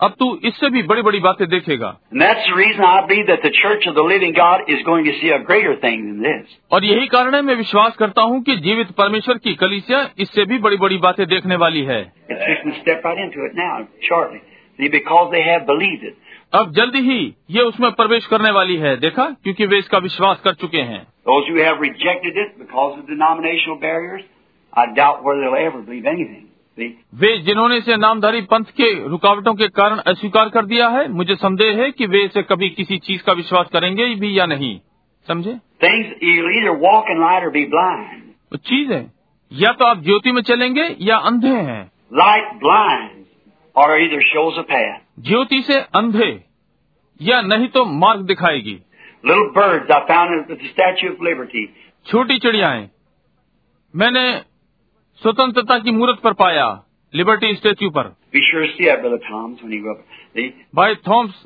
अब तू इससे भी बड़ी बड़ी बातें देखेगा And that's the reason I believe that the Church of the Living God is going to see a greater thing than this. और यही कारण है मैं विश्वास करता हूँ कि जीवित परमेश्वर की कलीसिया इससे भी बड़ी बड़ी बातें देखने वाली है It's just going to step right into it now, shortly. See, because they have believed it. अब जल्दी ही ये उसमें प्रवेश करने वाली है देखा क्योंकि वे इसका विश्वास कर चुके हैं Those who have rejected it because of denominational barriers, I doubt whether they'll ever believe anything. See? वे जिन्होंने इसे नामधारी पंथ के रुकावटों के कारण अस्वीकार कर दिया है मुझे संदेह है कि वे इसे कभी किसी चीज का विश्वास करेंगे भी या नहीं समझे Things, you'll either walk in light or be blind. वो चीज है या तो आप ज्योति में चलेंगे या अंधे हैं Light blinds, or either shows a path. ज्योति से अंधे या नहीं तो मार्ग दिखाएगी Little birds I found at the Statue of Liberty. छोटी चिड़ियाएं मैंने स्वतंत्रता की मूर्त पर पाया लिबर्टी स्टेच्यू पर Be sure to see that, Brother Tom's, when you go up. They, भाई थॉम्स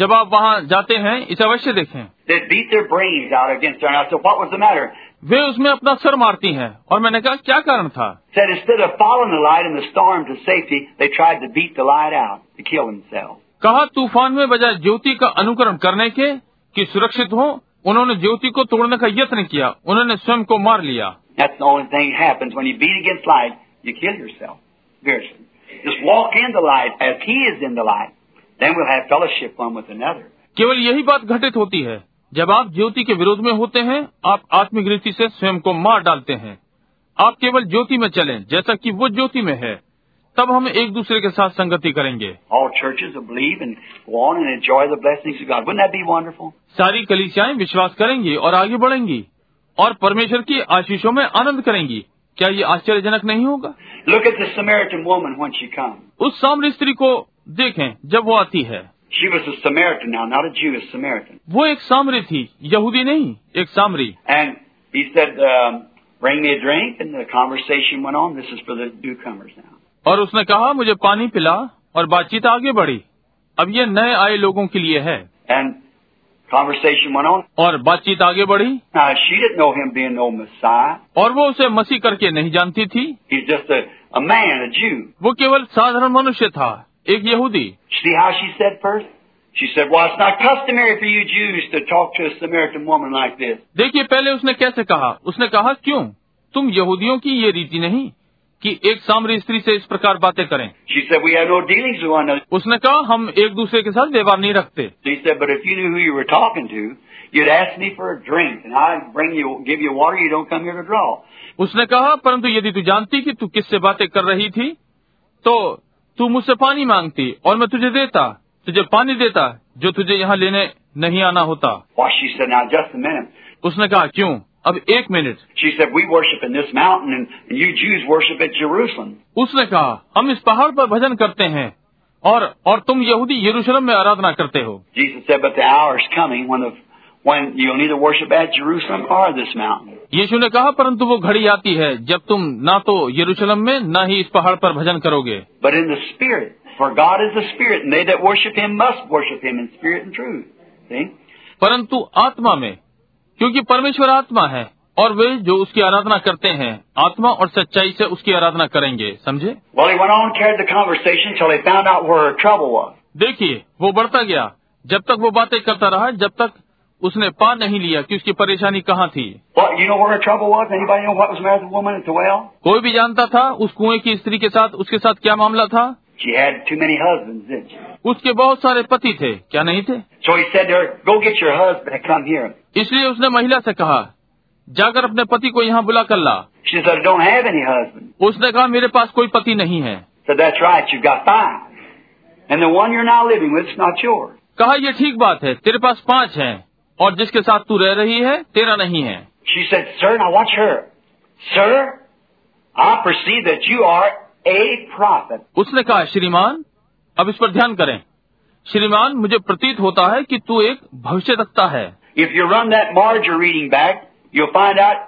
जब आप वहां जाते हैं इसे अवश्य देखें they beat their brains out against her. And I said, what was the matter? वे उसमें अपना सर मारती हैं और मैंने कहा क्या कारण था Said instead of following the light in the storm to safety, they tried to beat the light out to kill themselves. कहा तूफान में बजाय ज्योति का अनुकरण करने के कि सुरक्षित हो उन्होंने ज्योति को तोड़ने का यत्न किया उन्होंने स्वयं को मार लिया That's the only thing that happens when you beat against light, you kill yourself. Spiritually. Just walk in the light as He is in the light. Then we'll have fellowship one with another. केवल यही बात घटित होती है जब आप ज्योति के विरोध में होते हैं आप आत्मिक रीति से स्वयं को मार डालते हैं आप केवल ज्योति में चलें जैसा कि वो ज्योति में है तब हम एक दूसरे के साथ संगति करेंगे All churches will believe and go on and enjoy the blessings of God. Wouldn't that be wonderful? सारी कलिसियाएं विश्वास करेंगी और आगे बढ़ेंगी और परमेश्वर की आशीषों में आनंद करेंगी क्या ये आश्चर्यजनक नहीं होगा Look at the Samaritan woman when she comes. उस साम्र स्त्री को देखें जब वो आती है She was a Samaritan now, not a Jew, a Samaritan. वो एक सामरी थी यहूदी नहीं एक सामरी And he said, um, bring me a drink. And the conversation went on. This is for the newcomers now. और उसने कहा मुझे पानी पिला और बातचीत आगे बढ़ी अब ये नए आए लोगों के लिए है And conversation went on. और बातचीत आगे बढ़ी Now, she didn't know him being no Messiah. और वो उसे मसीह करके नहीं जानती थी He's just a, a man, a Jew. वो केवल साधारण मनुष्य था एक यहूदी See how she said first? She said, Well, it's not customary for you Jews to talk to a Samaritan woman like this. देखिए पहले उसने कैसे कहा उसने कहा क्यों तुम यहूदियों की ये रीति नहीं कि एक सामरी स्त्री से इस प्रकार बातें करें She said, We have no dealings with one another. उसने कहा हम एक दूसरे के साथ व्यवहार नहीं रखते He said, But if you knew who you were talking to, you'd ask me for a drink, and I'd bring you, give you water you don't come here to draw. उसने कहा परंतु यदि तू जानती कि तू किससे बातें कर रही थी तो तू मुझसे पानी मांगती और मैं तुझे देता तुझे पानी देता जो तुझे यहाँ लेने नहीं आना होता Why, she said, Now, just a minute. उसने कहा क्यों अब एक minute She said, We worship in this mountain, and, and you Jews worship at Jerusalem. उसने कहा हम इस पहाड़ पर भजन करते हैं और और तुम यहूदी यरूशलेम में आराधना करते हो Jesus said, But the hour is coming when, the, when you'll neither worship at Jerusalem or this mountain. यीशु ने कहा परंतु वो घड़ी आती है जब तुम ना तो यरूशलेम में ना ही इस पहाड़ पर भजन करोगे But in the Spirit, for God is the Spirit, and they that worship Him must worship Him in spirit and truth. See? परंतु आत्मा में क्योंकि परमेश्वर आत्मा है और वे जो उसकी आराधना करते हैं आत्मा और सच्चाई से उसकी आराधना करेंगे समझे Well, he went on and carried the conversation till he found out where her trouble was. देखिए वो बढ़ता गया जब तक वो बातें करता रहा जब तक उसने पा नहीं लिया कि उसकी परेशानी कहाँ थी What, you know where her trouble was? Anybody know what was the matter with the woman at the well? कोई भी जानता था उस कुएं की स्त्री के साथ उसके साथ क्या मामला था She had too many husbands, didn't she? उसके बहुत सारे पति थे क्या नहीं थे So he said to her, Go get your husband and come here. इसलिए उसने महिला से कहा जाकर अपने पति को यहाँ बुला कर ला She said, I don't have any husband. उसने कहा मेरे पास कोई पति नहीं है said, That's right, you've got five. And the one you're now living with is not yours. कहा ये ठीक बात है तेरे पास पांच हैं और जिसके साथ तू रह रही है तेरा नहीं है She said, Sir, now watch her. Sir, I perceive that you are a prophet. उसने कहा श्रीमान अब इस पर ध्यान करें श्रीमान मुझे प्रतीत होता है कि तू एक भविष्य रखता है If you run that Marger reading back, you'll find out,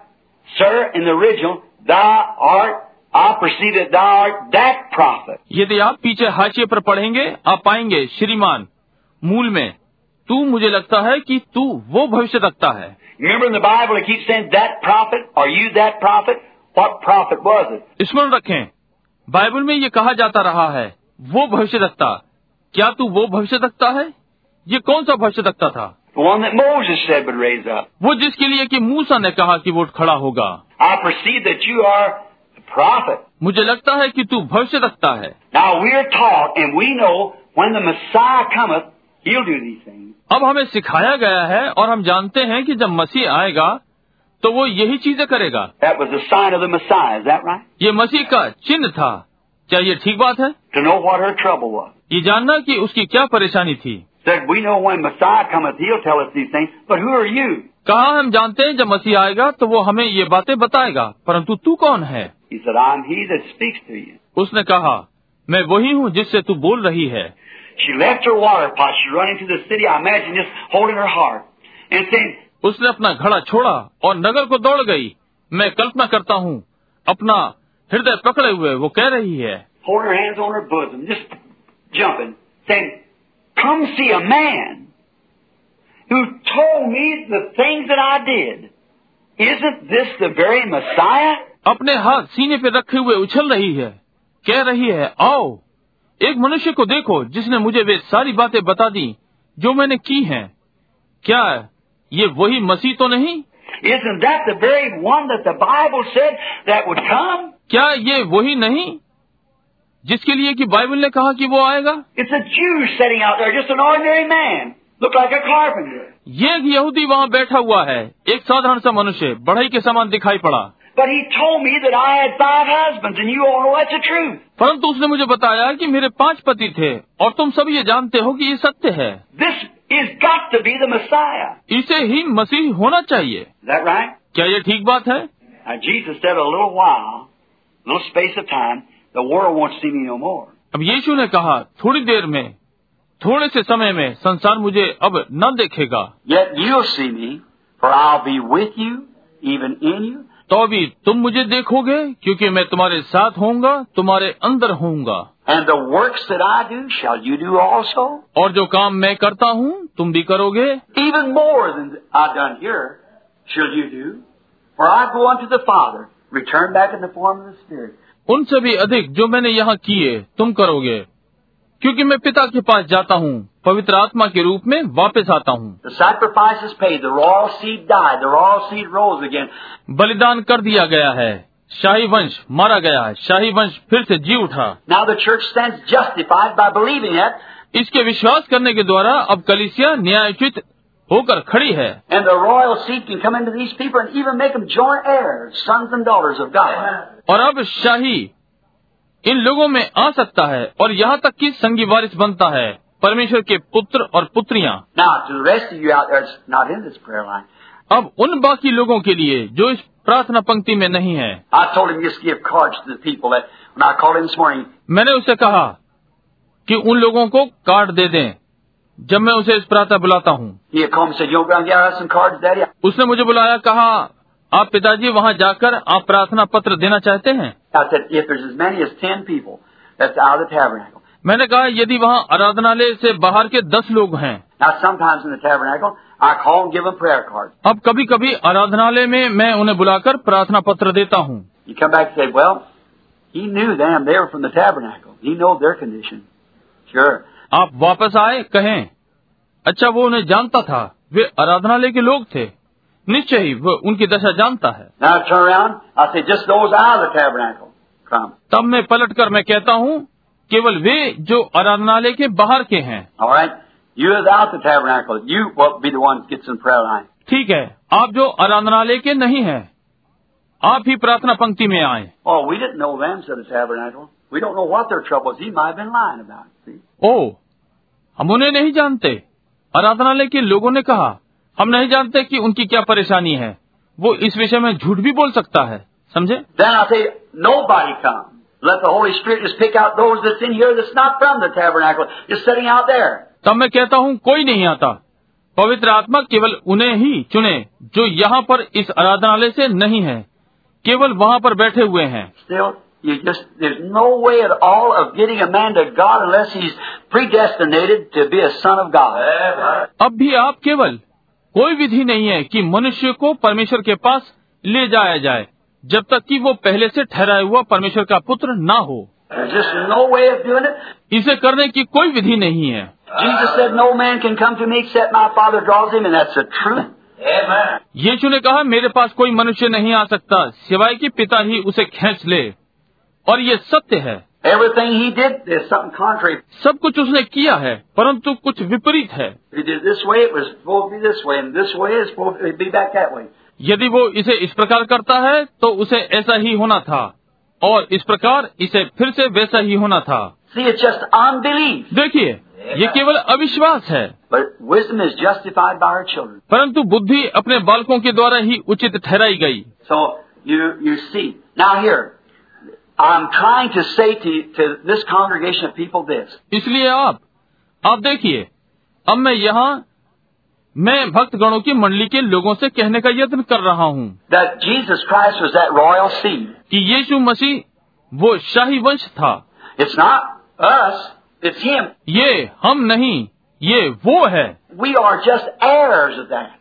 Sir, in the original, thou art, I perceive that thou art that prophet. यदि आप पीछे हाशिए पर पढ़ेंगे आप पाएंगे श्रीमान मूल में तू मुझे लगता है कि तू वो भविष्य रखता है Remember in the Bible, it keeps saying, That prophet, are you that prophet? What prophet was it? स्मरण रखें बाइबल में ये कहा जाता रहा है वो भविष्य रखता क्या तू वो भविष्य रखता है ये कौन सा भविष्य रखता था The one that Moses said would raise up. वो जिसके लिए कि मूसा ने कहा कि वो खड़ा होगा I perceive that you are the prophet. मुझे लगता है कि तू भविष्य रखता है Now we're taught and we know when the Messiah cometh, he'll do these things. अब हमें सिखाया गया है और हम जानते हैं कि जब मसीह आएगा तो वो यही चीजें करेगा That was the sign of the Messiah, is that right? ये मसीह का चिन्ह था क्या ये ठीक बात है To know what her trouble was. ये जानना कि उसकी क्या परेशानी थी Said, we know when Messiah cometh, he'll tell us these things, but who are you? कहा हम जानते हैं जब मसीह आएगा तो वो हमें ये बातें बताएगा परंतु तू कौन है He said, I'm he that speaks to you. उसने कहा मैं वही हूँ जिससे तू बोल रही है She left her water pot, she run into the city, I imagine just holding her heart, and saying, उसने अपना घड़ा छोड़ा और नगर को दौड़ गई मैं कल्पना करता हूँ अपना हृदय पकड़े हुए वो कह रही है holding her hands on her bosom, just jumping, saying, Come see a man who told me the things that I did. Isn't this the very Messiah? अपने हाथ सीने पे रखे हुए उछल रही है कह रही है आओ एक मनुष्य को देखो जिसने मुझे वे सारी बातें बता दी जो मैंने की हैं क्या ये वही मसीह तो नहीं Isn't that the very one that the Bible said that would come? क्या ये वही नहीं जिसके लिए कि बाइबल ने कहा कि वो आएगा It's a Jew sitting out there, just an ordinary man. Looked like a carpenter. ये एक यहूदी वहाँ बैठा हुआ है एक साधारण सा मनुष्य बढ़ई के समान दिखाई पड़ा But he told me that I had five husbands, and you all know that's the truth. परंतु उसने मुझे बताया कि मेरे पांच पति थे और तुम सब ये जानते हो कि ये सत्य है This is got to be the Messiah. इसे ही मसीह होना चाहिए Is that right? क्या ये ठीक बात है Now Jesus said a little while, a little space of time, the world won't see me no more. अब यीशु ने कहा थोड़ी देर में थोड़े से समय में संसार मुझे अब न देखेगा Yet you'll see me, for I'll be with you, even in you. तो अभी तुम मुझे देखोगे क्योंकि मैं तुम्हारे साथ होऊंगा तुम्हारे अंदर होऊंगा And the works that I do, shall you do also? और जो काम मैं करता हूँ तुम भी करोगे Even more than I've done here, shall you do? For I go unto the Father, return back in the form of the Spirit. उनसे भी अधिक जो मैंने यहाँ किए तुम करोगे क्योंकि मैं पिता के पास जाता हूँ पवित्र आत्मा के रूप में वापस आता हूँ The sacrifice is paid. The royal seed died. The royal seed rose again. बलिदान कर दिया गया है शाही वंश मारा गया है शाही वंश फिर से जी उठा Now the church stands justified by believing it, इसके विश्वास करने के द्वारा अब कलिसिया न्यायोचित होकर खड़ी है and the royal seed can come into these people and even make them joint heirs, sons and daughters of God. और अब शाही इन लोगों में आ सकता है और यहाँ तक कि संगी वारिस बनता है परमेश्वर के पुत्र और पुत्रियाँ Now, to the rest of you out there, that's not in this prayer line. अब उन बाकी लोगों के लिए जो इस प्रार्थना पंक्ति में नहीं है I told him just give cards to the people that when I called him this morning, मैंने उसे कहा कि उन लोगों को कार्ड दे दें जब मैं उसे इस प्रातः बुलाता हूँ he had called me and said, You want to go and get us some cards, Daddy? उसने मुझे बुलाया कहा आप पिताजी वहाँ जाकर आप प्रार्थना पत्र देना चाहते हैं I said, If there's as many as ten people that's out of the tabernacle. मैंने कहा यदि वहाँ आराधनालय से बाहर के दस लोग हैं Now, sometimes in the tabernacle, I call and give them prayer cards. अब कभी कभी आराधनालय में मैं उन्हें बुलाकर प्रार्थना पत्र देता हूँ You come back and say, Well, he knew them. They were from the tabernacle. He knows their condition. Sure. आप वापस आए कहें अच्छा वो उन्हें जानता था वे आराधनालय के लोग थे निश्चय ही वो उनकी दशा जानता है Now I turn around. I say, just those out of the tabernacle come. तब मैं पलटकर मैं कहता हूँ केवल वे जो आराधनालय के बाहर के हैं All right? You without the tabernacle, you will be the one that gets in prayer line. ठीक है आप जो आराधनालय के नहीं हैं आप ही प्रार्थना पंक्ति में आए Oh, we didn't know them, said the tabernacle. We don't know what their troubles. He might have been lying about it. See? ओ हम उन्हें नहीं जानते आराधनालय के लोगों ने कहा हम नहीं जानते कि उनकी क्या परेशानी है वो इस विषय में झूठ भी बोल सकता है समझे Then I say, nobody come. Let the Holy Spirit just pick out those that's in here that's not from the tabernacle, just sitting out there. तब मैं कहता हूँ कोई नहीं आता पवित्र आत्मा केवल उन्हें ही चुने जो यहाँ पर इस आराधनालय से नहीं है केवल वहाँ पर बैठे हुए हैं Still, you just, there's no way at all of getting a man to God unless he's predestinated to be a son of God. अब भी आप केवल कोई विधि नहीं है कि मनुष्य को परमेश्वर के पास ले जाया जाए जब तक कि वो पहले से ठहराया हुआ परमेश्वर का पुत्र ना हो There's just no way of doing it. इसे करने की कोई विधि नहीं है Jesus said, No man can come to me except my Father draws him, and that's the truth. Amen. यीशु ने कहा मेरे पास कोई मनुष्य नहीं आ सकता सिवाय कि पिता ही उसे खींच ले और ये सत्य है Everything he did, there's something contrary. सब कुछ उसने किया है परंतु कुछ विपरीत है If he did it this way, it was supposed to be this way, and this way is supposed to be back that way. यदि वो इसे इस प्रकार करता है तो उसे ऐसा ही होना था और इस प्रकार इसे फिर से वैसा ही होना था See, it's just unbelief. देखिए ये केवल अविश्वास है But wisdom is justified by our children. परंतु बुद्धि अपने बालकों के द्वारा ही उचित ठहराई गई So you you see. Now here, I'm trying to say to, to this congregation of people this. इसलिए आप आप देखिए अब मैं यहाँ मैं भक्तगणों की मंडली के लोगों से कहने का यत्न कर रहा हूँ That Jesus Christ was that royal seed. कि यीशु मसीह वो शाही वंश था It's not us, it's him. ये हम नहीं ये वो है We are just heirs of that.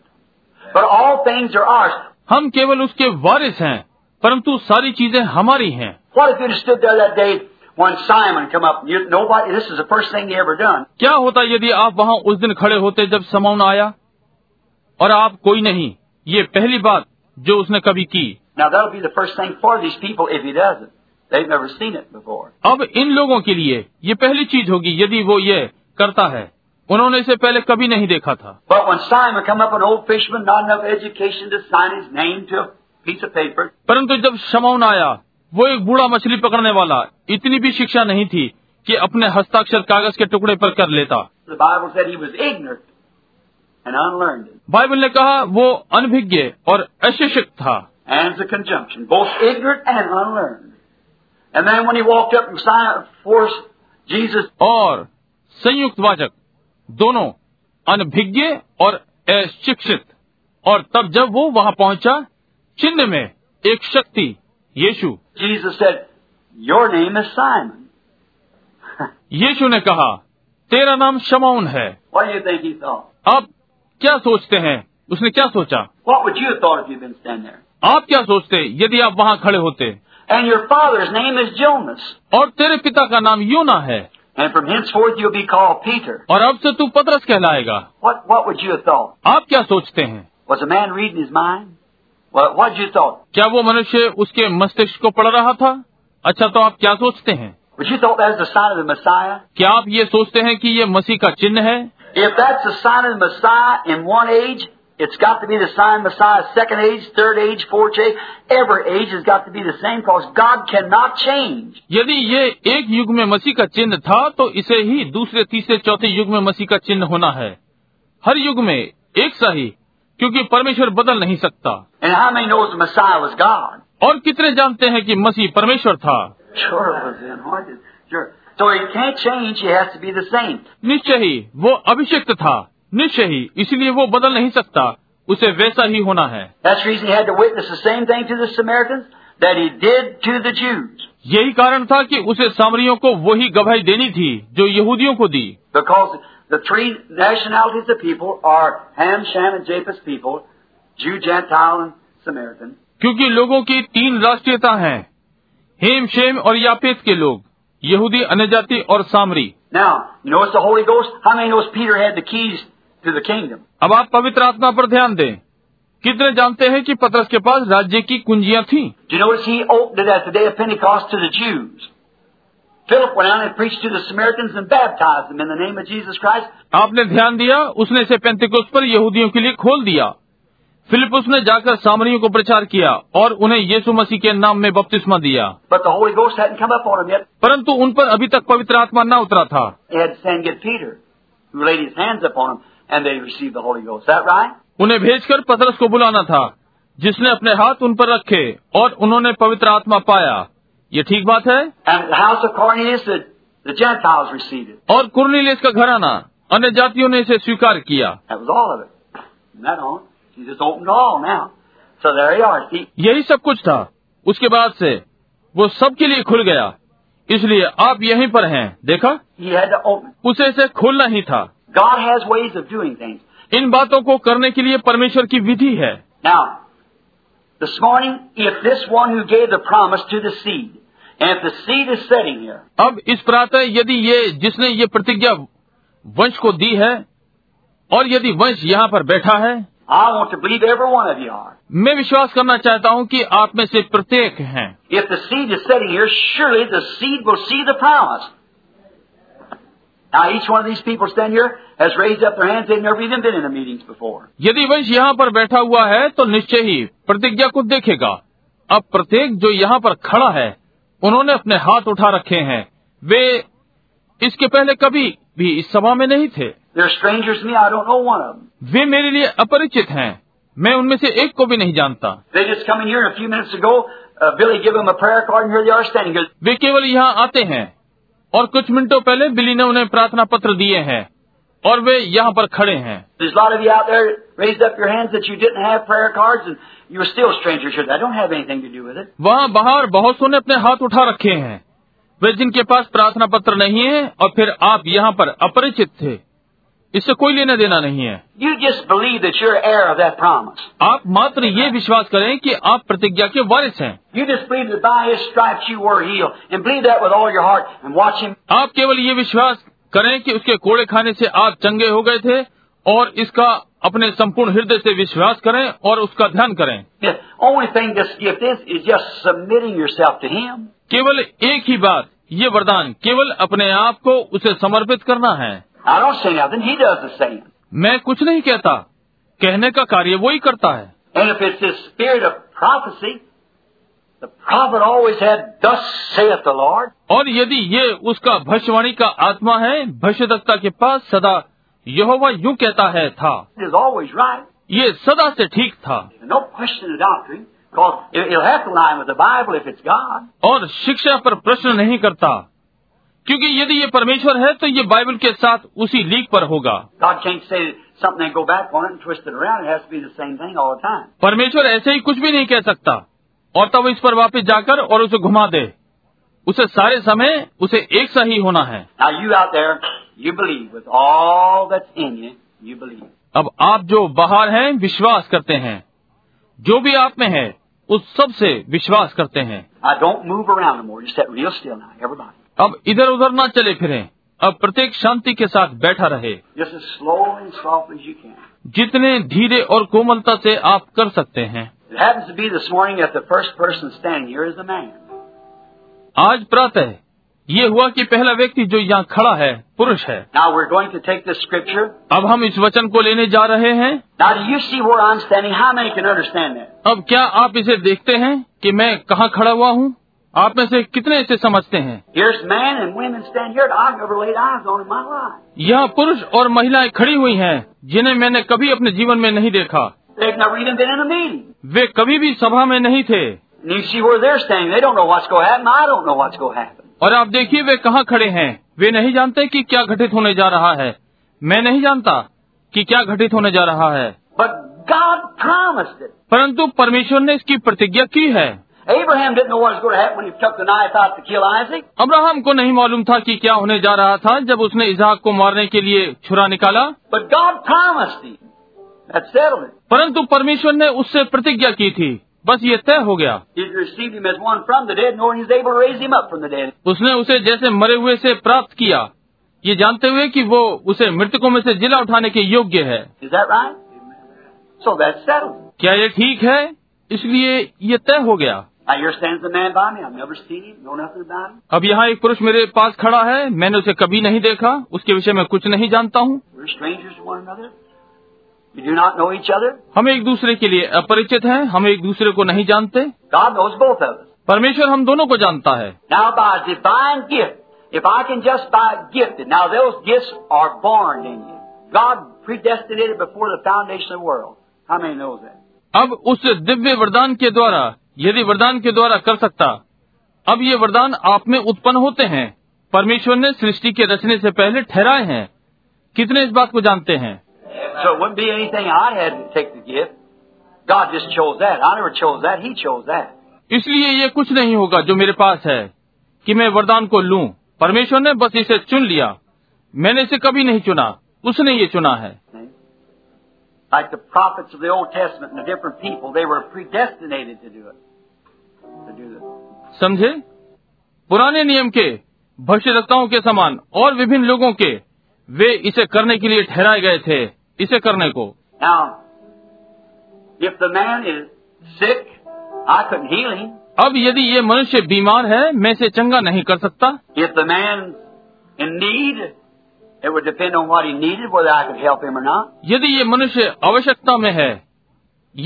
But all things are ours. हम केवल उसके वारिस हैं परंतु सारी चीजें हमारी हैं What if you'd have stood there that day when Simon come up? You, nobody. This is the first thing he ever done. क्या होता यदि आप वहाँ उस दिन खड़े होते जब समौन आया और आप कोई नहीं ये पहली बात जो उसने कभी की Now that'll be the first thing for these people if he does it. They've never seen it before. अब इन लोगों के लिए ये पहली चीज होगी यदि वो ये करता है उन्होंने इसे पहले कभी नहीं देखा था But when Simon come up, an old fisherman, not enough education to sign his name to a piece of paper, परंतु जब शमौन आया वो एक बूढ़ा मछली पकड़ने वाला इतनी भी शिक्षा नहीं थी कि अपने हस्ताक्षर कागज के टुकड़े पर कर लेता the Bible said he was ignorant and unlearned. Bible ने कहा वो अनभिज्ञ और अशिक्षित था And it's a conjunction, both ignorant and unlearned. And then when he walked up and Simon forced Jesus, और संयुक्त वाचक दोनों अनभिज्ञ और अशिक्षित और तब जब वो वहां पहुंचा चिन्ह में एक शक्ति यीशु Jesus said, "Your name is Simon." यीशु ने कहा तेरा नाम शमौन है What do you think he thought? आप क्या सोचते हैं उसने क्या सोचा What would you have thought if you'd been standing there? आप क्या सोचते यदि आप वहाँ खड़े होते And your father's name is Jonas. और तेरे पिता का नाम यूना है And from henceforth you'll be called Peter. और अब से तू पतरस कहलाएगा What, what would you have thought? आप क्या सोचते हैं Was a man reading his mind? Well, what'd you thought? क्या वो मनुष्य उसके मस्तिष्क को पढ़ रहा था अच्छा तो आप क्या सोचते हैं Would you thought that was the sign of the Messiah? क्या आप ये सोचते हैं कि ये मसीह का चिन्ह है If that's the sign of the Messiah in one age, it's got to be the sign of Messiah's second age, third age, fourth age. Every age has got to be the same because God cannot change. यदि ये एक युग में मसीह का चिन्ह था तो इसे ही दूसरे तीसरे चौथे युग में मसीह का चिन्ह होना है हर युग में एक सा ही क्योंकि परमेश्वर बदल नहीं सकता And how many knows the Messiah was God? और कितने जानते हैं कि मसीह परमेश्वर था Sure it was then, wasn't it? Sure. So he can't change, he has to be the same. निश्चय ही वो अभिषिक्त था निश्चय ही इसलिए वो बदल नहीं सकता उसे वैसा ही होना है That's the reason he had to witness the same thing to the Samaritans that he did to the Jews. यही कारण था कि उसे सामरियों को वही गवाही देनी थी जो यहूदियों को दी Because the three nationalities of people are Ham, Shem, and Japheth's people, Jew, Gentile, and Samaritan. क्योंकि लोगों की तीन राष्ट्रीयता हैं हेम शेम और यापेत के लोग यहूदी अन्यजाति और सामरी Now, you notice the Holy Ghost? How many knows Peter had the keys to the kingdom? अब आप पवित्र आत्मा पर ध्यान दें कितने जानते हैं कि पतरस के पास राज्य की कुंजियां थीं? Do you notice he opened it at the day of Pentecost to the Jews? Philip went out and preached to the Samaritans and baptized them in the name of Jesus Christ. आपने ध्यान दिया उसने इसे पेंतिकोस्त पर यहूदियों के लिए खोल दिया फिलिपस ने जाकर सामरियों को प्रचार किया और उन्हें यीशु मसीह के नाम में बपतिस्मा दिया But the Holy Ghost hadn't come up on him yet. परंतु उन पर अभी तक पवित्र आत्मा न उतरा था He had to send get Peter, who laid his hands upon him, and they received the Holy Ghost. Is that right? उन्हें भेजकर पतरस को बुलाना था जिसने अपने हाथ उन पर रखे और उन्होंने पवित्र आत्मा पाया ये ठीक बात है And at the house of Cornelius, the, the Gentiles received it. और कुर्नीलेस का घराना अन्य जातियों ने इसे स्वीकार किया That was all of it. Isn't that all? He just opened it all now. So there you are. See, यही सब कुछ था उसके बाद से वो सबके लिए खुल गया इसलिए आप यहीं पर हैं देखा he had to open. उसे इसे खोलना ही था God has ways of doing things. इन बातों को करने के लिए परमेश्वर की विधि है Now, this morning, if this one who gave the promise to the seed, and if the seed is sitting here, अब इस प्रातः यदि ये जिसने ये प्रतिज्ञा वंश को दी है और यदि वंश यहाँ पर बैठा है I want to believe every one of you are. मैं विश्वास करना चाहता हूँ कि आप में से प्रत्येक हैं If the seed is sitting here, surely the seed will see the promise. Now, each one of these people standing here has raised up their hands. They've never even been in the meetings before. यदि वंश यहाँ पर बैठा हुआ है तो निश्चय ही प्रतिज्ञा को देखेगा अब प्रत्येक जो यहाँ पर खड़ा है उन्होंने अपने हाथ उठा रखे हैं वे इसके पहले कभी भी इस सभा में नहीं थे They're strangers to me. I don't know one of them. वे मेरे लिए अपरिचित हैं मैं उनमें से एक को भी नहीं जानता They just come in here, and a few minutes ago, uh, Billy gave them a prayer card, and here they are standing here. वे केवल यहाँ आते हैं और कुछ मिनटों पहले बिली ने उन्हें प्रार्थना पत्र दिए हैं और वे यहाँ पर खड़े हैं There's a lot of you out there that raised up your hands that you didn't have prayer cards and you were still strangers here. I don't have anything to do with it. वहाँ बाहर बहुत सो ने अपने हाथ उठा रखे हैं वे जिनके पास प्रार्थना पत्र नहीं है और फिर आप यहाँ पर अपरिचित थे इससे कोई लेना देना नहीं है You just believe that you're heir of that promise. आप मात्र ये विश्वास करें कि आप प्रतिज्ञा के वारिस हैं You just believe that by His stripes you were healed and believe that with all your heart and watch Him. आप केवल ये विश्वास करें कि उसके कोड़े खाने से आप चंगे हो गए थे और इसका अपने संपूर्ण हृदय से विश्वास करें और उसका ध्यान करें The only thing this gift is, is just submitting yourself to Him. केवल एक ही बात ये वरदान केवल अपने आप को उसे समर्पित करना है I don't say nothing. He does the same. मैं कुछ नहीं कहता कहने का कार्य वो ही करता है And if it's this spirit of prophecy, the prophet always had, Thus saith the Lord. और यदि ये उसका भविष्यवाणी का आत्मा है भविष्यवक्ता के पास सदा यहोवा यूं कहता है था It is always right. ये सदा से ठीक था No question of doctrine, because it- it'll have to line with the Bible if it's God. और शिक्षा पर प्रश्न नहीं करता क्योंकि यदि ये परमेश्वर है तो ये बाइबल के साथ उसी लीक पर होगा God can't say something and go back on it and twist it around. It has to be the same thing all the time. परमेश्वर ऐसे ही कुछ भी नहीं कह सकता और तब इस पर वापस जाकर और उसे घुमा दे उसे सारे समय उसे एक सा ही होना है Now you out there, you believe with all that's in you, you believe. अब आप जो बाहर हैं विश्वास करते हैं जो भी आप में है उस सब से विश्वास करते हैं I don't move around no more. Just sit real still now, everybody. अब इधर उधर ना चले फिरें अब प्रत्येक शांति के साथ बैठा रहे Just as slow and softly as you can. जितने धीरे और कोमलता से आप कर सकते हैं It happens to be this morning that the first person standing here is a man. आज प्रातः ये हुआ कि पहला व्यक्ति जो यहाँ खड़ा है पुरुष है Now we're going to take this scripture. अब हम इस वचन को लेने जा रहे हैं Now do you see where I'm standing? How many can understand that? अब क्या आप इसे देखते हैं कि मैं कहाँ खड़ा हुआ हूँ आप में से कितने इसे समझते हैं Here's men and women standing here that I've never laid eyes on in my life. यहाँ पुरुष और महिलाएं खड़ी हुई हैं जिन्हें मैंने कभी अपने जीवन में नहीं देखा They've never even been in a meeting. वे कभी भी सभा में नहीं थे And you see where they're standing. They don't know what's going to happen. I don't know what's going to happen. और आप देखिए वे कहाँ खड़े हैं वे नहीं जानते कि क्या घटित होने जा रहा है मैं नहीं जानता कि क्या घटित होने जा रहा है But God promised it. परंतु परमेश्वर ने इसकी प्रतिज्ञा की है Abraham didn't know what was going to happen when he took the knife out to kill Isaac. Abraham को नहीं मालूम था कि क्या होने जा रहा था जब उसने इसहाक को मारने के लिए छुरा निकाला But God promised him. That settled it. परंतु परमेश्वर ने उससे प्रतिज्ञा की थी बस ये तय हो गया He'd received him as one from the dead, knowing he's able to raise him up from the dead. उसने उसे जैसे मरे हुए से प्राप्त किया ये जानते हुए कि वो उसे मृतकों में से जिला उठाने के योग्य है Is that right? So that's settled. क्या ये ठीक है इसलिए ये तय हो गया Now here stands the man by me. I've never seen him, know nothing about him. अब यहाँ एक पुरुष मेरे पास खड़ा है मैंने उसे कभी नहीं देखा उसके विषय में कुछ नहीं जानता हूँ We're strangers to one another. We do not know each other. हम एक दूसरे के लिए अपरिचित हैं हम एक दूसरे को नहीं जानते God knows both of us. परमेश्वर हम दोनों को जानता है Now by divine gift, if I can just by gifted, now those gifts are born in you. God predestinated before the foundation of the world. How many knows that? अब उस दिव्य वरदान के द्वारा यदि वरदान के द्वारा कर सकता अब ये वरदान आप में उत्पन्न होते हैं परमेश्वर ने सृष्टि के रचने से पहले ठहराए हैं कितने इस बात को जानते हैं So it wouldn't be anything I had to take the gift. God just chose that. I never chose that. He chose that. इसलिए ये कुछ नहीं होगा जो मेरे पास है कि मैं वरदान को लूं परमेश्वर ने बस इसे चुन लिया मैंने इसे कभी नहीं चुना उसने ये चुना है Like the prophets of the Old Testament and the different people, they were predestinated to do it. To do it. समझे पुराने नियम के भविष्यवक्ताओं के समान और विभिन्न लोगों के वे इसे करने के लिए ठहराए गए थे इसे करने को Now, if the man is sick, I couldn't heal him. अब यदि ये मनुष्य बीमार है मैं इसे चंगा नहीं कर सकता If the man's in need, it would depend on what he needed, whether I could help him or not. यदि ये मनुष्य आवश्यकता में है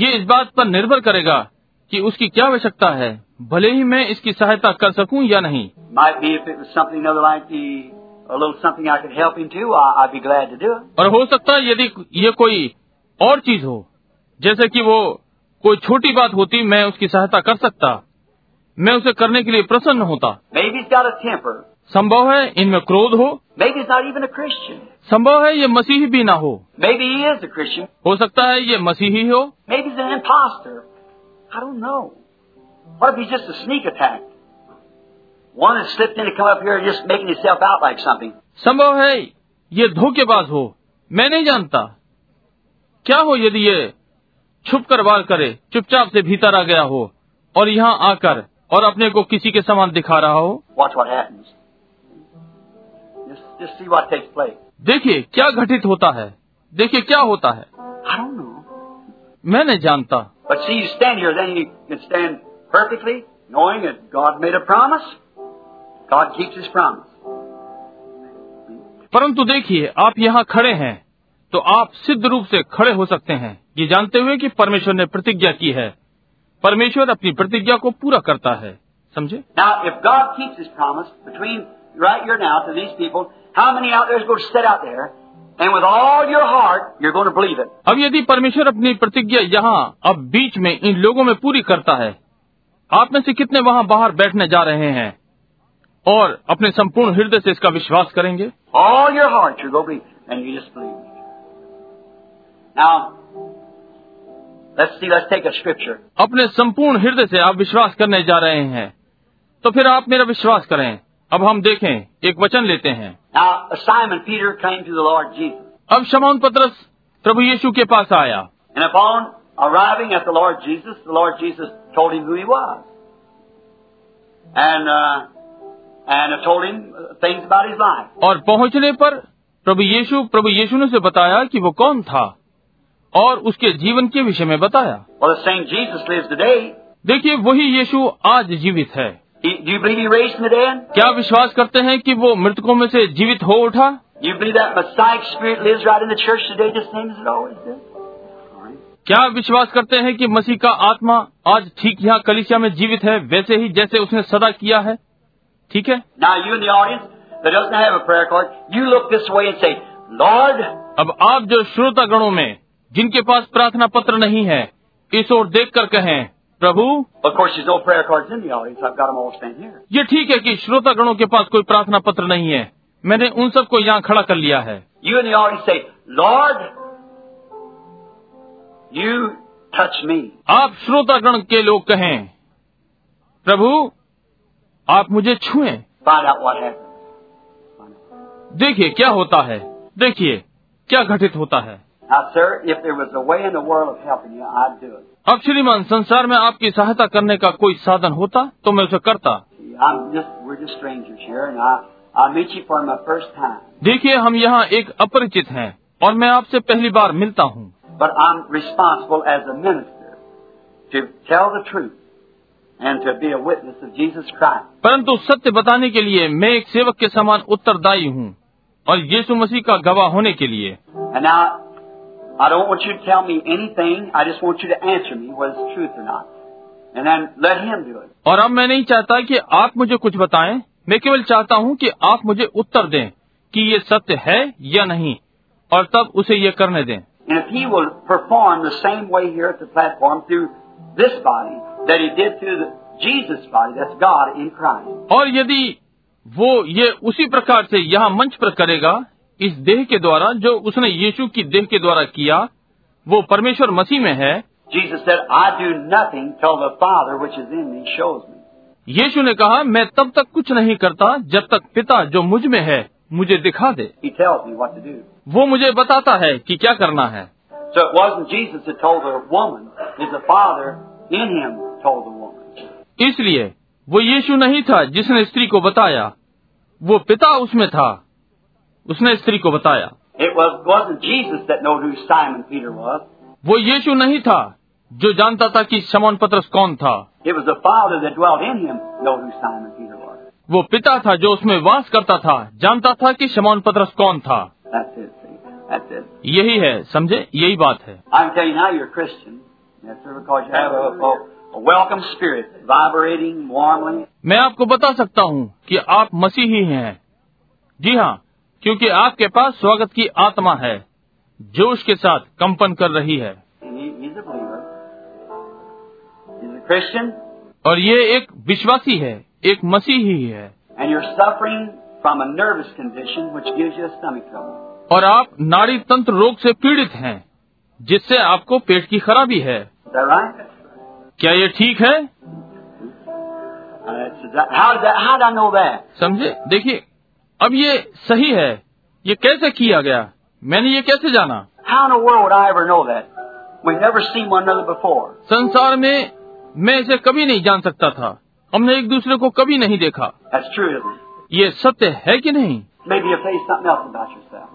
ये इस बात पर निर्भर करेगा कि उसकी क्या आवश्यकता है भले ही मैं इसकी सहायता कर सकूं या नहीं Might be if it was something other like the, a little something I could help him to, I, I'd be glad to do it. और हो सकता है यदि ये कोई और चीज हो जैसे कि वो कोई छोटी बात होती मैं उसकी सहायता कर सकता मैं उसे करने के लिए प्रसन्न होता Maybe he's got a temper. संभव है इनमें क्रोध हो Maybe he's not even a Christian. संभव है ये मसीही भी ना हो Maybe he is a Christian. हो सकता है ये मसीही हो Maybe he's an imposter. I don't know. What if he's just a sneak attack? One has slipped in to come up here and just making himself out like something. संभव है ये धोखेबाज हो मैं नहीं जानता क्या हो यदि ये छुप कर वार करे चुपचाप से भीतर आ गया हो और यहाँ आकर और अपने को किसी के समान दिखा रहा हो Watch what happens. Just, just see what takes place. देखिए क्या घटित होता है देखिए क्या होता है I don't know. मैं नहीं जानता But see, you stand here, then you can stand perfectly, knowing that God made a promise. God keeps His promise. परंतु देखिए आप यहाँ खड़े हैं तो आप सिद्ध रूप से खड़े हो सकते हैं ये जानते हुए कि परमेश्वर ने प्रतिज्ञा की है परमेश्वर अपनी प्रतिज्ञा को पूरा करता है समझे Now, if God keeps His promise between right here now to these people, how many out there is going to sit out there and with all your heart you're going to believe it? अब यदि परमेश्वर अपनी प्रतिज्ञा यहाँ अब बीच में इन लोगों में पूरी करता है आप में से कितने वहाँ बाहर बैठने जा रहे हैं और अपने संपूर्ण हृदय से इसका विश्वास करेंगे All your heart you're going to believe it, and you just believe it. Now, let's see. Let's take a scripture. अपने संपूर्ण हृदय से आप विश्वास करने जा रहे हैं तो फिर आप मेरा विश्वास करें अब हम देखें एक वचन लेते हैं Now, Simon Peter came to the Lord Jesus. अब शमौन पत्रस प्रभु यीशु के पास आया And upon arriving at the Lord Jesus, the Lord Jesus told him who he was. And, uh, and told him uh, things about his life. और पहुंचने पर प्रभु यीशु प्रभु यीशु ने उसे बताया कि वो कौन था और उसके जीवन के विषय में बताया Well, the same Jesus lives today. देखिए वही यीशु आज जीवित है He, do you believe he raised from the dead? क्या आप विश्वास करते हैं कि वो मृतकों में से जीवित हो उठा Do you believe that Messiah spirit lives right in the church today the same as it always did? क्या आप विश्वास करते हैं कि मसीह का आत्मा आज ठीक यहाँ कलिसिया में जीवित है वैसे ही जैसे उसने सदा किया है ठीक है Now, you in the audience that doesn't have a prayer card, you look this way and say, Lord, अब आप जो श्रोतागणों में जिनके पास प्रार्थना पत्र नहीं है इस ओर देख कर कहें प्रभु of course, there's no prayer cards in the audience. I've got them all standing here. ये ठीक है कि श्रोतागणों के पास कोई प्रार्थना पत्र नहीं है मैंने उन सबको यहाँ खड़ा कर लिया है You in the audience say, Lord, you touch me. आप श्रोतागण के लोग कहें प्रभु आप मुझे छुएं Find out what happens. देखिए क्या होता है देखिए क्या घटित होता है Now, sir, if there was a way in the world of helping you, I'd do it. अब श्रीमान संसार में आपकी सहायता करने का कोई साधन होता तो मैं उसे करता See, I'm just, we're just strangers here, and I, I meet you for my first time. देखिए हम यहाँ एक अपरिचित हैं और मैं आपसे पहली बार मिलता हूँ But I'm responsible as a minister to tell the truth and to be a witness of Jesus Christ. परंतु सत्य बताने के लिए मैं एक सेवक के समान उत्तरदायी हूँ और यीशु मसीह का गवाह होने के लिए And now, I don't want you to tell me anything. I just want you to answer me whether it's truth or not. And then let Him do it. और अब मैं नहीं चाहता कि आप मुझे कुछ बताएं मैं केवल चाहता हूँ कि आप मुझे उत्तर दें कि ये सत्य है या नहीं और तब उसे ये करने दें And if he will perform the same way here at the platform through this body that he did through the Jesus body, that's God in Christ. और यदि वो ये उसी प्रकार से यहाँ मंच पर करेगा इस देह के द्वारा जो उसने यीशु की देह के द्वारा किया वो परमेश्वर मसीह में है Jesus said, I do nothing till the Father which is in me shows me. यीशु ने कहा मैं तब तक कुछ नहीं करता जब तक पिता जो मुझ में है मुझे दिखा दे He tells me what to do. वो मुझे बताता है कि क्या करना है So it wasn't Jesus that told the woman, it's the Father in him told the woman. इसलिए वो यीशु नहीं था जिसने स्त्री को बताया वो पिता उसमें था उसने स्त्री को बताया It was, wasn't Jesus that knew who Simon Peter was. वो यीशु नहीं था जो जानता था कि शमौन पत्रस कौन था It was the Father that dwelt in him know who Simon Peter was. वो पिता था जो उसमें वास करता था जानता था कि शमौन पत्रस कौन था That's it, see. That's it. यही है समझे यही बात है I can tell you now you're a Christian. That's because you have a, a, a welcome spirit vibrating warmly. मैं आपको बता सकता हूँ कि आप मसीही हैं जी हाँ क्योंकि आपके पास स्वागत की आत्मा है जोश के साथ कंपन कर रही है And he, he's a believer. He's a Christian, और ये एक विश्वासी है एक मसीही है and you're suffering from a nervous condition which gives you a stomach trouble. और आप नाड़ी तंत्र रोग से पीड़ित हैं जिससे आपको पेट की खराबी है Is that right? क्या ये ठीक है Uh, that's exa- how did that? How did I know that? समझे देखिए अब ये सही है ये कैसे किया गया मैंने ये कैसे जाना How in the world would I ever know that? We've never seen one another before. संसार में मैं इसे कभी नहीं जान सकता था हमने एक दूसरे को कभी नहीं देखा That's true, isn't it? ये सत्य है कि नहीं Maybe you face something else about yourself.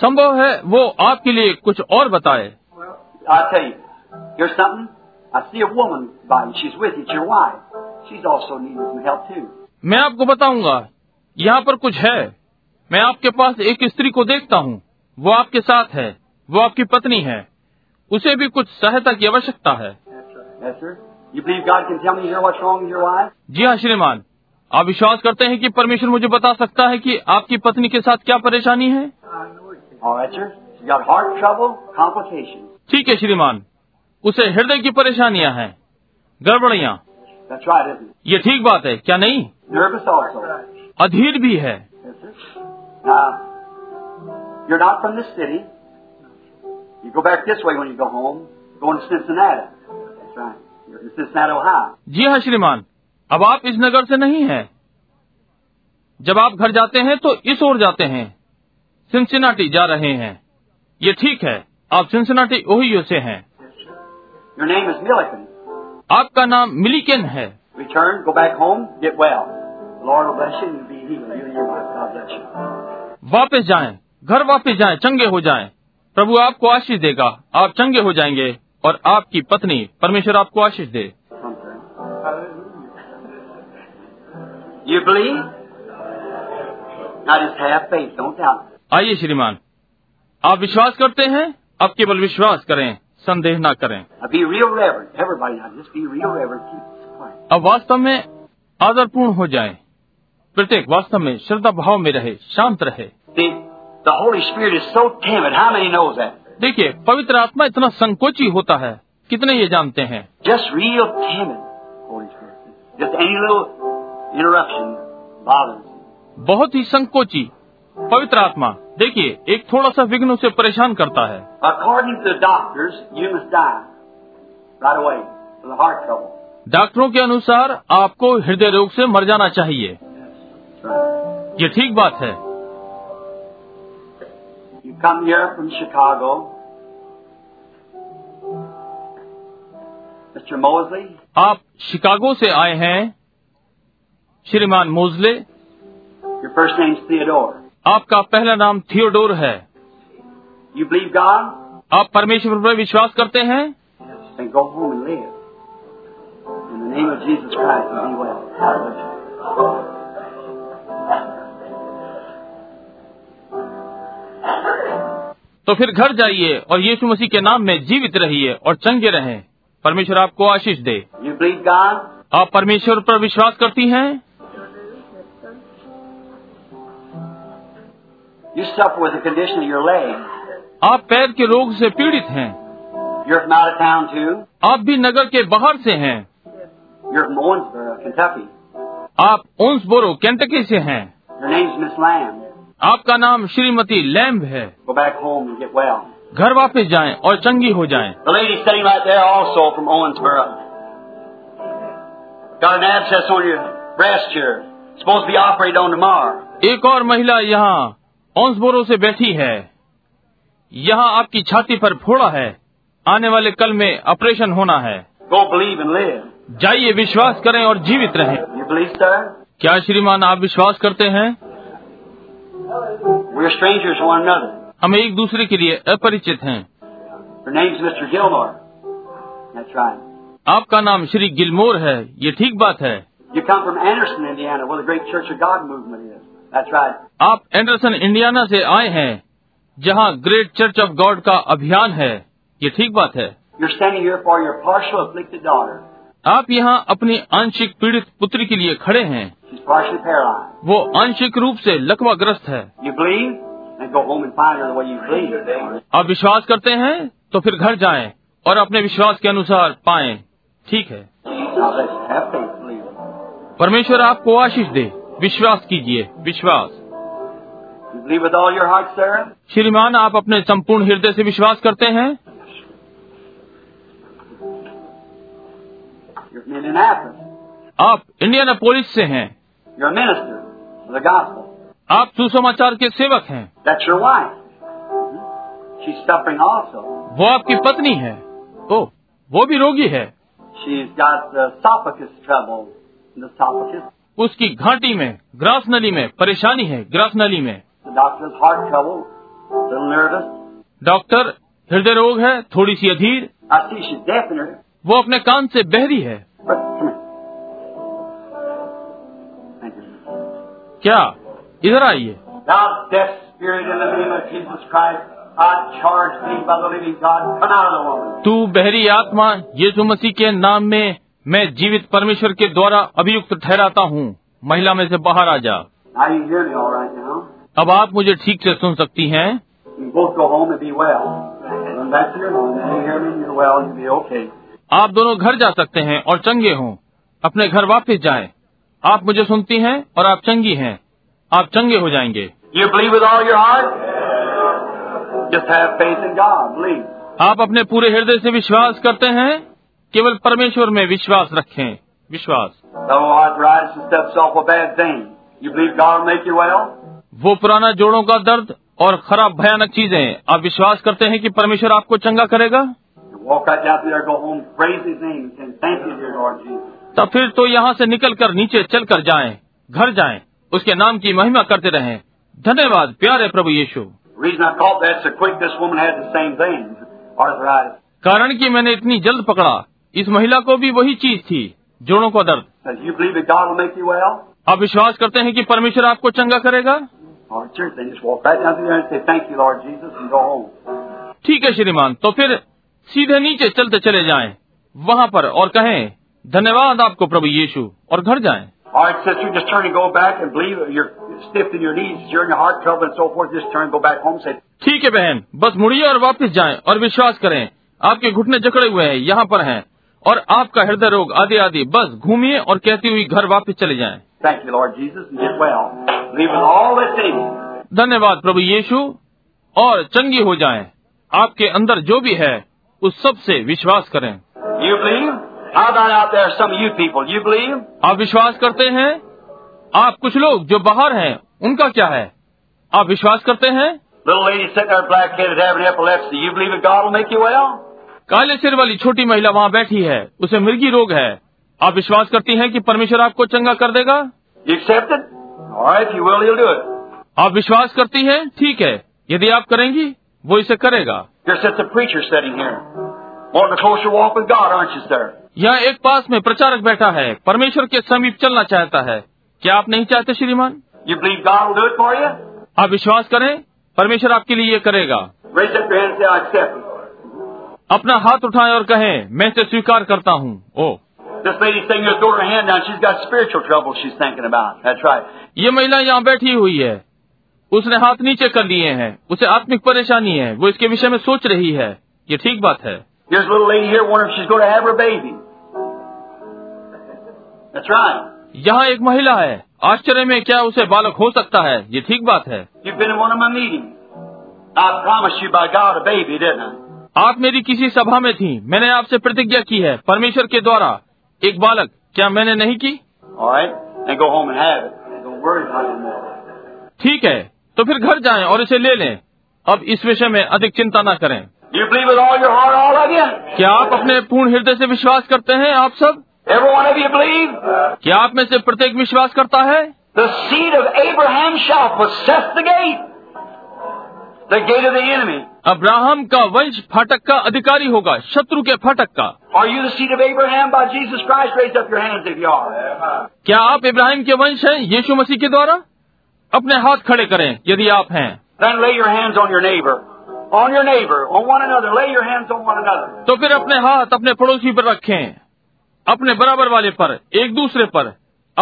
संभव है वो आपके लिए कुछ और बताए I tell you, here's something. I see a woman by you. She's with you. It's your wife. She's also needing some help too. मैं आपको बताऊंगा यहाँ पर कुछ है मैं आपके पास एक स्त्री को देखता हूँ वो आपके साथ है वो आपकी पत्नी है उसे भी कुछ सहायता की आवश्यकता है Yes, sir. You believe God can tell me here what's wrong with your wife? जी हाँ श्रीमान आप विश्वास करते हैं कि परमेश्वर मुझे बता सकता है कि आपकी पत्नी के साथ क्या परेशानी है All right, sir. She's got heart trouble, complications. ठीक है श्रीमान उसे हृदय की परेशानियां हैं गड़बड़ियाँ That's right, isn't ये ठीक बात है क्या नहीं it? Nervous also. अधीर भी है Yes, sir. Now, you're not from the city. You go back this way when you go home. Going to Cincinnati. That's right. You're in Cincinnati, Ohio. जी हाँ श्रीमान अब आप इस नगर से नहीं हैं जब आप घर जाते हैं तो इस ओर जाते हैं सिंसिनाटी जा रहे हैं ये ठीक है आप सिंसिनाटी ओहियो से हैं Your name is Milliken. आपका नाम मिलीकेन है Return, go back home, get well. The Lord will bless you and you'll be healed. You and your wife. God bless you. वापस जाएं घर वापस जाएं चंगे हो जाएं प्रभु आपको आशीष देगा आप चंगे हो जाएंगे और आपकी पत्नी परमेश्वर आपको आशीष दे Something. You believe? Now just have faith. Don't doubt. आइए श्रीमान आप विश्वास करते हैं आप केवल विश्वास करें संदेह ना करें Now be real reverent. Everybody now, just be real reverent. Keep quiet. अब वास्तव में आदरपूर्ण हो जाएं प्रत्येक वास्तव में श्रद्धा भाव में रहे शांत रहे See, the Holy Spirit is so timid. How many knows that? देखिए पवित्र आत्मा इतना संकोची होता है कितने ये जानते हैं Just real timid, Holy Spirit. Just any little interruption bothers him. बहुत ही संकोची पवित्र आत्मा देखिए एक थोड़ा सा विघ्न उसे परेशान करता है According to the doctors, you must die right away from the heart trouble. डॉक्टरों के अनुसार आपको हृदय रोग से मर जाना चाहिए That's right. ये ठीक बात है You come here from Chicago. Mr. Mosley, आप शिकागो से आए हैं श्रीमान मोजले your first name's Theodore. आपका पहला नाम थियोडोर है You believe God? आप परमेश्वर पर विश्वास करते हैं Then go home and live. In the name of Jesus Christ, and be well. God bless you. तो फिर घर जाइए और यीशु मसीह के नाम में जीवित रहिए और चंगे रहें परमेश्वर आपको आशीष दे You believe God? आप परमेश्वर पर विश्वास करती हैं You suffer with the condition of your leg. आप पैर के रोग से पीड़ित हैं You're from out of town too. आप भी नगर के बाहर से हैं You're from Owensboro, Kentucky. आप ओन्सबोरो कैंटकी से हैं Your name's Miss Lamb. आपका नाम श्रीमती लैम्ब है Go back home and get well. घर वापस जाएं और चंगी हो जाएं The lady sitting right there also from Owensboro. Got an abscess on your breast here. Supposed to be operated on tomorrow. एक और महिला यहाँ ओन्सबोरो से बैठी है यहाँ आपकी छाती पर फोड़ा है आने वाले कल में ऑपरेशन होना है Go believe and live. जाइए विश्वास करें और जीवित रहें You believe, sir? क्या श्रीमान आप विश्वास करते हैं We're strangers to one another. हम एक दूसरे के लिए अपरिचित हैं Her name's Mr. Gilmore. That's right. आपका नाम श्री गिलमोर है ये ठीक बात है You come from Anderson, Indiana, where the great Church of God movement is. That's right. आप एंडरसन इंडियाना से आए हैं जहाँ ग्रेट चर्च ऑफ गॉड का अभियान है ये ठीक बात है You're standing here for your partial afflicted daughter. आप यहाँ अपनी आंशिक पीड़ित पुत्री के लिए खड़े हैं She's partially paralyzed. वो आंशिक रूप से लकवाग्रस्त है You believe? And go home and find her the way you believe. आप विश्वास करते हैं तो फिर घर जाएं और अपने विश्वास के अनुसार पाएं ठीक है Now let's have faith, believe it. परमेश्वर आपको आशीष दे विश्वास कीजिए विश्वास You believe with all your heart, sir? श्रीमान आप अपने संपूर्ण हृदय से विश्वास करते हैं You're from Indianapolis. आप इंडियानापोलिस से हैं You're a minister of the gospel. आप सुसमाचार के सेवक हैं That's your wife. Mhm. She's suffering also. वो आपकी पत्नी है ओ वो भी रोगी है She's got the esophagus trouble. The esophagus, उसकी घाटी में ग्रास नली में परेशानी है ग्रास नली में the doctor's heart trouble, a little nervous. Doctor हृदय रोग है थोड़ी सी अधीर I see she's deaf in her. वो अपने कान से बहरी है But come here. Thank you. क्या इधर आइए Thou deaf spirit, in the name of Jesus Christ, I charge thee by the living God, come out of the woman. तू बहरी आत्मा यीशु मसीह के नाम में मैं जीवित परमेश्वर के द्वारा अभियुक्त ठहराता हूँ महिला में से बाहर आ जा Now you hear me all right now. अब आप मुझे ठीक से सुन सकती हैं You both go home and be well. Run back to your home. You hear me, you're well, you'll be okay. आप दोनों घर जा सकते हैं और चंगे हों अपने घर वापस जाएं आप मुझे सुनती हैं और आप चंगी हैं आप चंगे हो जाएंगे You believe with all your heart? Just have faith in God. Believe. आप अपने पूरे हृदय से विश्वास करते हैं केवल परमेश्वर में विश्वास रखें विश्वास Though arthritis and stuff's awful bad thing. You believe God will make you well? वो पुराना जोड़ों का दर्द और खराब भयानक चीजें हैं। आप विश्वास करते हैं कि परमेश्वर आपको चंगा करेगा You walk right down through there, go home, praise His name, and thank you, dear Lord Jesus. तब फिर तो यहाँ से निकल कर नीचे चल कर जाए घर जाए उसके नाम की महिमा करते रहें धन्यवाद प्यारे प्रभु यीशु The reason I caught that so quick, this woman had the same thing, arthritis. कारण कि मैंने इतनी जल्द पकड़ा इस महिला को भी वही चीज थी जोड़ों का दर्द Does you believe that God will make you well? आप विश्वास करते हैं कि परमेश्वर आपको चंगा करेगा Or it's your thing. Just walk right down through there and say, thank you, Lord Jesus, and go home. ठीक है श्रीमान तो फिर सीधे नीचे चलते चले जाएं वहाँ पर और कहें धन्यवाद आपको प्रभु यीशु और घर जाएं All right, sister, just turn and go back and believe that you're stiff in your knees, you're in your heart trouble and so forth. Just turn and go back home and say, ठीक है बहन बस मुड़िए और वापस जाएं और विश्वास करें आपके घुटने जकड़े हुए हैं यहाँ पर हैं और आपका हृदय रोग आदि आदि बस घूमिए और कहती हुई घर वापस चले जाएं thank you, Lord Jesus, and get well. Believe with all that's in you. धन्यवाद प्रभु यीशु और चंगी हो जाएं आपके अंदर जो भी है उस सब से विश्वास करें You believe? How about out there, some of you people? You believe? आप विश्वास करते हैं आप कुछ लोग जो बाहर हैं उनका क्या है आप विश्वास करते हैं Little lady sitting there, black-headed, having epilepsy. You believe that God will make you well? काले सिर वाली छोटी महिला वहाँ बैठी है उसे मिर्गी रोग है आप विश्वास करती हैं कि परमेश्वर आपको चंगा कर देगा You accept it? All right, if you will, He'll do it. आप विश्वास करती हैं ठीक है यदि आप करेंगी वो इसे करेगा Here sits a preacher sitting here. Wanting a closer walk with God, aren't you, sir? यहाँ एक पास में प्रचारक बैठा है परमेश्वर के समीप चलना चाहता है क्या आप नहीं चाहते श्रीमान You believe God will do it for you? आप विश्वास करें परमेश्वर आपके लिए ये करेगा Raise up your hand and say, I accept it. अपना हाथ उठाएं और कहें मैं इसे स्वीकार करता हूँ ओ This lady's sitting here, throwing her hand down. She's got spiritual trouble she's thinking about. That's right. ये महिला यहाँ बैठी हुई है उसने हाथ नीचे कर लिए हैं उसे आत्मिक परेशानी है वो इसके विषय में सोच रही है ये ठीक बात है Here's a little lady here wondering if she's going to have her baby. That's right. यहाँ एक महिला है आश्चर्य में क्या उसे बालक हो सकता है ये ठीक बात है You've been in one of my meetings. I promised you by God a baby, didn't I? आप मेरी किसी सभा में थी मैंने आपसे प्रतिज्ञा की है परमेश्वर के द्वारा एक बालक क्या मैंने नहीं की All right? And go home and have it. Don't worry about it anymore. ठीक है तो फिर घर जाएं और इसे ले लें अब इस विषय में अधिक चिंता ना करें You believe with all your heart, all of you? क्या आप अपने पूर्ण हृदय से विश्वास करते हैं आप सब Every one of you believe? क्या आप में से प्रत्येक विश्वास करता है The seed of Abraham shall possess the gate. The gate of the enemy. अब्राहम का वंश फाटक का अधिकारी होगा शत्रु के फाटक का Are you the seed of Abraham by Jesus Christ? Raise up your hands if you are. क्या आप इब्राहिम के वंश हैं यीशु मसीह के द्वारा अपने हाथ खड़े करें यदि आप हैं Then lay your hands on your neighbor. On your neighbor. On one another. Lay your hands on one another. तो फिर अपने हाथ अपने पड़ोसी पर रखें अपने बराबर वाले पर एक दूसरे पर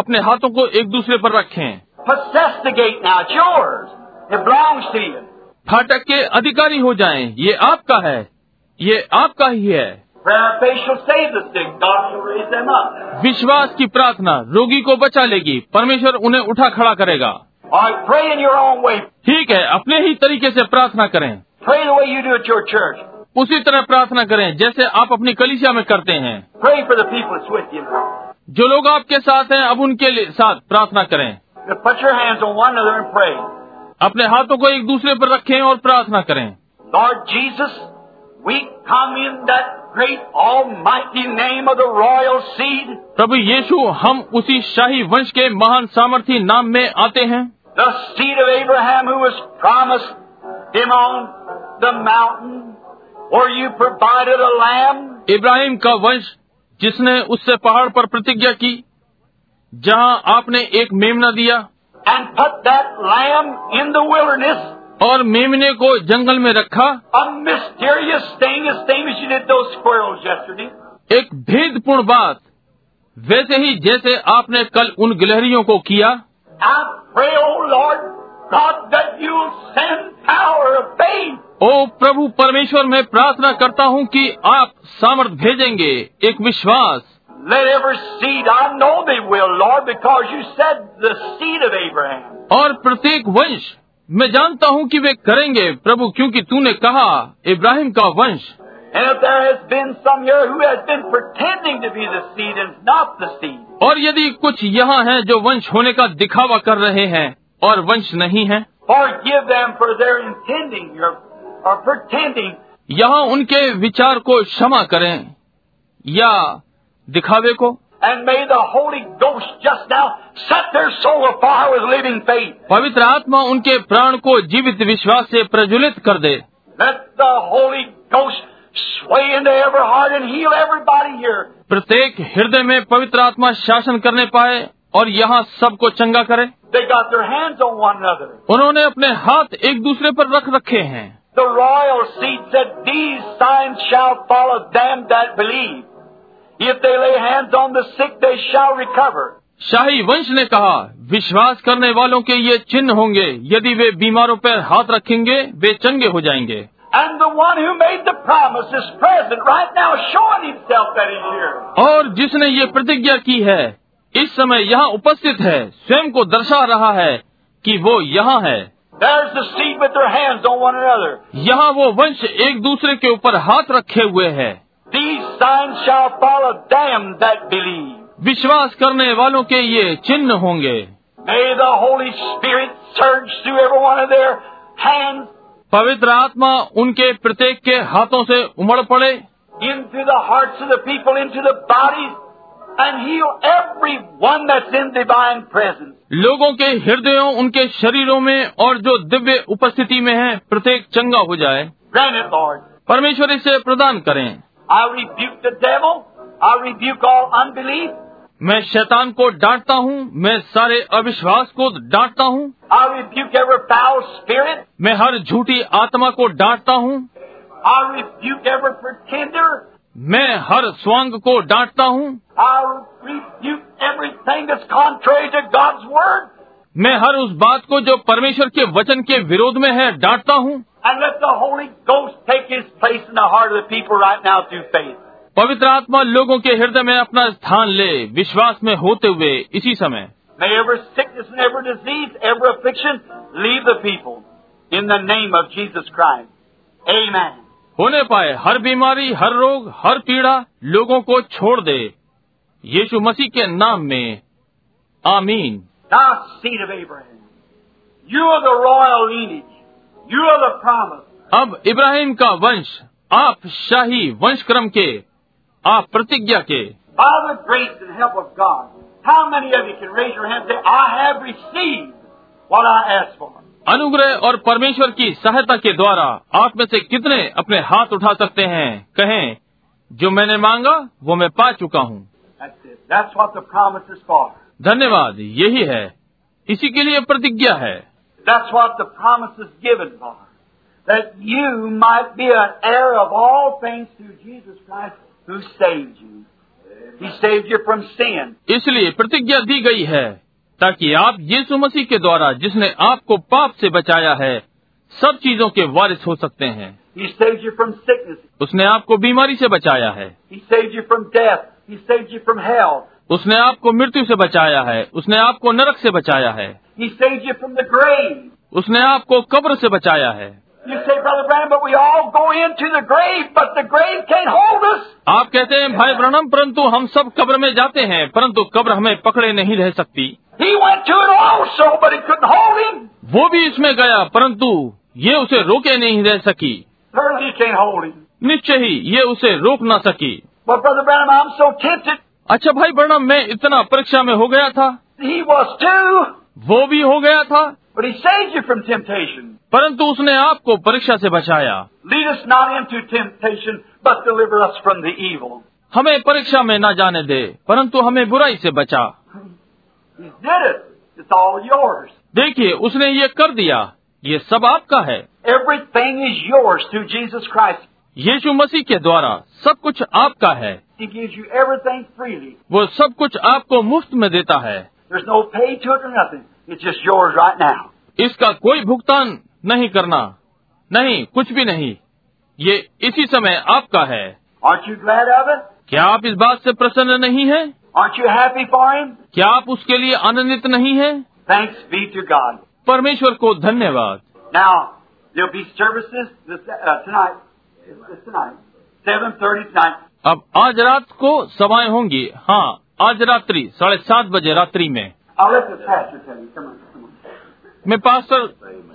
अपने हाथों को एक दूसरे पर रखें Possess the gate now. It's yours. It belongs to you. फाटक के अधिकारी हो जाएं ये आपका है ये आपका ही है Prayer of faith shall save the sick. God shall raise them up. विश्वास की प्रार्थना रोगी को बचा लेगी परमेश्वर उन्हें उठा खड़ा करेगा All right, pray in your own way. ठीक है अपने ही तरीके से प्रार्थना करें Pray the way you do at your church. उसी तरह प्रार्थना करें जैसे आप अपनी कलिसिया में करते हैं Pray for the people that's with you. जो लोग आपके साथ हैं अब उनके लिए- साथ प्रार्थना करें Now put your hands on one another and pray. अपने हाथों को एक दूसरे पर रखें और प्रार्थना करें Lord Jesus, we come in that great almighty name of the royal seed, प्रभु यीशु हम उसी शाही वंश के महान सामर्थी नाम में आते हैं the seed of Abraham who was promised him on the mountain where you provided a lamb. Ibrahim का वंश जिसने उससे पहाड़ पर प्रतिज्ञा की जहां आपने एक मेमना दिया And put that lamb in the wilderness, और मेमने को जंगल में रखा a mysterious thing, as same as you did those squirrels yesterday. एक भेदपूर्ण बात वैसे ही जैसे आपने कल उन गिलहरियों को किया I pray, O Lord God, that you'll send power of faith. ओ प्रभु परमेश्वर मैं प्रार्थना करता हूँ कि आप सामर्थ भेजेंगे एक विश्वास Let every seed, I know they will, Lord, because you said the seed of Abraham. और प्रत्येक वंश मैं जानता हूँ कि वे करेंगे प्रभु क्योंकि तूने कहा इब्राहिम का वंश And if there has been some here who has been pretending to be the seed and is not the seed, और यदि कुछ यहाँ हैं जो वंश होने का दिखावा कर रहे हैं और वंश नहीं है forgive them for their intending or, or pretending. यहाँ उनके विचार को क्षमा करें या दिखावे को And may the Holy Ghost just now set their soul afire with living faith. पवित्र आत्मा उनके प्राण को जीवित विश्वास से प्रज्वलित कर दे Let the Holy Ghost sway into every heart and heal everybody here. प्रत्येक हृदय में पवित्र आत्मा शासन करने पाए और यहाँ सबको चंगा करे They got their hands on one another. उन्होंने अपने हाथ एक दूसरे पर रख रखे हैं The royal seed said, These signs shall follow them that believe. If they lay hands on the sick, they shall recover. शाही वंश ने कहा विश्वास करने वालों के ये चिन्ह होंगे यदि वे बीमारों पर हाथ रखेंगे वे चंगे हो जाएंगे And the one who made the promise is present right now, showing himself that he's here. और जिसने ये प्रतिज्ञा की है इस समय यहाँ उपस्थित है स्वयं को दर्शा रहा है कि वो यहाँ है There's the seed with their hands on one another. यहाँ वो वंश एक दूसरे के ऊपर हाथ रखे हुए है These signs shall follow them that believe. विश्वास करने वालों के ये चिन्ह होंगे May the Holy Spirit surge through every one of their hands पवित्र आत्मा उनके प्रत्येक के हाथों से उमड़ पड़े into the hearts of the people, into the bodies, and heal every one that's in divine presence. लोगों के हृदयों उनके शरीरों में और जो दिव्य उपस्थिति में है प्रत्येक चंगा हो जाए Grant it, Lord. परमेश्वर इसे प्रदान करें I rebuke the devil. I rebuke all unbelief. मैं शैतान को डांटता हूँ मैं सारे अविश्वास को डांटता हूँ I rebuke every foul spirit. मैं हर झूठी आत्मा को डांटता हूँ I rebuke every pretender. मैं हर स्वांग को डांटता हूँ I rebuke everything that's contrary to God's word. मैं हर उस बात को जो परमेश्वर के वचन के विरोध में है डांटता हूँ And let the Holy Ghost take his place in the heart of the people right now through faith. पवित्र आत्मा लोगों के हृदय में अपना स्थान ले विश्वास में होते हुए इसी समय May every sickness and every disease, every affliction leave the people in the name of Jesus Christ. Amen. होने पाए हर बीमारी हर रोग हर पीड़ा लोगों को छोड़ दे यीशु मसीह के नाम में आमीन Thou seed of Abraham, you are the royal lineage. You are the promise. अब इब्राहिम का वंश आप शाही वंशक्रम के आप प्रतिज्ञा के By the grace and help of God, how many of you can raise your hand and say, I have received what I asked for? अनुग्रह और परमेश्वर की सहायता के द्वारा आप में से कितने अपने हाथ उठा सकते हैं कहें जो मैंने मांगा वो मैं पा चुका हूँ That's it. That's what the promise is for. धन्यवाद यही है इसी के लिए प्रतिज्ञा है That's what the promise is given for. That you might be an heir of all things through Jesus Christ who saved you. He saved you from sin. इसलिए प्रतिज्ञा दी गई है ताकि आप यीशु मसीह के द्वारा जिसने आपको पाप से बचाया है सब चीजों के वारिस हो सकते हैं He saved you from sickness. उसने आपको बीमारी से बचाया है He saved you from death. He saved you from hell. उसने आपको मृत्यु से बचाया है उसने आपको नरक से बचाया है He saved you from the grave. उसने आपको कब्र से बचाया है You say, Brother Branham, but we all go into the grave, but the grave can't hold us. आप कहते हैं भाई ब्रणम परंतु हम सब कब्र में जाते हैं परंतु कब्र हमें पकड़े नहीं रह सकती He went to it also, but it couldn't hold him. वो भी इसमें गया परंतु ये उसे रोके नहीं रह सकी Certainly can't hold him. निश्चय ही ये उसे रोक ना सकी But Brother Branham, I'm so tempted. अच्छा भाई ब्रणम मैं इतना परीक्षा में हो गया था He was too. वो भी हो गया था But he saved you from temptation. परंतु उसने आपको परीक्षा से बचाया Lead us not into temptation, but deliver us from the evil. हमें परीक्षा में ना जाने दे परंतु हमें बुराई से बचा He did it. It's all yours. देखिए उसने ये कर दिया ये सब आपका है Everything is yours through Jesus Christ. यीशु मसीह के द्वारा सब कुछ आपका है He gives you everything freely. वो सब कुछ आपको मुफ्त में देता है There's no pay to it or nothing. It's just yours right now. इसका कोई भुगतान नहीं करना नहीं कुछ भी नहीं ये इसी समय आपका है Aren't you glad of it? क्या आप इस बात से प्रसन्न नहीं हैं? Aren't you happy for him? क्या आप उसके लिए आनंदित नहीं हैं? Thanks be to God. परमेश्वर को धन्यवाद Now, there'll be services this, uh, tonight. It's, it's tonight. 7.30 tonight. अब आज रात को सभाएं होंगी हाँ आज रात्रि साढ़े सात बजे रात्रि में I'll let the pastor tell you. Come on, come on. मैं पास्टर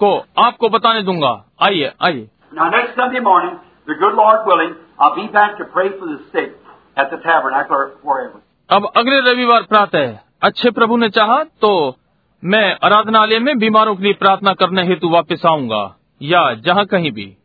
को आपको बताने दूंगा आइए आइए Now, next Sunday morning, the good Lord willing, I'll be back to pray for the sick at the tabernacle or wherever. अब अगले रविवार प्रातः अच्छे प्रभु ने चाहा तो मैं आराधनालय में बीमारों के लिए प्रार्थना करने हेतु वापस आऊंगा या जहाँ कहीं भी